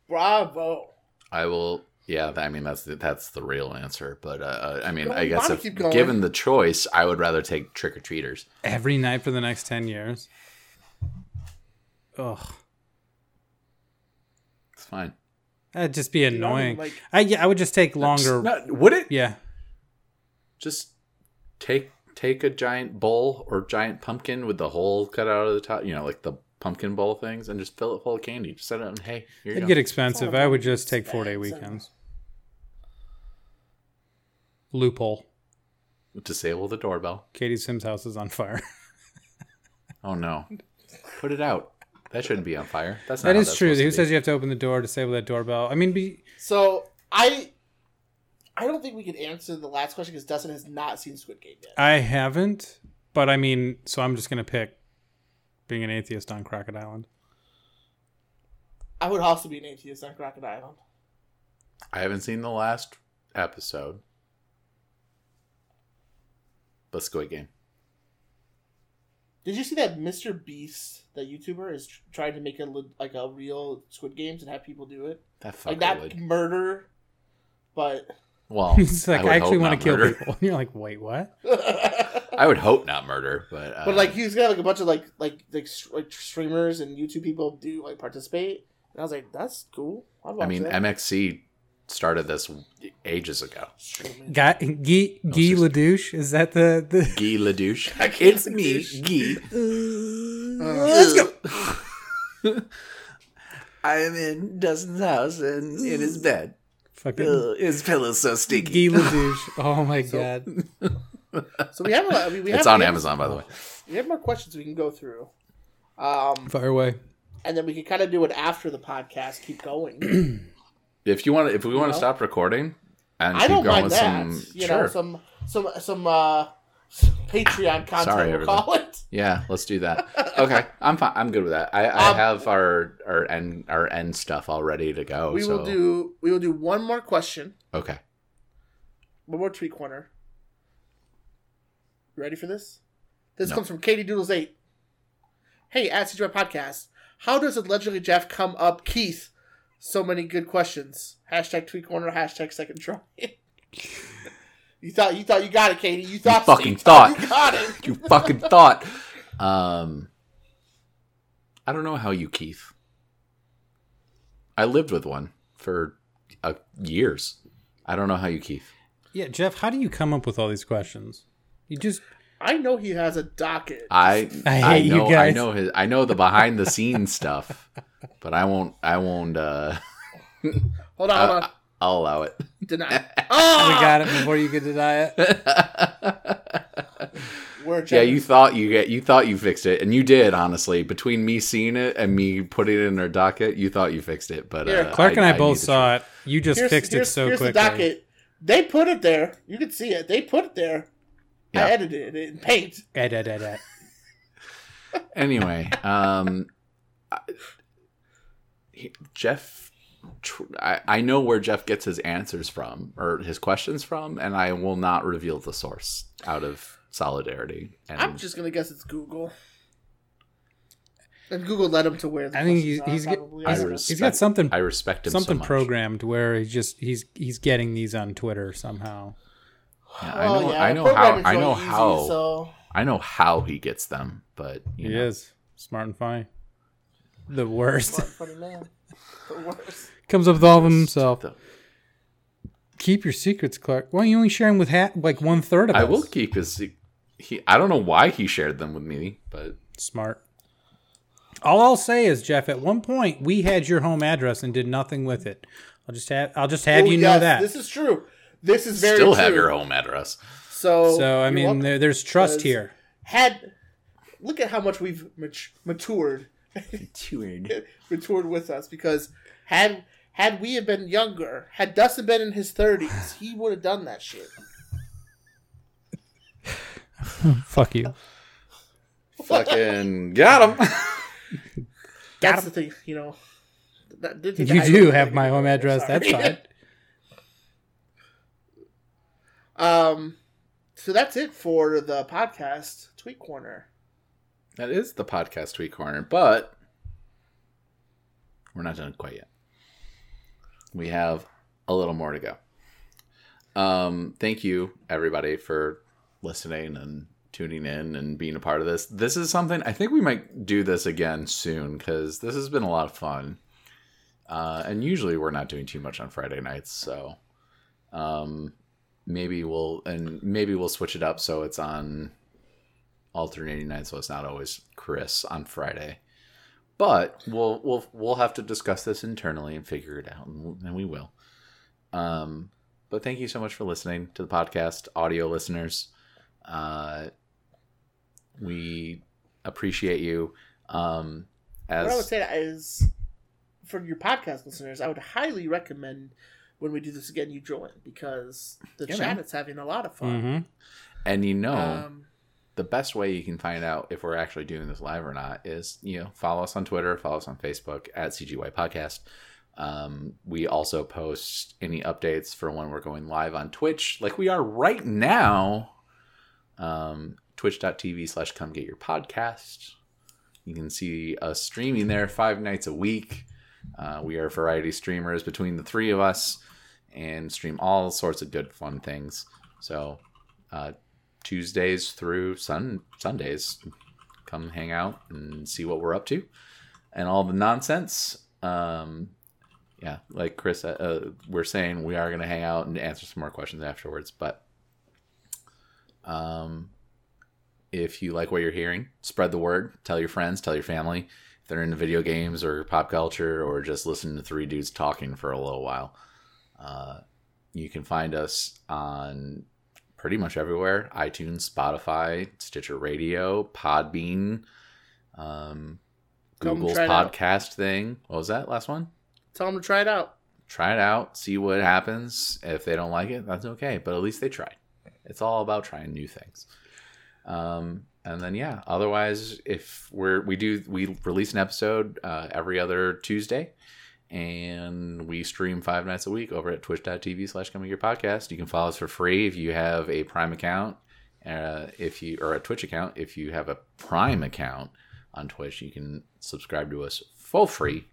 Speaker 1: Bravo.
Speaker 2: I will. Yeah, I mean that's the, that's the real answer. But uh, I mean,
Speaker 1: Keep
Speaker 2: I
Speaker 1: going,
Speaker 2: guess
Speaker 1: Bobby,
Speaker 2: if
Speaker 1: keep going.
Speaker 2: given the choice, I would rather take trick or treaters.
Speaker 3: Every night for the next ten years. Ugh,
Speaker 2: It's fine.
Speaker 3: that'd just be
Speaker 1: I mean,
Speaker 3: annoying.
Speaker 1: like-
Speaker 3: I yeah, I would just take longer.
Speaker 2: Just- no, would it?
Speaker 3: Yeah,
Speaker 2: Just take take a giant bowl or giant pumpkin with the hole cut out of the top. You know, like the pumpkin bowl things, and just fill it full of candy. Just set it and hey, here you
Speaker 3: It'd
Speaker 2: go.
Speaker 3: get expensive.
Speaker 1: Sounds
Speaker 3: I would just take four day
Speaker 1: expensive.
Speaker 3: weekends. Loophole.
Speaker 2: Disable the doorbell.
Speaker 3: Katie Sims' house is on fire.
Speaker 2: Oh no, put it out. That shouldn't be on fire. That's not
Speaker 3: that
Speaker 2: how
Speaker 3: is
Speaker 2: that's
Speaker 3: true.
Speaker 2: supposed to
Speaker 3: Who
Speaker 2: be.
Speaker 3: says you have to open the door, disable that doorbell? I mean, be,
Speaker 1: So I, I don't think we can answer the last question because Dustin has not seen Squid Game yet.
Speaker 3: I haven't, but I mean, so I'm just gonna pick being an atheist on Crockett Island.
Speaker 1: I would also be an atheist on Crockett Island.
Speaker 2: I haven't seen the last episode. But Squid Game.
Speaker 1: Did you see that Mr. Beast, that YouTuber, is tr- trying to make a le- like a real Squid Games and have people do it,
Speaker 2: That fucker
Speaker 1: like not
Speaker 2: would.
Speaker 1: murder, but
Speaker 2: Well,
Speaker 3: It's like
Speaker 2: Oh, would
Speaker 3: I, actually
Speaker 2: hope
Speaker 3: want
Speaker 2: not
Speaker 3: to kill
Speaker 2: murder.
Speaker 3: people. And you're like, wait, what?
Speaker 1: but
Speaker 2: I would hope not murder, but uh,
Speaker 1: like he's got like a bunch of like like like, s- like streamers and YouTube people do like participate, and I was like, that's cool. I'd watch
Speaker 2: I mean,
Speaker 1: that.
Speaker 2: MXC started this ages ago.
Speaker 1: Streaming.
Speaker 3: Guy, Guy, Guy
Speaker 2: sister.
Speaker 3: LaDouche? Is that the the?
Speaker 2: Guy Ladouche.
Speaker 1: I can't
Speaker 2: It's me,
Speaker 1: Ladouche. Uh,
Speaker 2: Guy.
Speaker 1: Let's
Speaker 2: go. I am in Dustin's house and in his bed.
Speaker 3: Fucking
Speaker 2: Uh, his pillow's so
Speaker 3: Guy LaDouche. Oh my god.
Speaker 1: So we have a, I mean, we have
Speaker 2: It's on
Speaker 1: we have-
Speaker 2: Amazon, by the way.
Speaker 1: We have more questions we can go through, um,
Speaker 3: Fire away.
Speaker 1: and then we can kind of do it after the podcast. Keep going.
Speaker 2: If you want, if we want
Speaker 1: know?
Speaker 2: to stop recording, and
Speaker 1: I
Speaker 2: keep
Speaker 1: don't
Speaker 2: going
Speaker 1: mind
Speaker 2: with
Speaker 1: that.
Speaker 2: some,
Speaker 1: you
Speaker 2: sure.
Speaker 1: know, some some some uh, some Patreon content.
Speaker 2: Sorry,
Speaker 1: we'll
Speaker 2: everyone.
Speaker 1: call it.
Speaker 2: Yeah, let's do that. Okay, I'm fine. I'm good with that. I, I
Speaker 1: Um,
Speaker 2: have our our end our end stuff all ready to go.
Speaker 1: we
Speaker 2: Oh, so.
Speaker 1: will do we will do one more question,
Speaker 2: Okay.
Speaker 1: one more tweet corner. You ready for this? This
Speaker 2: No.
Speaker 1: comes from Katie Doodles eight. Hey, at CGI Podcast, How does allegedly Jeff come up Keith? So many good questions. Hashtag tweet corner. Hashtag second try. you thought you thought you got it, Katie. You thought
Speaker 2: fucking
Speaker 1: you
Speaker 2: thought.
Speaker 1: you got it.
Speaker 2: you fucking thought. Um, I don't know how you, Keith. I lived with one for uh, years. I don't know how you, Keith.
Speaker 3: Yeah, Jeff, how do you come up with all these questions? You just
Speaker 1: I know he has a docket.
Speaker 2: I
Speaker 3: I hate you
Speaker 2: know I
Speaker 3: guys.
Speaker 2: know his I know the behind the scenes stuff, but I won't I won't uh
Speaker 1: hold on, hold on.
Speaker 2: I'll allow it.
Speaker 1: Deny. Oh,
Speaker 2: Ah!
Speaker 3: we got it before you could deny it.
Speaker 1: We're
Speaker 2: Yeah,
Speaker 1: Jeff-
Speaker 2: you thought you get you thought you fixed it, and you did honestly. Between me seeing it and me putting it in our docket, you thought you fixed it, but
Speaker 1: Here,
Speaker 2: uh,
Speaker 3: Clark and I, both
Speaker 2: need to-
Speaker 3: saw it. You just fixed it so
Speaker 1: here's
Speaker 3: quickly.
Speaker 1: the docket. They put it there. You can see it. They put it there.
Speaker 2: Yeah.
Speaker 1: I edited it in paint.
Speaker 3: Eh, da, da, da.
Speaker 2: anyway, um, I- he- Jeff, tr- I, I know where Jeff gets his answers from or his questions from, and I will not reveal the source out of solidarity. And
Speaker 1: I'm just gonna guess it's Google. And Google led him to where. The
Speaker 3: I think
Speaker 1: questions
Speaker 3: he's-
Speaker 1: are,
Speaker 3: he's get-
Speaker 1: probably. I
Speaker 2: I
Speaker 1: don't know.
Speaker 2: respect,
Speaker 3: He's got something
Speaker 2: I respect him so
Speaker 3: something
Speaker 2: much.
Speaker 3: programmed where he's just he's he's getting these on Twitter somehow.
Speaker 2: Yeah, I know,
Speaker 1: Oh, yeah,
Speaker 2: I know how,
Speaker 1: programming's
Speaker 2: I know
Speaker 1: really easy,
Speaker 2: how,
Speaker 1: so-
Speaker 2: I know how he gets them, but you
Speaker 3: He
Speaker 2: know,
Speaker 3: is smart and funny. The worst
Speaker 1: Funny man. The worst.
Speaker 3: comes up with all of them
Speaker 2: just
Speaker 3: himself.
Speaker 2: the-
Speaker 3: Keep your secrets, Clark. Why are you only sharing with ha- like one third of
Speaker 2: I
Speaker 3: us?
Speaker 2: will keep his. He, I don't know why he shared them with me, but
Speaker 3: Smart. All I'll say is, Jeff, at one point we had your home address and did nothing with it. I'll just have I'll just have
Speaker 1: Oh,
Speaker 3: you know
Speaker 1: yes,
Speaker 3: that.
Speaker 1: this is true. This is very
Speaker 2: still
Speaker 1: true.
Speaker 2: have your home address.
Speaker 1: So,
Speaker 3: so I
Speaker 1: you're
Speaker 3: mean,
Speaker 1: welcome.
Speaker 3: there, there's trust
Speaker 1: Because-
Speaker 3: here.
Speaker 1: had look at how much we've mat- matured,
Speaker 2: Too
Speaker 1: matured with us because had had we have been younger, had Dustin been in his thirties, he would have done that shit.
Speaker 3: Fuck you.
Speaker 2: Fucking got him.
Speaker 1: That's the thing, you know. That, did
Speaker 3: You do have my home address. That's
Speaker 1: Sorry.
Speaker 3: fine.
Speaker 1: Um, so that's it for the podcast tweet corner.
Speaker 2: That is the podcast tweet corner, but we're not done quite yet. We have a little more to go. Um, thank you everybody for listening and tuning in and being a part of this. This is something I think we might do this again soon because this has been a lot of fun. Uh, and usually we're not doing too much on Friday nights, so um, maybe we'll and maybe we'll switch it up so it's on alternating nights, so it's not always Chris on Friday. But we'll we'll we'll have to discuss this internally and figure it out, and, we'll- and we will. Um, but thank you so much for listening to the podcast, audio listeners. Uh, we appreciate you. Um,
Speaker 1: what I would
Speaker 2: as
Speaker 1: say is, for your podcast listeners, I would highly recommend when we do this again, you join because the
Speaker 2: Yeah,
Speaker 1: chat
Speaker 2: man. Mm-hmm.
Speaker 1: is having a lot of fun.
Speaker 3: hmm
Speaker 2: and you know.
Speaker 1: Um,
Speaker 2: the best way you can find out if we're actually doing this live or not is you know follow us on twitter follow us on facebook at cgy podcast um, we also post any updates for when we're going live on twitch like we are right now um, twitch.tv slash come get your podcast you can see us streaming there five nights a week uh, we are variety streamers between the three of us and stream all sorts of good fun things so uh, Tuesdays through sun Sundays. Come hang out and see what we're up to, and all the nonsense. Um, yeah, like Chris, uh, uh, we're saying we are going to hang out and answer some more questions afterwards. But um, if you like what you're hearing, spread the word. Tell your friends. Tell your family. If they're into video games or pop culture or just listen to three dudes talking for a little while, uh, you can find us on pretty much everywhere iTunes, Spotify, Stitcher Radio, Podbean, um,
Speaker 1: Come
Speaker 2: Google's
Speaker 1: try it out.
Speaker 2: podcast thing. What was that last one?
Speaker 1: tell them to try it out.
Speaker 2: Try it out, see what happens. If they don't like it, that's okay, but at least they tried. It's all about trying new things. Um, and then yeah, otherwise if we're we do we release an episode uh, every other Tuesday and we stream five nights a week over at twitch.tv slash coming your podcast. You can follow us for free if you have a Prime account, uh, if you or a Twitch account if you have a Prime account. on Twitch. You can subscribe to us for free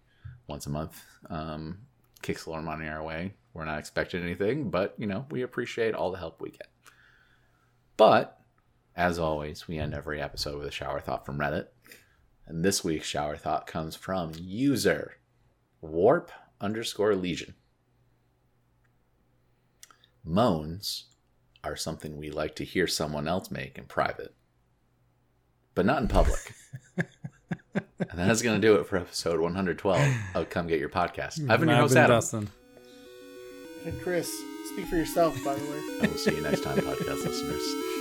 Speaker 2: once a month. Um, kicks a little money our way. We're not expecting anything, but you know we appreciate all the help we get. But as always, we end every episode with a shower thought from Reddit, and this week's shower thought comes from user warp underscore legion. Moans are something we like to hear someone else make in private, but not in public. and that is going to do it for episode 112 of Come Get Your Podcast. I've been your
Speaker 3: I've
Speaker 2: host,
Speaker 3: been
Speaker 2: Adam.
Speaker 3: Dustin.
Speaker 1: And Chris, speak for yourself, by the way.
Speaker 2: I will see you next time, podcast listeners.